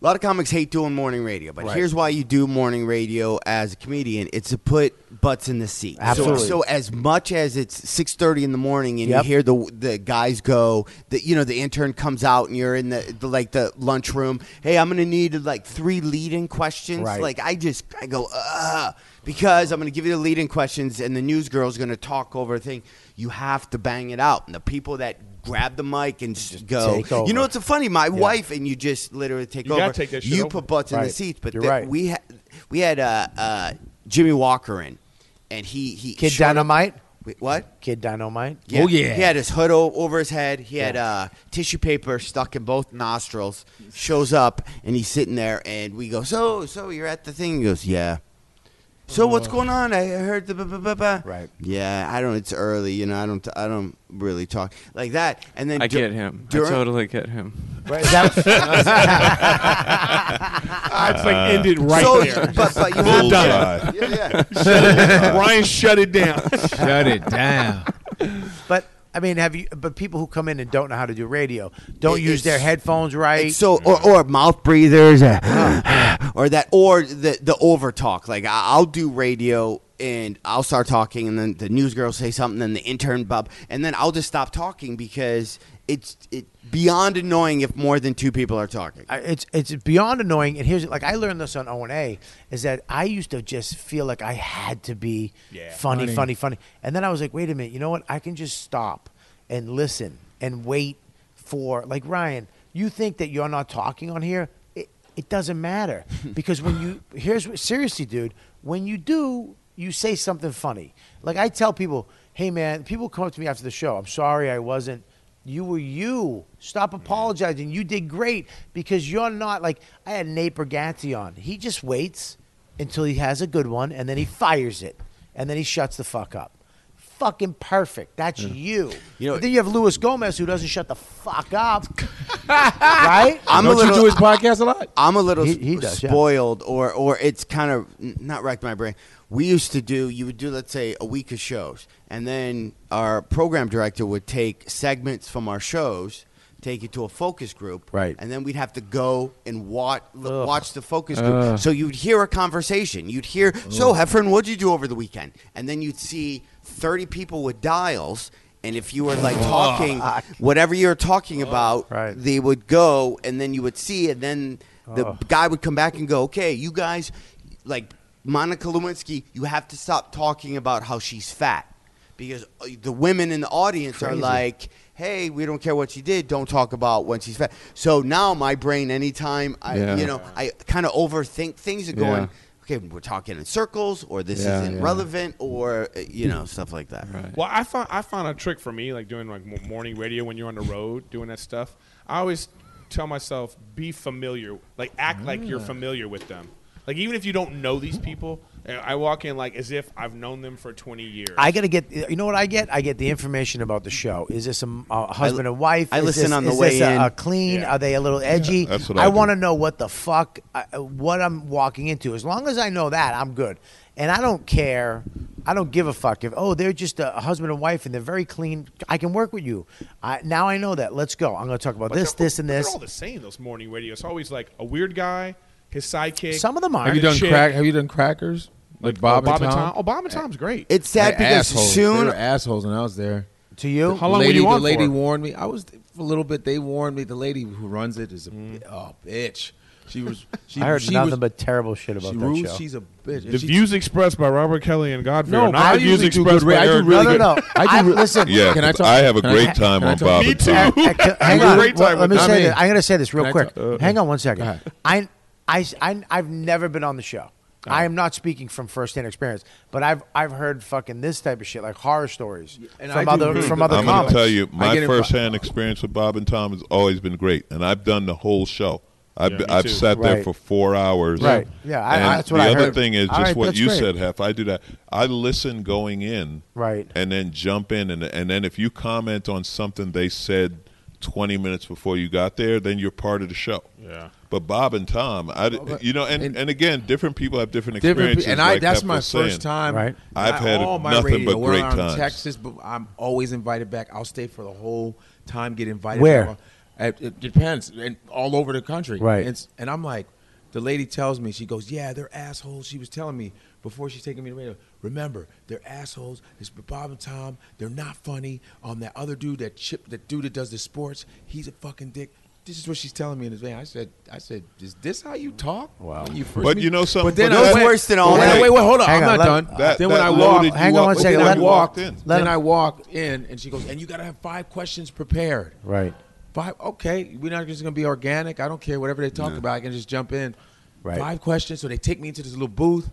S3: A lot of comics hate doing morning radio, but
S11: Right.
S3: here's why you do morning radio as a comedian: it's to put butts in the seat. So-
S11: Absolutely.
S3: So, as much as it's six thirty in the morning and
S11: Yep.
S3: you hear the the guys go, the you know the intern comes out and you're in the, the like the lunchroom. Hey, I'm gonna need like three leading questions.
S11: Right.
S3: Like I just I go Ugh, because I'm gonna give you the leading questions and the news girl's gonna talk over a thing. You have to bang it out, and the people that grab the mic and just go.
S11: take over.
S3: You know, it's a funny. My wife and you just literally take
S11: You
S3: over.
S11: gotta take that shit
S3: you
S11: over.
S3: put butts in the
S11: Right.
S3: seats, but
S11: You're
S3: the-
S11: right.
S3: we ha- we had uh, uh, Jimmy Walker in, and he he
S11: Kid Oh,
S3: showed up-
S11: Dynamite.
S3: Wait, what?
S11: Kid Dynamite.
S3: he had his hood o- over his head. He had uh, tissue paper stuck in both nostrils. Shows up and he's sitting there, and we go, "So, so you're at the thing?" He goes, "Yeah." So what's going on? I heard the blah, blah, blah, blah. right. Yeah, I don't. It's early, you know. I don't. I don't really talk like that. And then
S24: I
S3: dur-
S24: get him. I
S3: during-
S24: totally get him.
S3: Right, is that-
S5: I'd like end it right
S3: So-
S5: there.
S3: But, but you
S5: Bullseye.
S3: have to. Yeah, yeah.
S5: Shut it down. Ryan, shut it down.
S11: Shut it down. But I mean, have you? But people who come in and don't know how to do radio don't
S3: It-
S11: use their
S3: it's-
S11: headphones right.
S3: So or, or mouth breathers, uh, or that, or the the over talk. Like I- I'll do radio and I'll start talking, and then the news girl say something, then the intern bub, and then I'll just stop talking because it's it beyond annoying if more than two people are talking.
S11: I- it's it's beyond annoying. And here's like I learned this on O and A is that I used to just feel like I had to be
S3: Yeah.
S11: funny,
S3: Funny.
S11: funny, funny, and then I was like, wait a minute, you know what? I can just stop and listen and wait for like Ryan. You think that you're not talking on here? It, it doesn't matter because when you here's what- seriously, dude, when you do, you say something funny. Like I tell people, hey man, people come up to me after the show. I'm sorry I wasn't you were you. Stop apologizing. You did great because you're not like I had Nate Bergatti on. He just waits until he has a good one and then he fires it and then he shuts the fuck up. Fucking perfect. That's you. You know, then you have Luis Gomez who doesn't shut the fuck up. right?
S3: podcast a lot? I'm a little
S11: He- he does, yeah.
S3: spoiled, or or it's kind of n- not wrecked my brain. We used to do you would do let's say a week of shows, and then our program director would take segments from our shows, take it to a focus group,
S11: Right.
S3: and then we'd have to go and watch watch the focus group.
S11: Ugh.
S3: So you'd hear a conversation, you'd hear so
S11: Ugh.
S3: Heffern, what'd you do over the weekend? And then you'd see thirty people with dials. And if you were like talking,
S11: Fuck.
S3: whatever you're talking about, they would go, and then you would see, and then the
S11: Oh.
S3: guy would come back and go, "Okay, you guys, like Monica Lewinsky, you have to stop talking about how she's fat because uh, the women in the audience are
S11: Crazy.
S3: like." Hey, we don't care what she did. Don't talk about when she's fat. So now my brain, anytime I,
S24: Yeah.
S3: you know, I kind of overthink things and going, okay, we're talking in circles, or this
S24: Yeah,
S3: isn't
S24: yeah.
S3: relevant, or uh, you know, stuff like that.
S5: Well, I found I found a trick for me, like doing like mo- morning radio when you're on the road doing that stuff. I always tell myself be familiar, like act like you're
S25: Ah.
S5: familiar with them. Like even if you don't know these people, uh, I walk in like as if I've known them for 20 years.
S11: I gotta get. You know what I get? I get the information about the show. Is this a, a husband and wife?
S3: I
S11: Is
S3: listen
S11: this-
S3: on the
S11: is this
S3: way
S11: a- a
S3: in.
S11: clean?
S3: Yeah.
S11: Are they a little edgy?
S3: Yeah, that's what
S11: I,
S3: I do.
S11: want to know what the fuck, I, what I'm walking into. As long as I know that, I'm good. And I don't care. I don't give a fuck if oh they're just a husband and wife and they're very clean. I can work with you. I, now I know that. Let's go. I'm gonna talk about
S5: But
S11: this,
S5: they're-
S11: this, and
S5: They're
S11: this.
S5: all the same. Those morning radio. It's always like a weird guy, his sidekick.
S11: Some of them are.
S9: Have you
S5: and a
S9: done
S5: chick.
S9: crack? Have you done crackers? Like Bob,
S5: Bob
S9: and
S5: and
S9: Tom?
S5: Tom? Oh, Bob and Tom's great.
S3: It's sad
S9: They're
S3: because
S9: assholes.
S3: soon
S9: they were assholes when I was there.
S11: To you?
S9: The
S11: How long were
S9: lady-
S11: you on
S9: The lady
S11: for?
S9: warned me. I was there for a little bit. They warned me. The lady who runs it is a
S5: Mm-hmm.
S9: bi- oh, bitch. She was. She,
S11: I heard
S9: she
S11: nothing
S9: was,
S11: but terrible shit about
S9: she
S11: that
S9: rules,
S11: show.
S9: She's a bitch. And
S5: The
S9: she-
S5: views expressed by Robert Kelly and Godfrey.
S9: No,
S5: are
S9: I
S5: not the views
S9: usually do
S5: expressed
S9: good ra-
S5: by
S9: I do
S5: Eric
S9: really
S5: Griffin.
S9: good- No, no, no. I do re- listen,
S7: Yeah,
S9: can I talk-
S7: I have a
S9: can I-
S7: great
S9: can
S7: time
S9: I
S7: on
S9: talk-
S7: Bob
S9: Me
S7: and
S9: too.
S7: Tom.
S11: Uh, c- hang
S9: Have a
S11: on.
S9: great
S11: Well,
S9: time
S11: let me say
S9: with Tommy.
S11: that. I'm going to say this
S9: Can
S11: real
S9: I
S11: quick.
S9: talk- uh,
S11: Hang on one second. I, I, I, I've never been on the show. I am not speaking from firsthand experience, but I've I've heard fucking this type of shit, like horror stories
S9: and
S11: from
S9: I do
S11: other
S9: read
S11: from
S9: them.
S11: other
S9: I'm
S7: I'm going
S11: comics.
S7: to tell you,
S9: I
S7: my
S9: get in-
S7: firsthand experience with Bob and Tom has always been great, and I've done the whole show. I've,
S9: Yeah, me
S7: I've
S9: too.
S7: sat there
S9: Right.
S7: for four hours.
S9: Right. Yeah, I- I-
S7: And
S9: that's what
S7: the
S9: I
S7: other
S9: heard.
S7: thing is
S9: All
S7: just
S9: right,
S7: what
S9: that's
S7: you
S9: great.
S7: said, Hef. I do that. I listen going in,
S11: Right.
S7: and then jump in, and and then if you comment on something they said 20 minutes before you got there, then you're part of the show.
S5: Yeah.
S7: But Bob and Tom, I, d- you know, and, and, again, different people have different
S9: Different,
S7: experiences.
S9: pe- and I
S7: like
S9: that's
S7: Hef
S9: my
S7: was
S9: first
S7: saying.
S9: time.
S7: I've
S9: I-
S7: had
S9: all my
S7: nothing
S9: radio,
S7: but
S9: we're
S7: great
S9: out in
S7: times.
S9: Texas, but I'm always invited back. I'll stay for the whole time. Get invited.
S11: Where?
S9: back. It, it depends, and all over the country.
S11: Right.
S9: It's, and I'm like, the lady tells me, she goes, "Yeah, they're assholes." She was telling me before she's taking me to radio. Remember, they're assholes. It's Bob and Tom. They're not funny. Um, that other dude, that chip, that dude that does the sports, he's a fucking dick. This is what she's telling me in advance. I said, I said, is this how you talk? Wow. When you first
S7: But
S9: meet-
S7: you know something?
S9: But then
S7: But
S9: I
S7: that's
S9: went-
S7: worse than
S9: but
S7: all
S9: when I-
S7: that.
S9: Wait, wait, hold on.
S7: Hang
S9: I'm
S7: on,
S9: not
S7: let-
S9: done.
S7: that-
S9: then when
S7: that
S9: I
S7: loaded
S9: walked,
S7: you Hang on up. one
S9: then
S7: second.
S9: I
S7: Let him-
S9: walked
S7: Let him-
S9: in. Then I walked in, and she goes, and you got to have five questions prepared.
S11: Right.
S9: Five. Okay, we're not just gonna be organic. I don't care whatever they talk about. I can just jump in.
S11: Right.
S9: Five questions. So they take me into this little booth,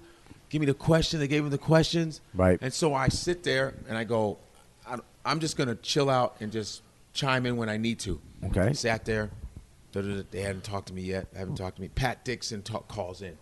S9: give me the question. They gave me the questions.
S11: Right.
S9: And so I sit there and I go, I- I'm just gonna chill out and just chime in when I need to.
S11: Okay.
S9: Sat there. Da-da-da. They hadn't talked to me yet. Haven't talked to me. Pat Dixon talk, calls in.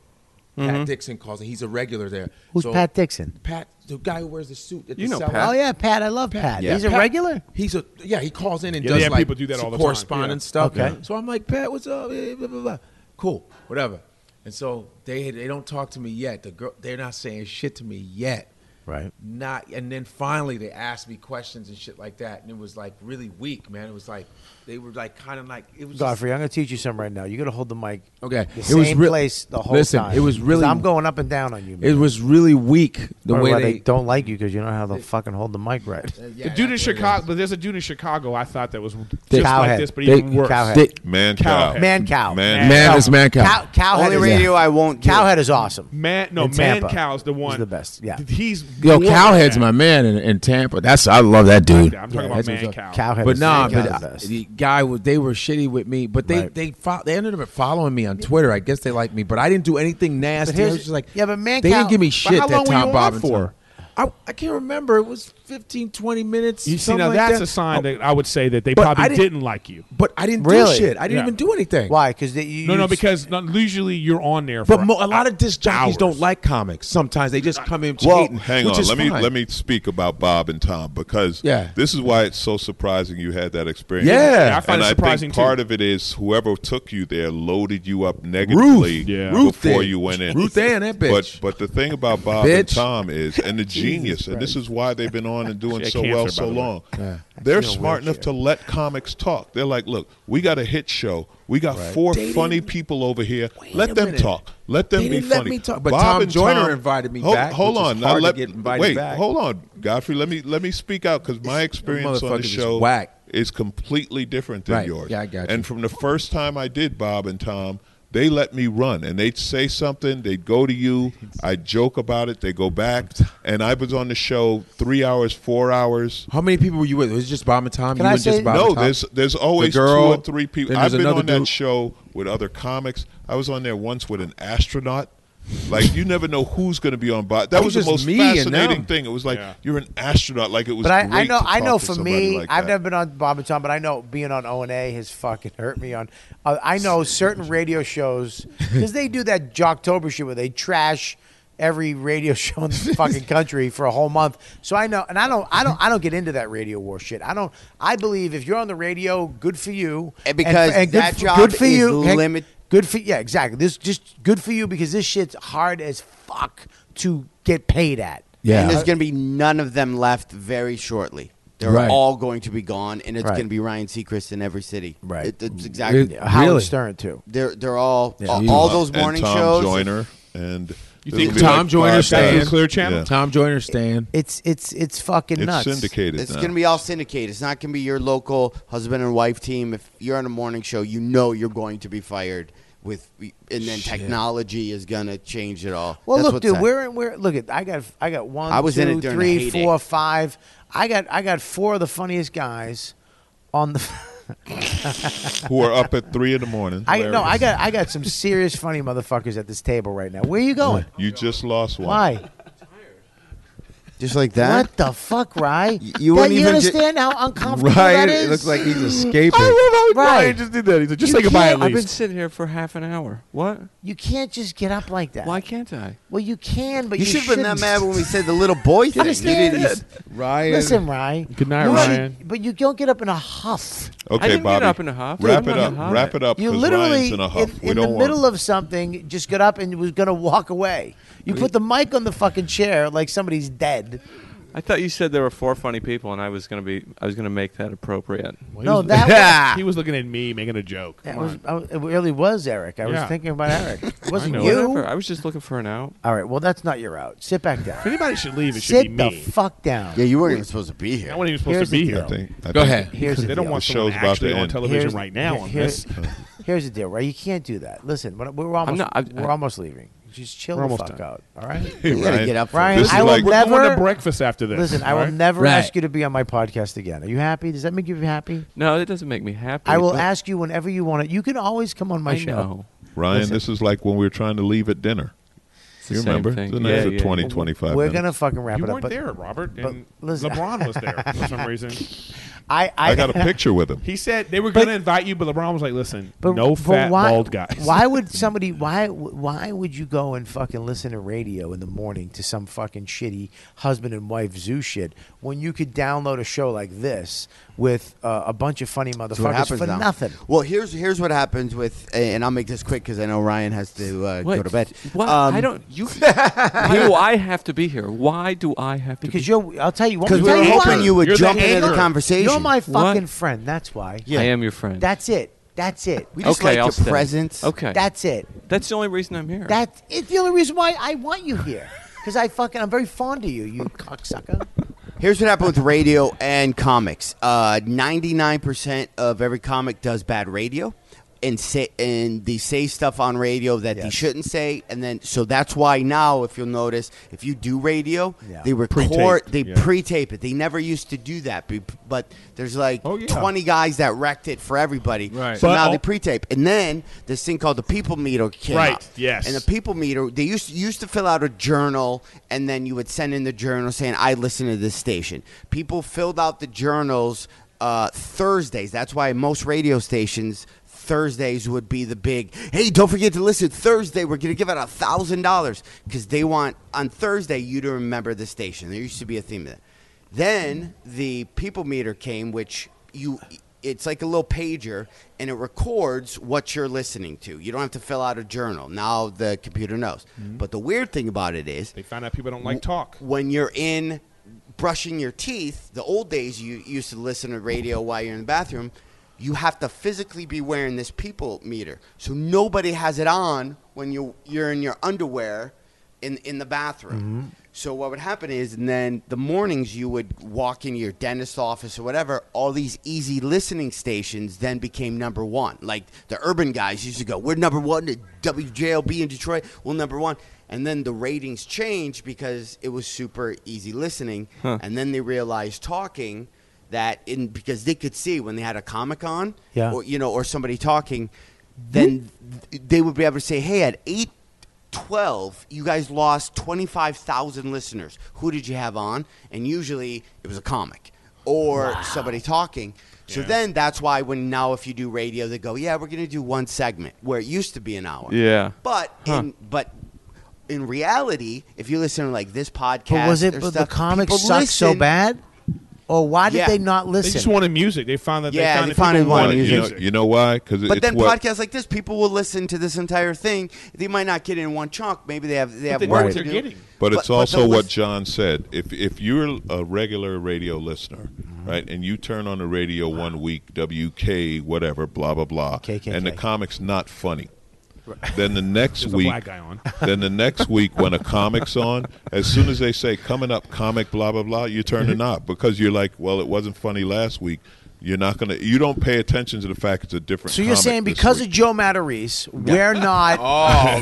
S11: Mhm.
S9: Pat Dixon calls in. He's a regular there.
S11: Who's
S9: So-
S11: Pat Dixon?
S9: Pat, the guy who wears the suit. At
S11: You
S9: the
S11: know
S9: South-
S11: Pat. Oh, yeah, Pat. I love Pat. He's a regular?
S9: He's a yeah. He calls in and
S5: Yeah, they
S9: does
S5: have
S9: like
S5: people do that all the time.
S9: correspondence
S5: Yeah.
S9: stuff.
S5: Okay.
S9: So I'm like Pat, what's up? Eh, Blah, blah, blah. Cool, whatever. And so they they don't talk to me yet. The girl, they're not saying shit to me yet.
S11: Right.
S9: Not and then finally they asked me questions and shit like that, and it was like really weak, man. It was like they were like kind of like it was. just-
S11: Godfrey, I'm going to teach you something right now. You're going to hold the mic.
S9: Okay.
S11: The
S9: It
S11: same
S9: was re-
S11: place the whole
S9: Listen,
S11: time.
S9: it was
S11: 'Cause
S9: really-
S11: I'm going up and down on you. Man.
S9: it was really weak the
S11: Or
S9: way
S11: why
S9: they,
S11: don't like you because you don't know how to fucking hold the mic right.
S5: the dude in Chicago, but there's a dude in Chicago I thought that was just
S11: They-
S5: like
S11: Cowhead.
S5: this, but
S11: They-
S5: even worse.
S11: Cowhead. They-
S7: Man
S5: Cowhead.
S7: cow.
S11: Man cow.
S7: Man Man cow. is man cow.
S11: cow Cowhead
S7: Only
S11: is-
S7: radio
S11: I won't. Cowhead is awesome.
S5: Man, no,
S11: In
S5: man,
S11: Tampa.
S5: cow's the one.
S11: He's the best. Yeah,
S5: he's
S26: Yo,
S5: one-
S26: Cowhead's my man in, in Tampa. That's I love that dude.
S5: I'm talking about man cow.
S11: Cowhead
S9: But
S11: is
S9: nah,
S11: the
S9: but
S11: best.
S9: uh, the guy was they were shitty with me, but they
S11: Right.
S9: they fo- they ended up following me on Twitter. I guess they liked me, but I didn't do anything nasty. I
S11: here's-
S9: was just like,
S11: yeah, but man,
S9: they
S11: cow-
S9: didn't give me
S11: But
S9: shit.
S11: how
S9: that
S11: long were
S9: Tom
S11: you on
S9: Bob and
S11: for?
S9: Tom. I, I can't remember. It was 15, 20 minutes.
S5: You see,
S9: something
S5: now
S9: like
S5: that's
S9: that. Oh.
S5: a sign that I would say that they
S9: But
S5: probably
S9: I
S5: didn't,
S9: didn't-
S5: like you.
S9: But I didn't
S5: Really?
S9: do shit. I didn't
S5: Yeah.
S9: even do anything.
S11: Why? Because you
S5: No, no, because not, usually you're on there.
S9: But
S5: for
S9: mo- a lot of disc jockeys
S5: hours.
S9: don't like comics. Sometimes they just come in.
S7: Well,
S9: hating,
S7: hang
S9: which
S7: on.
S9: is
S7: Let me
S9: fine.
S7: let me speak about Bob and Tom because
S9: Yeah.
S7: this is why it's so surprising you had that experience.
S9: Yeah. Yeah, I find
S7: and
S9: it surprising,
S7: I think
S9: too.
S7: part of it is whoever took you there loaded you up negatively
S9: Yeah. Ruth
S7: before
S9: did.
S7: you went in.
S9: Ruth Ann, that
S7: But but the thing about Bob and
S9: Bitch.
S7: Tom is, and the
S9: Jesus
S7: genius, and this
S9: Christ.
S7: is why they've been on and doing
S9: She had
S7: so
S9: cancer,
S7: well
S9: by
S7: so
S9: the way.
S7: long.
S9: Yeah.
S7: They're
S9: She's in a
S7: smart enough to let comics talk. They're like, look, we got a hit show. We got
S9: Right.
S7: four
S9: They
S7: funny people over here. Let
S9: a
S7: them
S9: minute.
S7: talk. Let them
S9: They
S7: be
S9: didn't let
S7: funny.
S9: me talk. But Tom Joyner invited me
S7: hold,
S9: back,
S7: Hold
S9: which is
S7: on, now
S9: hard to
S7: let,
S9: get invited
S7: wait,
S9: back.
S7: hold on, Godfrey. Let me let me speak out because my experience on
S9: motherfucker
S7: the
S9: is
S7: show
S9: whack.
S7: is completely different than
S9: Right.
S7: yours.
S9: Yeah, I got
S7: And from the first time I did Bob and Tom. They let me run, and they'd say something. They'd go to you. I joke about it. They go back, and I was on the show three hours, four hours.
S9: How many people were you with? It was just Bob and Tom.
S7: Can
S9: you
S7: I
S9: were just
S7: say-
S9: Bob
S7: No,
S9: and Tom?
S7: there's- there's
S9: The
S7: always two
S9: girl,
S7: or three people.
S9: then there's
S7: I've been
S9: another
S7: on that
S9: dude.
S7: show with other comics. I was on there once with an astronaut. Like you never know who's going to be on bot. That
S9: It
S7: was
S9: was
S7: the most
S9: just me and
S7: fascinating
S9: them.
S7: thing. It was like you're an astronaut. Like it was.
S11: But I, I
S7: great
S11: know,
S7: to
S11: I
S7: talk
S11: know.
S7: to
S11: For
S7: somebody
S11: me,
S7: like
S11: I've
S7: that.
S11: never been on Bob and Tom, but I know being on O and A has fucking hurt me. On, uh, I know certain radio shows because they do that Jocktober shit where they trash every radio show in the fucking country for a whole month. So I know, and I don't, I don't, I don't get into that radio war shit. I don't. I believe if you're on the radio, good for you.
S3: And because
S11: good
S3: that
S11: f-
S3: job is
S11: Hank.
S3: limit-
S11: Good for yeah, exactly. This just good for you because this shit's hard as fuck to get paid at.
S3: And
S11: Uh,
S3: there's going to be none of them left very shortly. They're
S11: Right.
S3: all going to be gone, and it's
S11: Right.
S3: going to be Ryan Seacrest in every city. Right. it's
S11: Really?
S3: exactly
S11: Howard Stern, too.
S3: They're they're all
S11: Yeah.
S3: all,
S11: Jesus.
S3: all those
S7: And
S3: morning
S7: Tom
S3: shows.
S7: Joyner and
S9: You
S7: there'll
S9: think
S7: be
S9: Tom
S7: like
S9: Joyner
S7: five
S9: staying?
S7: guys.
S9: Clear Channel?
S7: Yeah.
S9: Tom Joyner staying.
S11: It's it's it's fucking
S7: It's
S11: nuts.
S7: syndicated
S3: It's
S7: now.
S3: going to be all syndicated. It's not going to be your local husband and wife team. If you're on a morning show, you know you're going to be fired. With and then technology is going to change it all.
S11: Well,
S3: That's
S11: look,
S3: what's
S11: dude,
S3: hap-
S11: we're in, we're look at I got I got one,
S3: I was in
S11: two,
S3: it during the
S11: three,
S3: heyday.
S11: four, five. I got I got four of the funniest guys on the.
S7: who are up at three in the morning.
S11: I no, I
S7: Hilarious.
S11: got I got some serious funny motherfuckers at this table right now. Where are you going?
S7: You just lost one.
S11: Why?
S3: Just like that.
S11: What the fuck, Rye?
S3: you
S11: That-
S3: wouldn't even ju-
S11: understand how uncomfortable
S26: Ryan,
S11: that is?
S26: it looks like he's escaping.
S11: I love how Ryan
S26: just did that. He said,
S11: "Just You say goodbye at can't-
S27: I've been sitting here for half an hour. What?
S11: You can't just get up like that.
S27: Why can't I?
S11: Well, you can, but
S3: you
S11: you,
S3: should have been that
S11: shouldn't.
S3: mad when we said the little boy thing. You
S11: understand?
S3: didn't- you-
S26: Ryan.
S11: Listen, Ryan.
S5: Good night,
S11: you should-
S5: Ryan.
S11: but you don't get up in a huff.
S7: Okay,
S27: I didn't
S7: Bobby.
S27: get up in a huff.
S7: Wrap
S27: I'm
S7: it
S27: not
S7: up.
S27: in a huff.
S7: Wrap it up.
S11: You
S7: 'cause
S11: literally
S7: Ryan's in a huff.
S11: in,
S7: we
S11: in
S7: don't
S11: the
S7: want
S11: middle of something just got up and was going to walk away. You put the mic on the fucking chair like somebody's dead.
S9: I thought you said there were four funny people, and I was gonna be I was gonna make that appropriate.
S11: he No, was- that
S5: he was looking at me making a joke.
S11: That was, I, was- it really was Eric. I
S5: Yeah.
S11: was thinking about Eric.
S5: I
S11: It wasn't
S5: know.
S11: you.
S5: Whatever. I
S9: was just looking for an out.
S11: All right. Well, that's not your out. Sit back down. If
S5: anybody should leave, it
S11: Sit
S5: should be me.
S11: the fuck down.
S3: Yeah, you weren't even supposed to be here.
S5: I wasn't even supposed
S11: Here's
S5: to be
S11: the
S5: here.
S11: deal. I think- I
S5: Go
S11: think-
S5: ahead.
S11: Here's the
S5: they don't
S11: deal.
S5: want
S11: The
S5: someone
S11: show's
S9: about
S5: actually
S9: to
S5: on
S9: end.
S5: television
S9: Here's-
S5: right now
S9: here-
S5: on
S9: here's-
S5: this.
S11: Here's the deal, right? You can't do that. Listen, we're- we're almost
S5: not- I-
S11: we're
S5: I-
S11: almost leaving. Just chill
S5: We're
S11: the
S5: almost
S11: fuck
S5: done.
S11: out. All right.
S5: Hey, You gotta Ryan, get up for
S11: Ryan,
S5: this. This
S11: I
S5: is
S11: will
S5: like- We're
S11: never
S5: going to breakfast after this,
S11: Listen, I
S5: all
S11: will
S5: right?
S11: never
S5: Right.
S11: ask you to be on my podcast again. Are you happy? Does that make you happy?
S9: No, that doesn't make me happy.
S11: I will
S9: but-
S11: ask you whenever you want it. You can always come on my
S9: I
S11: show.
S9: know.
S7: Ryan,
S11: Listen.
S7: this is like when we were trying to leave at dinner.
S9: the
S7: you
S9: same
S7: remember?
S9: thing.
S7: The nice
S9: Yeah,
S7: of
S9: yeah.
S7: 20, 25
S11: We're
S7: minutes.
S11: gonna fucking wrap
S5: You
S11: it up.
S5: weren't
S11: but,
S5: there, Robert,
S11: but
S5: and
S11: listen-
S5: LeBron was there for some reason.
S11: I, I,
S7: I got a picture with him.
S5: He said they were going to invite you, but LeBron was like, "Listen, no fat bald guys."
S11: Why would somebody? Why why would you go and fucking listen to radio in the morning to some fucking shitty husband and wife zoo shit when you could download a show like this with uh, a bunch of funny
S3: That's what
S11: motherfuckers
S3: happens
S11: for
S3: now.
S11: nothing?
S3: Well, here's here's what happens with, and I'll make this quick because I know Ryan has to uh,
S9: What?
S3: go to bed.
S9: What?
S3: Um,
S9: I don't. You. why do I have to be here? Why do I have to?
S11: Because you're. I'll tell you. won't
S3: Because
S11: we
S3: we
S11: tell
S3: were
S11: you
S3: hoping
S11: why?
S3: you would You're the jump into the anchor. conversation.
S11: You're my
S3: What?
S11: fucking friend. That's why.
S9: I am your friend.
S11: That's it. That's it.
S9: We just Okay, like I'll your stay. presence. Okay.
S11: That's it.
S9: That's the only reason I'm here.
S11: That's it's the only reason why I want you here. Because I fucking I'm very fond of you, you cocksucker.
S3: Here's what happened with radio and comics. Uh, 99% of every comic does bad radio. And say and they say stuff on radio that they shouldn't say, and then so that's why now, if you'll notice, if you do radio,
S11: Yeah.
S3: they record,
S11: Pre-taped,
S3: they
S11: yeah.
S3: pre-tape it. They never used to do that, be- but there's like 20 guys that wrecked it for everybody. Right. So
S5: But
S3: now
S5: all-
S3: they pre-tape, and then this thing called the people meter came
S5: Right,
S3: up.
S5: yes.
S3: And the people meter they used used to fill out a journal and then you would send in the journal saying i listen to this station people filled out the journals uh, thursdays that's why most radio stations thursdays would be the big hey don't forget to listen thursday we're going to give out a thousand dollars because they want on thursday you to remember the station there used to be a theme of that then the people meter came which you it's like a little pager and it records what you're listening to. You don't have to fill out a journal. Now the computer knows. But the weird thing about it is
S5: they found out people don't like talk.
S3: When you're in brushing your teeth, the old days you used to listen to radio while you're in the bathroom, you have to physically be wearing this people meter. So nobody has it on when you you're in your underwear in in the bathroom.
S5: Mm-hmm.
S3: So what would happen is, and then the mornings you would walk into your dentist office or whatever. All these easy listening stations then became number one. Like the urban guys used to go, "We're number one at WJLB in Detroit. Well, number one." And then the ratings changed because it was super easy listening.
S9: Huh.
S3: And then they realized talking that in because they could see when they had a comic on,
S11: Yeah.
S3: or you know, or somebody talking, then they would be able to say, "Hey, at eight 12, you guys lost 25,000 listeners. Who did you have on? And usually it was a comic or somebody talking. So
S9: Yeah.
S3: then that's why when now if you do radio, they go, yeah, we're going to do one segment where it used to be an hour.
S9: Yeah.
S3: But
S9: Huh.
S3: in, but in reality, if you listen to like this podcast,
S11: But was it
S3: or
S11: but the
S3: stuff,
S11: comics
S3: people
S11: sucked so
S3: listen.
S11: bad? Or why did
S3: Yeah.
S11: they not
S5: They
S11: listen?
S5: just wanted music. They found that.
S3: Yeah,
S5: they found,
S3: they
S5: that
S3: found
S5: people
S3: it wanted
S5: wanted
S7: you, know,
S5: music.
S7: you know why? Because
S3: But then
S7: what,
S3: podcasts like this, people will listen to this entire thing. They might not get it in one chunk. Maybe they have they have
S5: they know
S3: work
S5: what
S3: to
S5: they're
S3: do.
S5: getting.
S7: But it's
S3: they'll
S7: also what
S3: listen-
S7: John said. If if you're a regular radio listener, right, and you turn on the radio one week, WK whatever, blah blah blah, and the comic's not funny. Then the next
S5: There's a
S7: week,
S5: black guy on.
S7: then the next week when a comic's on, as soon as they say coming up comic blah blah blah, you turn the knob because you're like, well, it wasn't funny last week. You're not gonna. You don't pay attention to the fact it's a different.
S11: so you're
S7: comic
S11: saying
S7: this
S11: because
S7: week.
S11: of Joe Matarese, we're not
S7: Oh,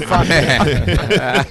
S7: man.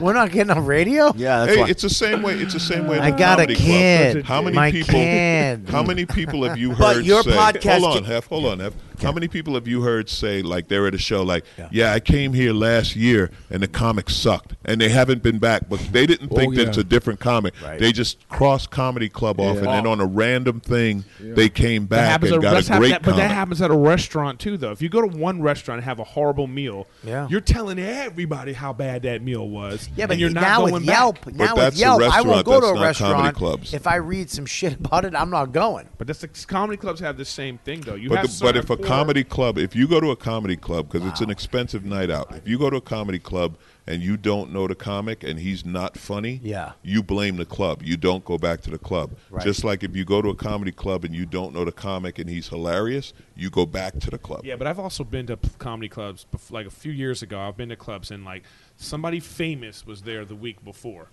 S11: we're not getting on radio?
S3: Yeah,
S7: hey, it's the same way. It's the same way. in
S11: I
S7: the
S11: got a
S7: comedy club.
S11: kid.
S7: How many
S11: My
S7: people?
S11: kid.
S7: How many people have you heard?
S11: But your
S7: say,
S11: podcast
S7: Hold on,
S11: ca-
S7: Hef. Hold on, Hef. How many people have you heard say like they were at a show like, yeah. I came here last year and the comic sucked and they haven't been back, but they didn't
S28: Oh,
S7: think that
S28: yeah.
S7: it's a different comic.
S28: Right.
S7: They just crossed comedy club off and
S5: Yeah.
S7: then on a random thing they came
S5: That
S7: back
S5: happens
S7: and
S5: at-
S7: got
S5: that's
S7: a
S5: hap-
S7: great
S5: that- but
S7: comic.
S5: that happens at a restaurant too, though. If you go to one restaurant and have a horrible meal,
S11: Yeah.
S5: you're telling everybody how bad that meal was.
S11: Yeah,
S5: and
S11: but
S5: you're
S11: now
S5: not
S11: with
S5: going
S11: Yelp,
S5: back.
S11: now with Yelp, I won't go to a restaurant
S7: clubs.
S11: if I read some shit about it. I'm not going.
S5: But that's the comedy clubs have the same thing, though. You
S7: but
S5: have
S7: the- but
S5: certain
S7: if a
S5: form
S7: comedy club, if you go to a comedy club, because it's an expensive night out, if you go to a comedy club and you don't know the comic and he's not funny,
S11: Yeah.
S7: you blame the club. You don't go back to the club.
S11: Right.
S7: Just like if you go to a comedy club and you don't know the comic and he's hilarious, you go back to the club.
S5: Yeah, but I've also been to p- comedy clubs bef- like a few years ago. I've been to clubs and like somebody famous was there the week before.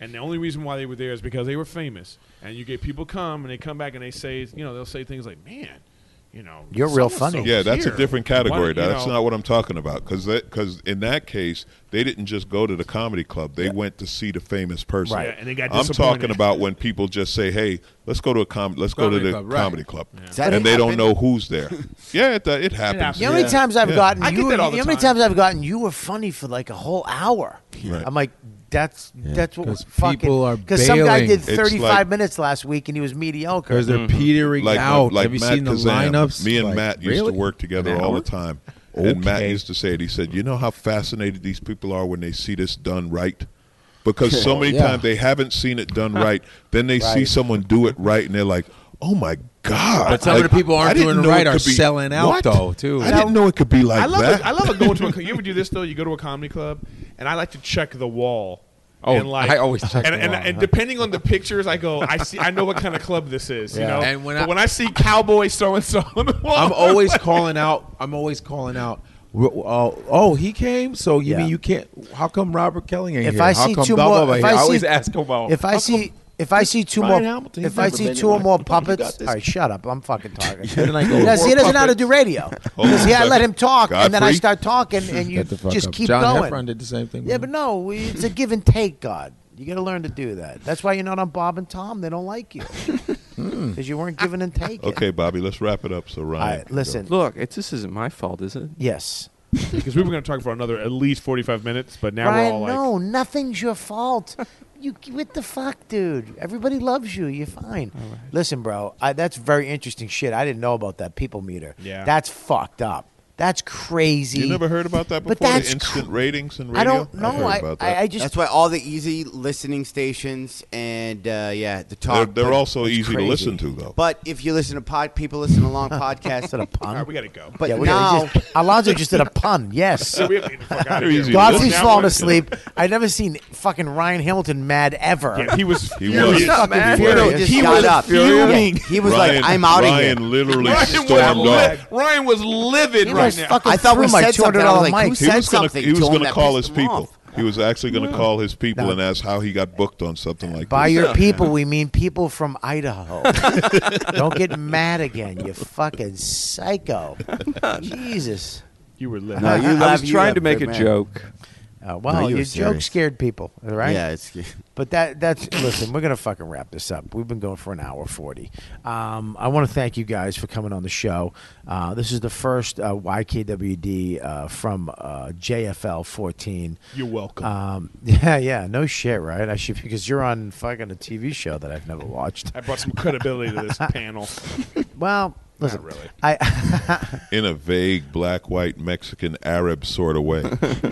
S5: And the only reason why they were there is because they were famous. And you get people come and they come back and they say, you know, they'll say things like, "Man, you know,
S11: You're real
S5: so-and-so
S11: funny.
S5: was
S7: Yeah, that's
S5: here.
S7: a different category.
S5: Why don't- you
S7: that's
S5: know,
S7: not what I'm talking about. Because because in that case, they didn't just go to the comedy club; they went to see the famous person.
S5: Right. Yeah, and they got
S7: I'm
S5: disappointed.
S7: talking about when people just say, "Hey, let's go to a com- let's go
S5: Comedy
S7: to the
S5: club, right.
S7: comedy club,"
S5: Does
S11: that
S7: and they don't
S11: happen?
S7: know who's there. yeah, it, it happens.
S11: You know how many times I've
S7: Yeah.
S11: gotten you, you know how many times I've gotten you were funny for like a whole hour.
S7: Right.
S11: I'm like, that's that's what
S9: 'Cause
S11: was fucking
S9: people are
S11: because some guy
S9: bailing.
S11: did
S9: It's
S11: 35
S9: like-
S11: minutes last week and he was mediocre.
S9: Because they're petering
S7: like,
S9: out.
S7: Like
S9: Have you
S7: Matt
S9: seen the
S7: Kazan.
S9: lineups?
S7: Me and
S9: Like,
S7: Matt used
S9: really?
S7: to work together
S9: An
S7: all
S9: hour?
S7: the time. And Matt used to say it. He said, "You know how fascinated these people are when they see this done right." Because so
S9: Oh,
S7: many
S9: yeah.
S7: times they haven't seen it done right, then they see
S9: Right.
S7: someone do it right, and they're like, "Oh my god!"
S9: But some of
S7: Like,
S9: the people
S7: I
S9: aren't
S7: didn't
S9: doing it
S7: know
S9: right are
S7: could be-
S9: selling out,
S7: What?
S9: though, too.
S7: I didn't know it could be like
S5: I love
S7: that.
S5: It, I love it going to a. You ever do this though? You go to a comedy club, and I like to check the wall.
S9: Oh,
S5: and like,
S9: I always check
S5: and,
S9: the
S5: and,
S9: wall,
S5: and
S9: huh?
S5: depending on the pictures, I go. I see. I know what kind of club this is.
S9: Yeah.
S5: You know.
S9: And when
S5: But
S9: I-
S5: when I see cowboy so and so on the wall,
S9: I'm always
S5: like,
S9: calling out. I'm always calling out. "Ro- Uh, oh, he came. So you
S11: Yeah.
S9: mean you can't? How come Robert Kelly ain't
S11: If
S9: here?
S11: I
S9: how
S11: see
S9: come
S11: two
S9: blah,
S11: more,
S9: blah, blah
S11: if
S9: here?"
S11: I
S9: I
S11: see-
S9: always ask
S3: Oh,
S9: about.
S11: If I see, if I see two
S9: Ryan
S11: more,
S9: Hamilton, he's
S11: if I
S9: never
S11: see
S9: been
S11: two or
S9: in
S11: more
S9: life. Come on, you
S11: puppets,
S9: got this.
S11: all right, shut up. I'm fucking talking.
S9: Yeah, then I go,
S11: Now, see, he
S9: more
S11: doesn't know how to do
S9: puppets.
S11: radio
S9: Hold
S11: because
S9: on
S11: he
S9: a
S11: I let
S9: second.
S11: him talk, and then I
S9: Godfrey?
S11: start talking, and you
S9: Shut the fuck
S11: just
S9: up.
S11: keep
S9: John
S11: going.
S9: Heffron did the same thing.
S11: Yeah, but no, we- it's a give and take. God, you got to learn to do that. That's why you're not on Bob and Tom. They don't like you
S3: Hmm.
S11: because you weren't giving and taking.
S7: Okay, Bobby, let's wrap it up. So Ryan,
S11: right, listen.
S29: Look, it's, this isn't my fault, is it?
S11: Yes.
S5: because we were going to talk for another at least 45 minutes, but now
S11: Ryan,
S5: we're all like,
S11: no, nothing's your fault. you what the fuck, dude? Everybody loves you. You're fine. Listen, bro, I, that's very interesting shit. I didn't know about that people meter.
S7: Yeah.
S11: that's fucked up. That's crazy.
S7: You never heard about that
S11: But
S7: before? The
S11: that's
S7: instant
S11: cr-
S7: ratings and
S11: I
S7: radio?
S11: don't
S7: I've
S11: know.
S7: heard
S11: I,
S7: about
S11: I,
S7: that.
S11: I just
S3: That's why all the easy listening stations and uh, yeah, the
S7: They're-
S3: talk.
S7: they're
S3: but-
S7: also
S3: it's
S7: easy to
S3: crazy.
S7: listen to, though.
S3: But if you listen to pod, people listen to long podcasts.
S11: Is that a pun?
S5: All right, we gotta go.
S3: But
S11: yeah, we
S3: now,
S11: gotta- just- Alonzo just did a pun. Yes,
S5: Yeah, we have to get the fuck outta here. Easy.
S11: Godfrey's
S5: That
S11: fallen
S5: one-
S11: asleep. I never seen fucking Ryan Hamilton mad ever.
S5: Yeah, he was
S7: He was.
S11: He's fucking
S7: He
S11: furious.
S7: was furious.
S3: He was like, "I'm outta
S7: Ryan
S3: here."
S7: Ryan literally
S5: Ryan
S7: stormed
S5: was
S7: off.
S5: li- Ryan was livid
S7: He
S5: right
S7: was
S5: now.
S7: fucking
S3: I thought we
S11: my
S3: said something. I was
S11: $200
S3: like,
S11: mic.
S3: who
S7: He
S3: said
S7: was gonna,
S3: something?
S7: he was
S3: to him
S7: gonna
S3: that
S7: call
S3: pissed
S7: his
S3: him
S7: people.
S3: off?
S7: He was actually going to call his people and ask how he got booked on something like
S11: By
S7: this.
S11: your people, we mean people from Idaho. Don't get mad again, you fucking psycho. Jesus.
S5: You were lit.
S3: No, you
S29: I
S3: laugh,
S29: was
S3: you
S29: trying
S3: laugh,
S29: to make a
S3: big man.
S29: joke.
S11: Uh, well,
S3: No, you were
S11: your joke
S3: serious.
S11: scared people, all right?
S3: Yeah, it's-
S11: But that that's listen, we're gonna fucking wrap this up. We've been going for an hour forty. Um, I want to thank you guys for coming on the show. Uh, this is the first uh, YKWd uh, from uh, JFL fourteen.
S5: You're welcome.
S11: Um, yeah, yeah, no shit, right? I should because you're on fucking a TV show that I've never watched.
S5: I brought some credibility to this panel.
S11: Well, listen,
S5: Not really.
S11: I
S7: In a vague black, white, Mexican, Arab sort of way.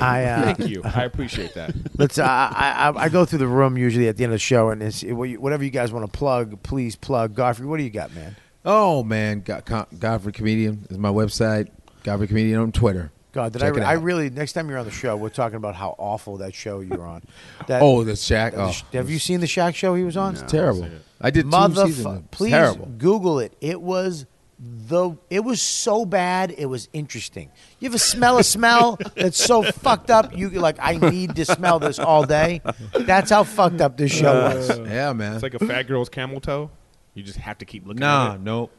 S11: I uh,
S5: Thank you. I appreciate that.
S11: Let's. Uh, I, I I go through the room usually at the end of the show, and it's whatever you guys want to plug. Please plug. Godfrey, what do you got, man?
S9: Oh man, God, Con- Godfrey Comedian is my website. Godfrey Comedian on Twitter.
S11: God, did
S9: Check
S11: I?
S9: it
S11: I
S9: out.
S11: really. Next time you're on the show, we're talking about how awful that show you're on. That,
S9: Oh, the Shaq-
S11: that was-
S9: oh.
S11: have you seen the Shaq show he was on?
S9: It's terrible. I did two seasons of it.
S11: Motherfucker!
S9: It's
S11: Please
S9: terrible.
S11: Google it. It was the. It was so bad. It was interesting. You ever smell a smell that's so fucked up? You like, I need to smell this all day. That's how fucked up this show
S9: Uh.
S11: was.
S9: yeah, man.
S5: It's like a fat girl's camel toe. You just have to keep looking
S9: Nah,
S5: at it.
S9: nope.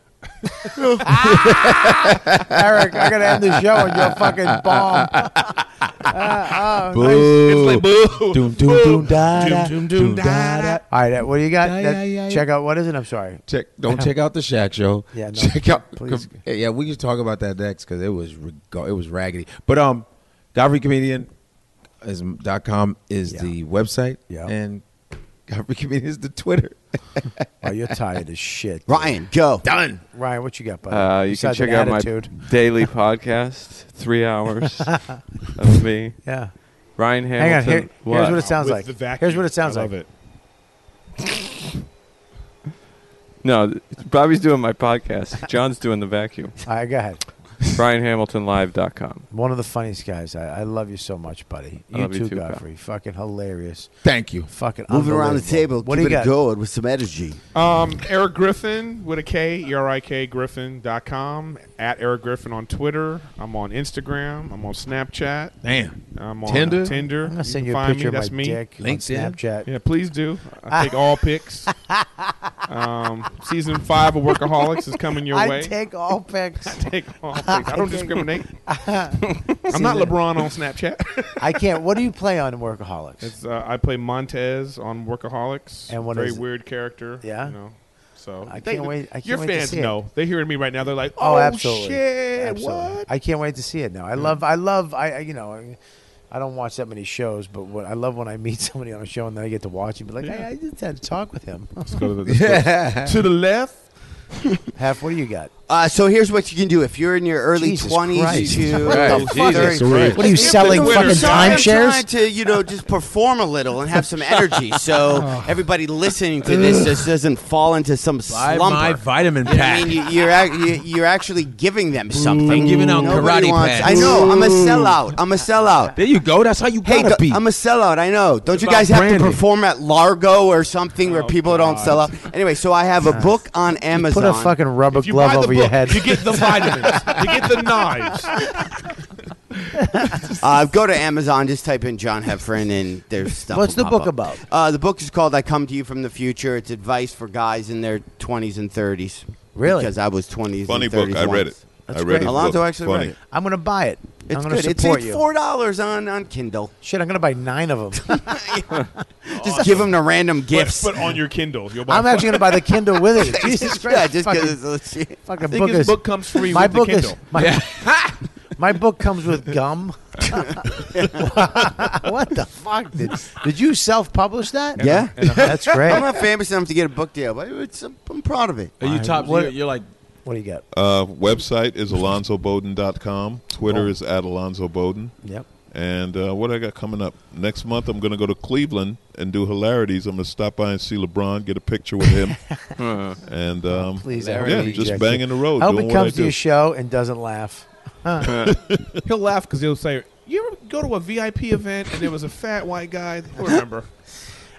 S11: Eric, I gotta end the show on your fucking bomb. Uh, oh, nice.
S9: Boo. Doom, doom, doom, da, da,
S11: Doom, doom, doom, da, da. All right, uh, what do you got?
S9: Da,
S11: That-
S9: yeah, yeah,
S11: check out what is it? I'm sorry.
S9: Check. Don't check out the Shaq show.
S11: Yeah, no,
S9: check out.
S11: please.
S9: com- yeah, we can talk about that next because it was reg- it was raggedy. But um, Godfrey Comedian is dot com is the website. Yeah, and Godfrey Comedian is the Twitter.
S11: oh, you're tired as shit,
S3: Ryan. Go
S9: done.
S11: Ryan, what you got, buddy?
S29: Uh, you can
S11: Besides
S29: check
S11: an
S29: out
S11: attitude.
S29: my daily podcast, three hours of me.
S11: Yeah.
S29: Ryan Hamilton.
S11: Hang on. Here, here's what it sounds
S5: With
S11: like.
S5: the vacuum.
S11: Here's what it sounds
S5: I
S11: like.
S5: love it.
S29: No, th- Bobby's doing my podcast. John's doing the vacuum.
S11: All right, go ahead.
S30: BrianHamiltonLive.com.
S11: One of the funniest guys. I, I love you so much, buddy.
S30: I
S11: You
S30: love you
S11: too,
S30: too, pal.
S11: Godfrey. Fucking hilarious.
S31: Thank you.
S11: Fucking
S3: Moving around the
S11: unbelievable.
S3: table.
S11: What
S3: keep
S11: do you
S3: it
S11: got?
S3: going with some energy.
S5: Um, Eric Griffin with a K, E R I K Griffin dot com. At Eric Griffin on Twitter. I'm on Instagram. I'm on Snapchat.
S31: Damn.
S5: I'm on
S31: Tinder? I'm
S5: Tinder. Tinder.
S31: gonna
S5: can
S31: send you a
S5: find
S31: picture
S5: me.
S31: of
S5: That's
S31: my
S5: me.
S31: dick on LinkedIn. Snapchat.
S5: Yeah, please do. I take all pics. Um, season five of Workaholics is coming your
S11: I
S5: way.
S11: take all pics. I
S5: take all pics. I don't discriminate. I'm not LeBron on Snapchat.
S11: I can't. What do you play on Workaholics?
S5: It's, uh, I play Montez on Workaholics.
S11: And what
S5: very
S11: is it?
S5: weird character.
S11: Yeah?
S5: You know, so
S11: I
S5: They-
S11: can't wait- I
S5: your
S11: can't wait to
S5: fans
S11: see it.
S5: know. They're hearing me right now. They're like, "Oh,
S11: absolutely.
S5: shit! What?"
S11: Absolutely. I can't wait to see it now. I love, I love, I, I you know, I, I don't watch that many shows, but what I love when I meet somebody on a show and then I get to watch him, be like,
S5: Yeah.
S11: hey, I just had to talk with him. Let's
S5: go to
S3: the- let's go- to the
S5: left.
S11: Half, what do you got?
S3: Uh, so here's what you can do if you're in your early
S11: Jesus
S3: twenties
S11: Christ.
S3: to
S11: What the
S3: Jesus
S11: fuck?
S3: Christ.
S11: What are you, selling
S3: If you're
S11: fucking
S3: trying-
S11: timeshares?
S3: trying to you know just perform a little and have some energy, so everybody listening to this just doesn't fall into some
S9: Buy
S3: slumber.
S9: my
S3: You
S9: vitamin
S3: know what
S9: pack.
S3: I mean, you, are you're actually giving them something.
S9: I'm giving out
S3: Nobody
S9: karate
S3: wants-
S9: pads.
S3: I know. I'm a
S9: Ooh.
S3: sellout. I'm a sellout.
S9: There you go. That's how you
S3: hey,
S9: gotta
S3: go-
S9: be.
S3: I'm a sellout. I know. Don't you
S9: about
S3: guys have to
S9: branding.
S3: perform at Largo or something
S11: Oh,
S3: where people don't sell out? Anyway, so I have a book on Amazon.
S11: Put a fucking rubber glove
S3: buy the
S11: over your
S3: book,
S11: head.
S3: you get the vitamins.
S5: You get the knives.
S3: uh, go to Amazon, just type in John Heffron, and there's stuff.
S11: What's
S3: will
S11: the
S3: pop
S11: book
S3: up.
S11: about?
S3: Uh, the book is called "I Come to You from the Future." It's advice for guys in their 20s and 30s.
S11: Really?
S3: Because I was 20s.
S7: Funny
S3: and
S7: book.
S3: 30s
S7: I read
S3: once.
S7: it. That's I read great. his
S3: Alonzo
S7: book.
S3: actually
S7: Funny.
S3: read it.
S11: I'm gonna buy it.
S3: It's
S11: I'm gonna
S3: good. It's,
S11: support
S3: it's
S11: you.
S3: four dollars on on Kindle.
S11: Shit, I'm gonna buy nine of them.
S3: Just give them the random gifts.
S5: But on your Kindle, you'll buy
S11: I'm actually gonna buy the Kindle with it. Jesus Christ!
S3: Yeah, just 'cause
S11: fucking,
S3: it's legit.
S11: fucking
S3: I think
S11: book
S3: his
S11: is,
S3: book comes free
S11: My
S3: with the
S11: book is
S3: Kindle.
S11: my,
S3: Yeah.
S11: my book comes with gum. what the fuck did did you self publish that?
S3: yeah,
S11: that's great.
S3: I'm not famous enough to get a book deal, but it's, I'm proud of it.
S9: Are you top?
S3: What-
S9: You're, you're like
S11: What do you got?
S7: Uh, website is alonzoboden.com.
S3: Oh.
S7: Twitter is at alonzoboden.
S11: Yep.
S7: And uh, what I got coming up next month, I'm going to go to Cleveland and do hilarities. I'm going to stop by and see LeBron, get a picture with him, and um,
S11: Please, I
S7: yeah,
S11: already
S7: just
S11: reject
S7: banging
S11: you.
S7: the road.
S11: I hope
S7: doing
S11: he
S7: what I
S11: comes to
S7: do.
S11: your show and doesn't laugh.
S5: He'll laugh because he'll say, "You ever go to a VIP event and there was a fat white guy?" I remember.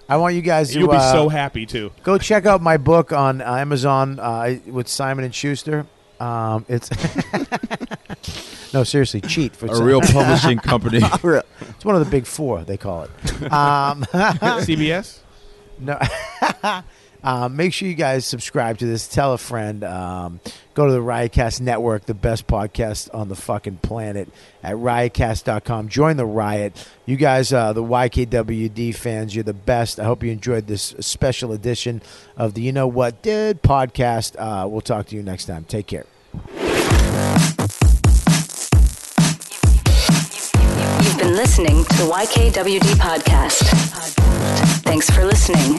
S11: I want you guys.
S5: You'll
S11: to,
S5: be
S11: uh,
S5: so happy too.
S11: Go check out my book on Amazon uh, with Simon and Schuster. Um, it's no, seriously, cheat for
S9: A real publishing company.
S11: it's one of the big four. They call it um,
S5: CBS.
S11: No. Uh, make sure you guys subscribe to this. Tell a friend. Um, go to the Riotcast Network, the best podcast on the fucking planet, at riotcast.com. Join the riot. You guys, uh, the YKWD fans, you're the best. I hope you enjoyed this special edition of the You Know What Did podcast. Uh, we'll talk to you next time. Take care.
S6: You've been listening to the YKWD podcast. Thanks for listening.